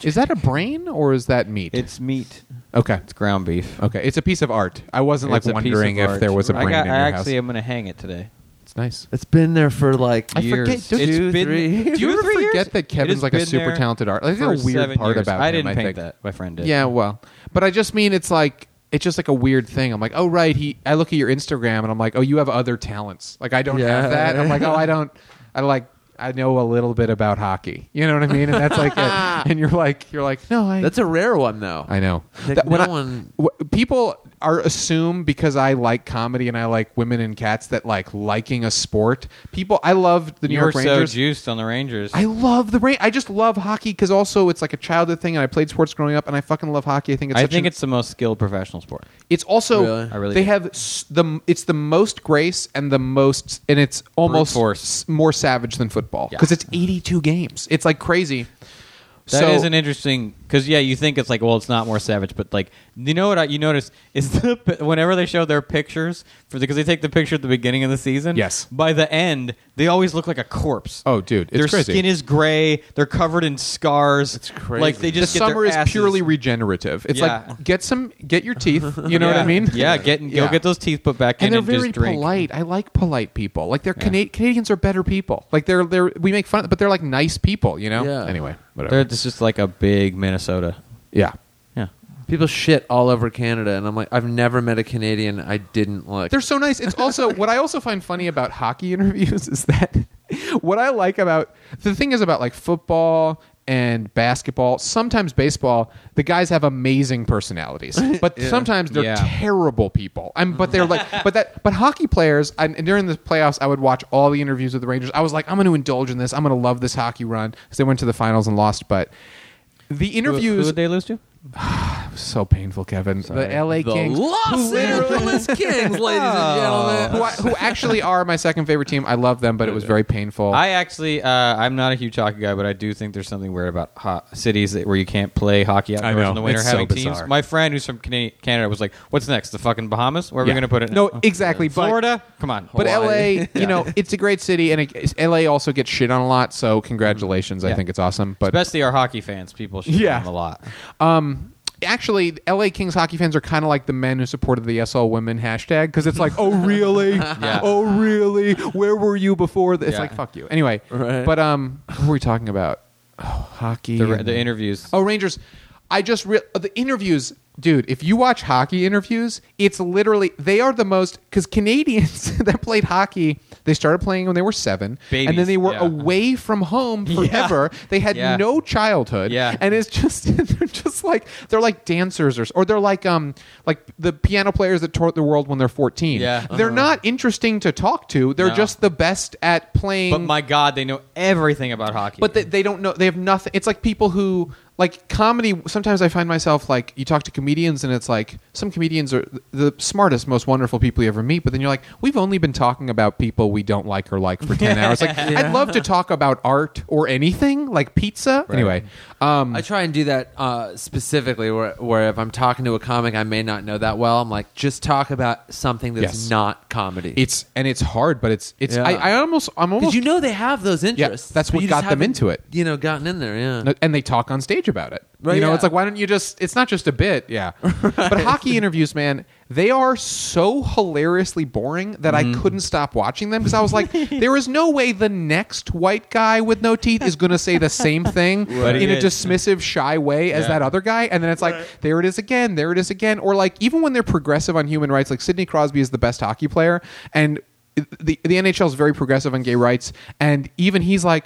Is that a brain or is that meat? It's meat. okay. It's ground beef. Okay. It's a piece of art. I wasn't It's a like piece wondering of if art. there was a I brain got- in your I actually house. am going to hang it today. It's nice. It's been there for like I years. forget- don't two, It's been- [laughs] three. [laughs] Do you ever ever forget years? that It Kevin's has like a been super there talented artist? Like, there's a for weird seven part years. about I him, didn't I paint think. that. My friend did. Yeah, well, but I just mean it's like it's just like a weird thing. I'm like, oh right, he. I look at your Instagram and I'm like, oh, you have other talents. Like I don't Yeah. have that. I'm like, oh, I don't. I like I know a little bit about hockey. You know what I mean? And that's like, it. and you're like, you're like, no, I. That's a rare one though. I know. Like, That- when no I- one- w- people are assume because I like comedy and I like women and cats that like liking a sport. People, I love the New you were York so Rangers. juiced on the Rangers. I love the rain. I just love hockey because also it's like a childhood thing, and I played sports growing up, and I fucking love hockey. I think it's. I such think an- it's the most skilled professional sport. It's also. Really? I really they do. have s- the. It's the most grace and the most, and it's almost force. s- more savage than football Yeah. because it's eighty-two games. It's like crazy. That is so an interesting because yeah, you think it's like well, it's not more savage, but like you know what I, you notice is [laughs] the pi- whenever they show their pictures for because they take the picture at the beginning of the season. Yes. by the end they always look like a corpse. Oh, dude, it's their crazy. skin is gray. They're covered in scars. It's crazy. Like they just the get their summer is asses- purely regenerative. It's Yeah. like get some, get your teeth. You know [laughs] what Yeah. I [laughs] mean? Yeah, get in, go Yeah. get those teeth put back and in they're and very just drink. polite. I like polite people. Like they're Cana- Canadians are better people. Like they're they're we make fun, of, but they're like nice people. You know. Yeah. Anyway, whatever. They're, it's just like a big Minnesota. yeah. Yeah. People shit all over Canada, and I'm like, I've never met a Canadian I didn't like. They're so nice. It's [laughs] also what I also find funny about hockey interviews is that [laughs] what I like about the thing is about like football and basketball, sometimes baseball, the guys have amazing [laughs] personalities. But sometimes they're Yeah. terrible people. I'm but they're [laughs] like but that but hockey players and, and during the playoffs I would watch all the interviews with the Rangers. I was like, I'm gonna indulge in this. I'm gonna love this hockey run because they went to the finals and lost, but the Who, who interviews would they lose to? so painful, Kevin. The LA the Kings Oh. Los Angeles Kings, ladies [laughs] and gentlemen. who, I, who [laughs] actually are my second favorite team. I love them, but it was very painful. I actually, uh, I'm not a huge hockey guy, but I do think there's something weird about ho- cities that, where you can't play hockey I outdoors know. in the winter It's so having teams. bizarre. My friend who's from Cana- Canada was like, "What's next? The fucking Bahamas? Where are we Yeah. going to put it? No, next? exactly, but- Florida. Come on. but Hawaii. [laughs] LA, you know, it's a great city, and it, LA also gets shit on a lot. So congratulations, I Yeah. think it's awesome. But especially our hockey fans, people should Yeah. yeah. a lot. um, actually, LA Kings hockey fans are kind of like the men who supported the SL women hashtag because it's like, [laughs] oh really, oh really, where were you before? th-" It's Yeah. like fuck you. Anyway, Right. but um, what were we talking about? Oh, hockey. The, and- the interviews. Oh, Rangers. I just re- the interviews, dude. If you watch hockey interviews, it's literally they are the most because Canadians [laughs] that played hockey, they started playing when they were seven, and then Babies, they were yeah. away [laughs] from home forever. They had Yeah. no childhood, Yeah. and it's just [laughs] they're just like they're like dancers or or they're like um like the piano players that toured the world when they're fourteen. Yeah. Uh-huh. they're not interesting to talk to. They're No. just the best at playing. But my God, they know everything about hockey. But they, they don't know. They have nothing. It's like people who like comedy. Sometimes I find myself like you talk to comedians and it's like some comedians are th- the smartest, most wonderful people you ever meet. But then you're like, we've only been talking about people we don't like or like [laughs] for ten hours. Like I'd love to talk about art or anything like pizza. Anyway, um, I try and do that uh, specifically where, where if I'm talking to a comic I may not know that well, I'm like, just talk about something that's Yes. not comedy. it's and it's hard, but it's it's. Yeah. I, I almost I'm because almost you know they have those interests. that's but what you just got them haven't, into it. You know, gotten in there. Yeah. No, and they talk on stage about it. Right, you know, yeah. it's like why don't you just? It's not just a bit, [laughs] yeah. But hockey interviews, man, they are so hilariously boring that Mm. I couldn't stop watching them because I [laughs] was like, there is no way the next white guy with no teeth is going to say the same thing But he in a did. dismissive, shy way as Yeah. that other guy, and then it's like, there it is again, there it is again, or like even when they're progressive on human rights, like Sidney Crosby is the best hockey player, and the the NHL is very progressive on gay rights, and even he's like.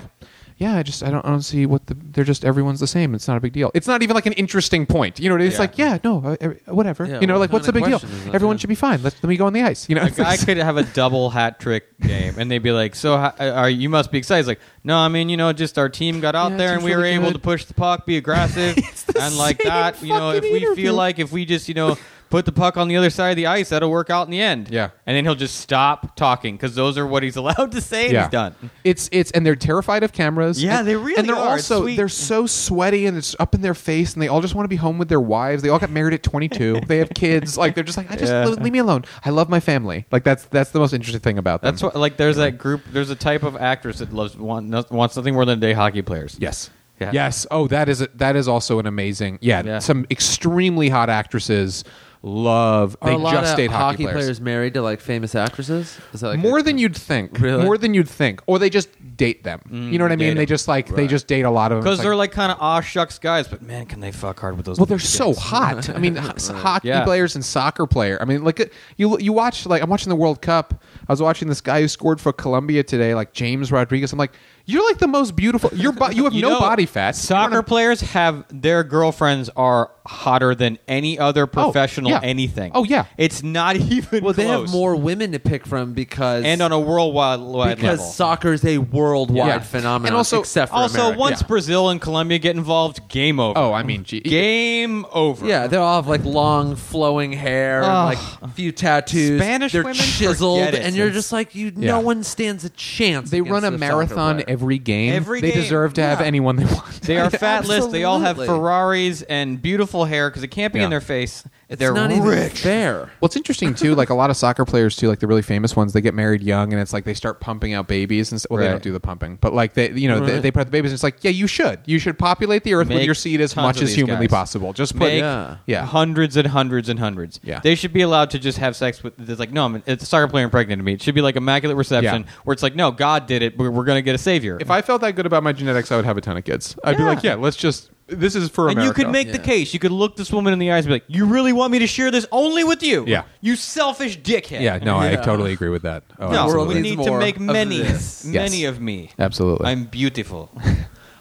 Yeah, I just I don't I don't see what the they're just everyone's the same. It's not a big deal. It's not even like an interesting point. You know, it's Yeah. like yeah, no, uh, every- whatever. Yeah, you know, what like what's the kind big of deal? question is that? Everyone Yeah. should be fine. Let, let me go on the ice. You know, A it's like- [laughs] guy could have a double hat trick game, and they'd be like, "So, ho- are you must be excited?" It's like, no, I mean, you know, just our team got out Yeah, there and team's we were really able good. to push the puck, be aggressive, [laughs] the and like same that, you know, if fucking we interview. feel like if we just, you know, put the puck on the other side of the ice, that'll work out in the end. Yeah. and then he'll just stop talking because those are what he's [laughs] allowed to say, and he's done. It's it's and they're terrified of cameras. Yeah, and, they really and they're are. It's also sweet. they're so sweaty and it's up in their face and they all just want to be home with their wives. They all got married [laughs] at 22. they have kids. Like they're just like I just Yeah. leave, leave me alone. I love my family. Like that's that's the most interesting thing about them. That's what like there's that group. There's a type of actress that loves want, wants nothing more than day hockey players. Yes. Yeah. Yes. Oh, that is a, that is also an amazing. Yeah, Yeah. Some extremely hot actresses love. Are they a lot just of stayed hockey hockey players. married to like famous actresses? Is that like more than you'd think. Really? More than you'd think. Or they just date them. you know what I Mm, date mean? They them. just like they just date a lot of them. because It's they're like kind of aw shucks guys, but man, can they fuck hard with those? well, they're dicks. so hot. I [laughs] mean, ho- hockey Yeah. players and soccer player. I mean, like uh, you you watch like I'm watching the World Cup. I was watching this guy who scored for Colombia today, like James Rodriguez. I'm like, you're like the most beautiful. Your bo- [laughs] you have [laughs] You no know, body fat. Soccer players have their girlfriends are hotter than any other professional Oh, yeah. anything. Oh, yeah. it's not [laughs] even Well, they have close. more women to pick from because and on a worldwide wide because level. soccer is a worldwide Yeah. phenomenon. And also- except for also, America. once Yeah. Brazil and Colombia get involved, game over. Oh, I mean, gee. game over. Yeah, they all have like long flowing hair, and, Ugh. like a few tattoos. Spanish They're women, chiseled, forget it. and you're just like you. Yeah. No one stands a chance. They run against a the soccer marathon player. every game. Every they game, deserve to have yeah. anyone they want. [laughs] They are fatless. They all have Absolutely. Ferraris and beautiful hair because it can't be Yeah. in their face. It's They're not even rich. fair. Well, it's interesting too. Like a lot of soccer players too, like the really famous ones, they get married young, and it's like they start pumping out babies. And st- well, they Right. don't do the pumping, but like they, you know, they, Right. they put out the babies. And it's like, yeah, you should, you should populate the earth with Make your seed as tons much of as these humanly guys. possible. Just put, Make Yeah. Yeah. hundreds and hundreds and hundreds. Yeah. They should be allowed to just have sex with. It's like, no, I'm, it's a soccer player impregnated me. It should be like immaculate reception Yeah. where it's like, no, God did it. We're, we're going to get a savior. If I felt that good about my genetics, I would have a ton of kids. I'd be like, yeah, let's just. This is for and America. you could make the Yeah. case. You could look this woman in the eyes and be like, you really want me to share this only with you? Yeah. You selfish dickhead. Yeah, no, I Yeah. totally agree with that. Oh, No, world we absolutely. needs need to more make of many, this. many Yes. of me. absolutely. I'm beautiful.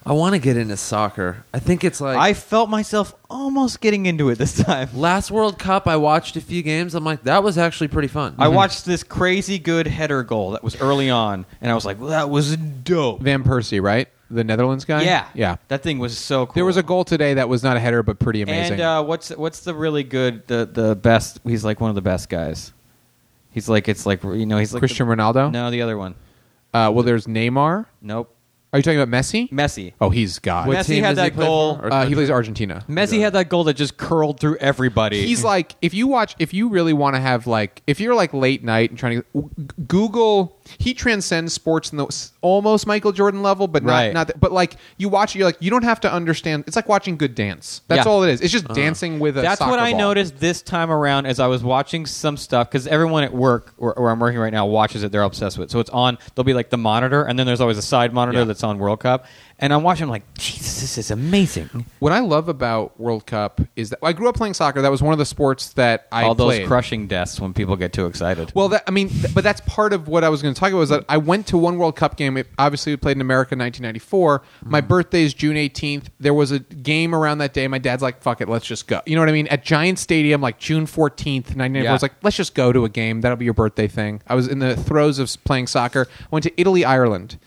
I want to get into soccer. I think it's like I felt myself almost getting into it this time. last World Cup. I watched a few games. I'm like, that was actually pretty fun. Mhm. Mm-hmm. I watched this crazy good header goal that was early on, and I was like, well, that was dope. Van Persie, right? The Netherlands guy. yeah. yeah. That thing was so cool. There was a goal today that was not a header, but pretty amazing. And uh, what's what's the really good the the best? He's like one of the best guys. He's like it's like you know he's like Christian the- Ronaldo. No, the other one. Uh, well, there's Neymar. Nope. Are you talking about Messi? Messi. Oh, he's God. What Messi team had does he that play goal. for? Or Uh, he plays Argentina. Messi had that goal that just curled through everybody. He's like, if you watch, if you really want to have like, if you're like late night and trying to w- Google, he transcends sports in the s- almost Michael Jordan level, but not, Right. not that, but like you watch, it, you're like, you don't have to understand. It's like watching good dance. That's Yeah. all it is. It's just dancing with a. That's soccer what I ball. noticed this time around as I was watching some stuff because everyone at work or, or I'm working right now watches it. They're obsessed with it. So it's on. There'll be like the monitor, and then there's always a side monitor Yeah. that's on World Cup. And I'm watching. I'm like, Jesus, this is amazing. What I love about World Cup is that I grew up playing soccer. That was one of the sports that I All those played. crushing deaths when people get too excited. Well, that, I mean, th- but that's part of what I was going to talk about. Is that I went to one World Cup game. It, obviously, we played in America in 1994. My birthday is June 18th. There was a game around that day. My dad's like, "Fuck it, let's just go." You know what I mean? At Giant Stadium, like June 14th, 1994. Yeah. I was like, "Let's just go to a game. That'll be your birthday thing." I was in the throes of s- playing soccer. I went to Italy, Ireland.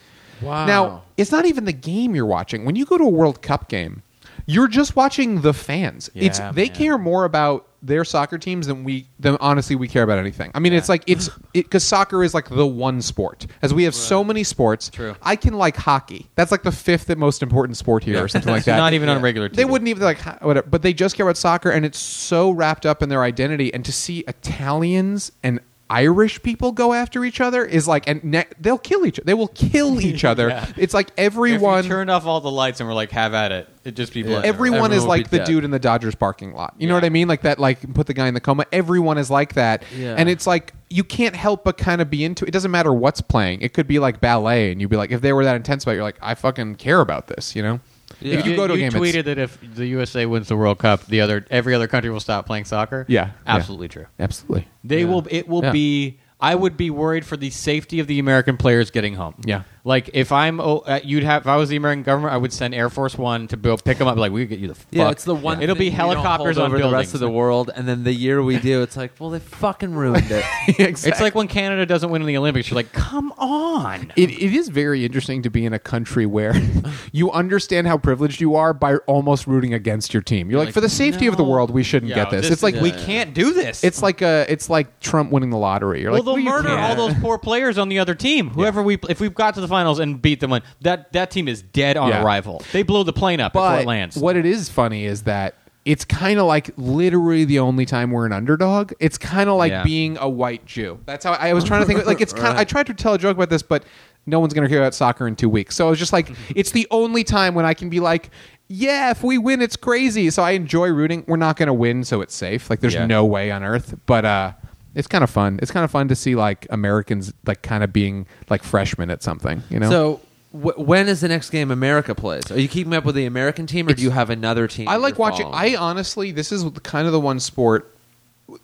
Wow. Now it's not even the game you're watching. When you go to a World Cup game, you're just watching the fans. it's Yeah, they man. care more about their soccer teams than we than honestly we care about anything. I mean, it's like [laughs] it's because soccer is like the one sport. As we have so many sports, True. I can like hockey. That's like the fifth and most important sport here, or [laughs] something like It's that. not even on regular. TV. They wouldn't even like ha- whatever, but they just care about soccer, and it's so wrapped up in their identity. And to see Italians and Irish people go after each other is like, and ne- they'll kill each. They will kill each other. It's like If everyone. we turned off all the lights and were like, have at it. It'd just be blood. Everyone, Everyone is would like be the dead. dude in the Dodgers parking lot. You know what Yeah. I mean? Like that, like put the guy in the coma. Everyone is like that, Yeah. and it's like you can't help but kind of be into. It doesn't matter what's playing. It could be like ballet, and you'd be like, if they were that intense about, it, you're like, I fucking care about this. You know? Yeah. If you You- go to you a game, it's- tweeted that if the USA wins the World Cup, the other every other country will stop playing soccer. Yeah, yeah. absolutely true. absolutely. They will. It will Yeah. be. I would be worried for the safety of the American players getting home. Yeah. like if I'm, oh, uh, you'd have. If I was the American government, I would send Air Force One to go pick them up. Like we could get you the. Fuck. Yeah, it's the one. It'll be thing we don't helicopters hold on over buildings. the rest of the world, and then the year we do, it's like, well, they fucking ruined it. It's like when Canada doesn't win in the Olympics. You're like, come on. It, it is very interesting to be in a country where [laughs] you understand how privileged you are by almost rooting against your team. You're like, like, for the safety of the no. world, we shouldn't Yeah, get this. this It's like is- we. we can't do this. It's like a. It's like Trump winning the lottery. You're well, like, they'll well, you murder can't. all those [laughs] poor players on the other team. Whoever we, if we've got to the finals and beat them, on, that that team is dead on Yeah. arrival. They blow the plane up before but it lands. what it is funny is that it's kind of like literally the only time we're an underdog. It's kind of like Yeah. being a white Jew. That's how I was trying to think. of- [laughs] Like it's kind. I tried to tell a joke about this, but no one's going to hear about soccer in two weeks. So I was [laughs] just like, it's the only time when I can be like. Yeah, if we win, it's crazy. So I enjoy rooting. We're not going to win, so it's safe. Like there's Yeah. no way on earth. But uh, it's kind of fun. It's kind of fun to see like Americans like kind of being like freshmen at something. You know. So wh- when is the next game America plays? Are you keeping up with the American team, or do you have another team? I that like you're watching. following? I honestly, this is kind of the one sport.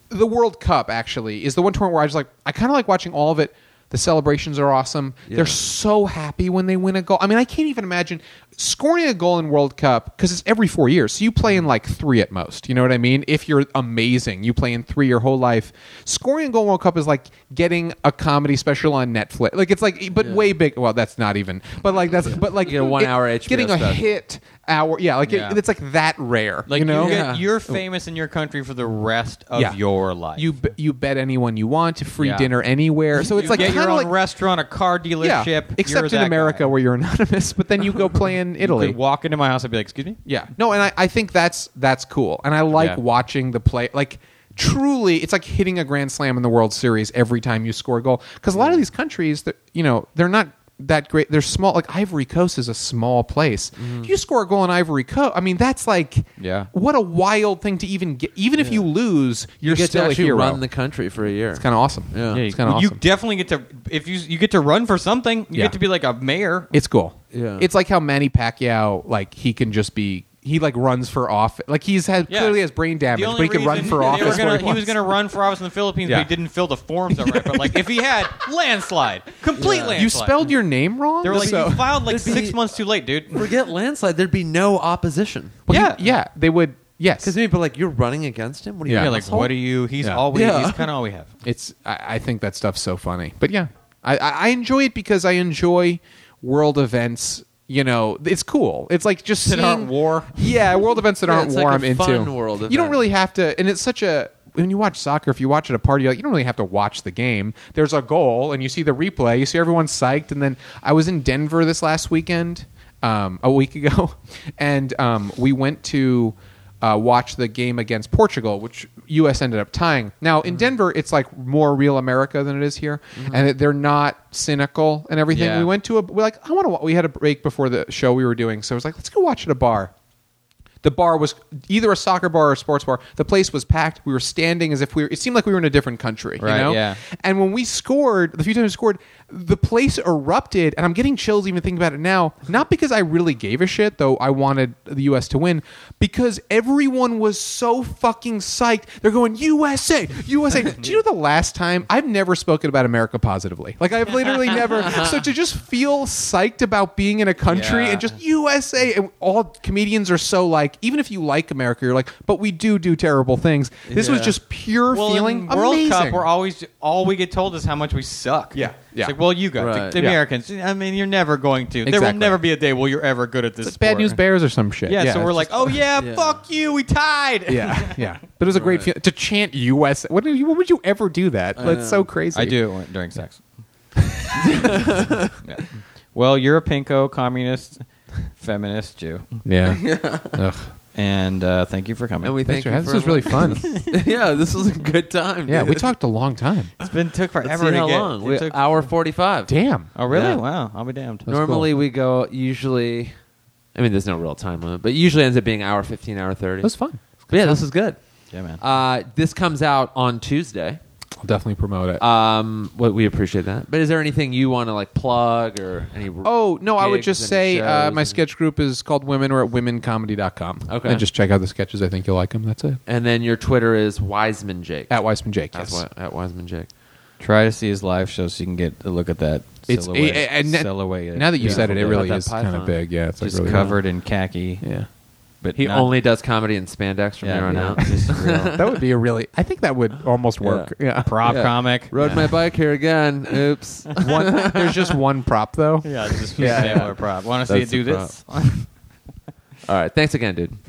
The World Cup actually is the one tournament where I just like. I kind of like watching all of it. The celebrations are awesome. Yeah. They're so happy when they win a goal. I mean, I can't even imagine scoring a goal in World Cup because it's every four years. So you play in like three at most. You know what I mean? If you're amazing, you play in three your whole life. Scoring a goal in World Cup is like getting a comedy special on Netflix. Like it's like, but way big. Well, that's not even. But [laughs] like that's. But like You get a one-hour HBO Getting a special. hit hour. Yeah, like it- Yeah. it's like that rare. Like you know, get- Yeah. you're famous in your country for the rest of Yeah. your life. you b- you bet anyone you want, free Yeah. dinner anywhere. So it's You like get kind your of own like restaurant, a car yeah, dealership. you're except in that America guy. where you're [laughs] anonymous. But then you go play in [laughs] Italy. You could walk into my house and be like, "Excuse me." yeah, no, and I, I think that's that's cool, and I like Yeah. watching the play like. Truly, it's like hitting a grand slam in the World Series every time you score a goal. Because a lot of these countries, that you know, they're not that great. They're small. Like Ivory Coast is a small place. Mm-hmm. You score a goal in Ivory Coast. I mean, that's like Yeah. What a wild thing to even get. Even if you lose, you're You get still to a actually hero. run the country for a year. It's kind of awesome. Yeah. Yeah, it's kind of you awesome. definitely get to if you you get to run for something. You Yeah. get to be like a mayor. it's cool. Yeah. it's like how Manny Pacquiao, like he can just be. He like runs for office. Like he's had Yeah. clearly has brain The damage, but only he could run reason for they were office. gonna- where he was going to run for office in the Philippines, Yeah. but he didn't fill the forms out right. But like, if he [laughs] had landslide, complete Yeah. landslide. You spelled your name wrong. They were like, So- you filed like It'd be- six months too late, [laughs] dude. Forget landslide. There'd be no opposition Well, he- yeah. They would. Yes, because people are like you're running against him. What do you? Yeah. Yeah, mean, like asshole? what are you? He's Yeah. all we. Yeah. He's kind of all we [laughs] have. it's I, I think that stuff's so funny but yeah I, I I enjoy it because i enjoy world events you know it's cool it's like just That seeing, aren't war. yeah world events that Yeah, aren't it's war like a i'm into fun world you don't event. really have to and it's such a when you watch soccer, if you watch at a party, you're like, you don't really have to watch the game. There's a goal, and you see the replay. You see everyone psyched, and then I was in Denver this last weekend, um, a week ago, [laughs] and um, we went to uh, watch the game against Portugal, which U.S. ended up tying. Now in Denver, it's like more real America than it is here, and it- they're not cynical and everything. Yeah. We went to a we're like I want to. wa- We had a break before the show we were doing, so I was like, let's go watch at a bar. The bar was either a soccer bar or a sports bar. The place was packed. We were standing as if we were. It seemed like we were in a different country. Right, you know? yeah. And when we scored, the few times we scored, the place erupted, and I'm getting chills even thinking about it now. Not because I really gave a shit, though I wanted the U.S. to win, because everyone was so fucking psyched. They're going USA, [laughs] USA. Do you know the last time I've never spoken about America positively? Like I've literally never. [laughs] So to just feel psyched about being in a country Yeah. and just USA, and all comedians are so like, even if you like America, you're like, but we do do terrible things. This was Yeah. just pure in feeling. World amazing. Cup, we're always all we get told is how much we suck. Yeah. Yeah. It's like, well, you guys, Right. the Yeah. Americans. I mean, you're never going to. There will Exactly. never be a day where you're ever good at this. It's bad sport. news bears or some shit. Yeah, so we're it's like, oh yeah, Yeah. fuck you, we tied. just- [laughs] yeah, yeah. But it was a great feel to chant U.S. What did you? When would you ever do that? That's so crazy. I do it during sex. yeah. Well, you're a pinko, communist, feminist, Jew, [laughs] Yeah. Ugh. and uh, thank you for coming. And we thank Thanks for you having. This was really fun. [laughs] [laughs] [laughs] yeah, this was a good time. Yeah, dude. we talked a long time. it's been took forever Let's see to how get. long? it We, took- hour forty-five. Damn. uh, oh really? Yeah. Wow, I'll be damned. That's Normally cool. we go usually. I mean, there's no real time limit, but it usually ends up being hour fifteen, hour thirty. That was fun. But yeah, this is good. Yeah, man. Uh, this comes out on Tuesday. I'll definitely promote it. Um, well, we appreciate that. But is there anything you want to like plug or any? Oh, no, I would gigs, just any say uh, shows, my any- sketch group is called Women or at womencomedy.com. Okay. And just check out the sketches. I think you'll like them. That's it. And then your Twitter is Wiseman Jake. At Weissman Jake. That's yes. what- at Wiseman Jake. Try to see his live show so you can get a look at that. It's silhouette. a- and that- Silhouette. Now that you said it, it Beautiful really day. is That kind of python. big. Yeah, it's like just really covered in khaki. Yeah. but He not- only does comedy in spandex from Yeah, here on yeah, [laughs] out. just real. [laughs] that would be a really. I think that would almost work. Yeah. [laughs] Yeah. prop Yeah. comic. Rode yeah. my bike here again. Oops. One, there's just one prop though. Yeah, just Yeah, yeah, yeah. prop. Want to see you That's do the this? All right. Thanks again, dude.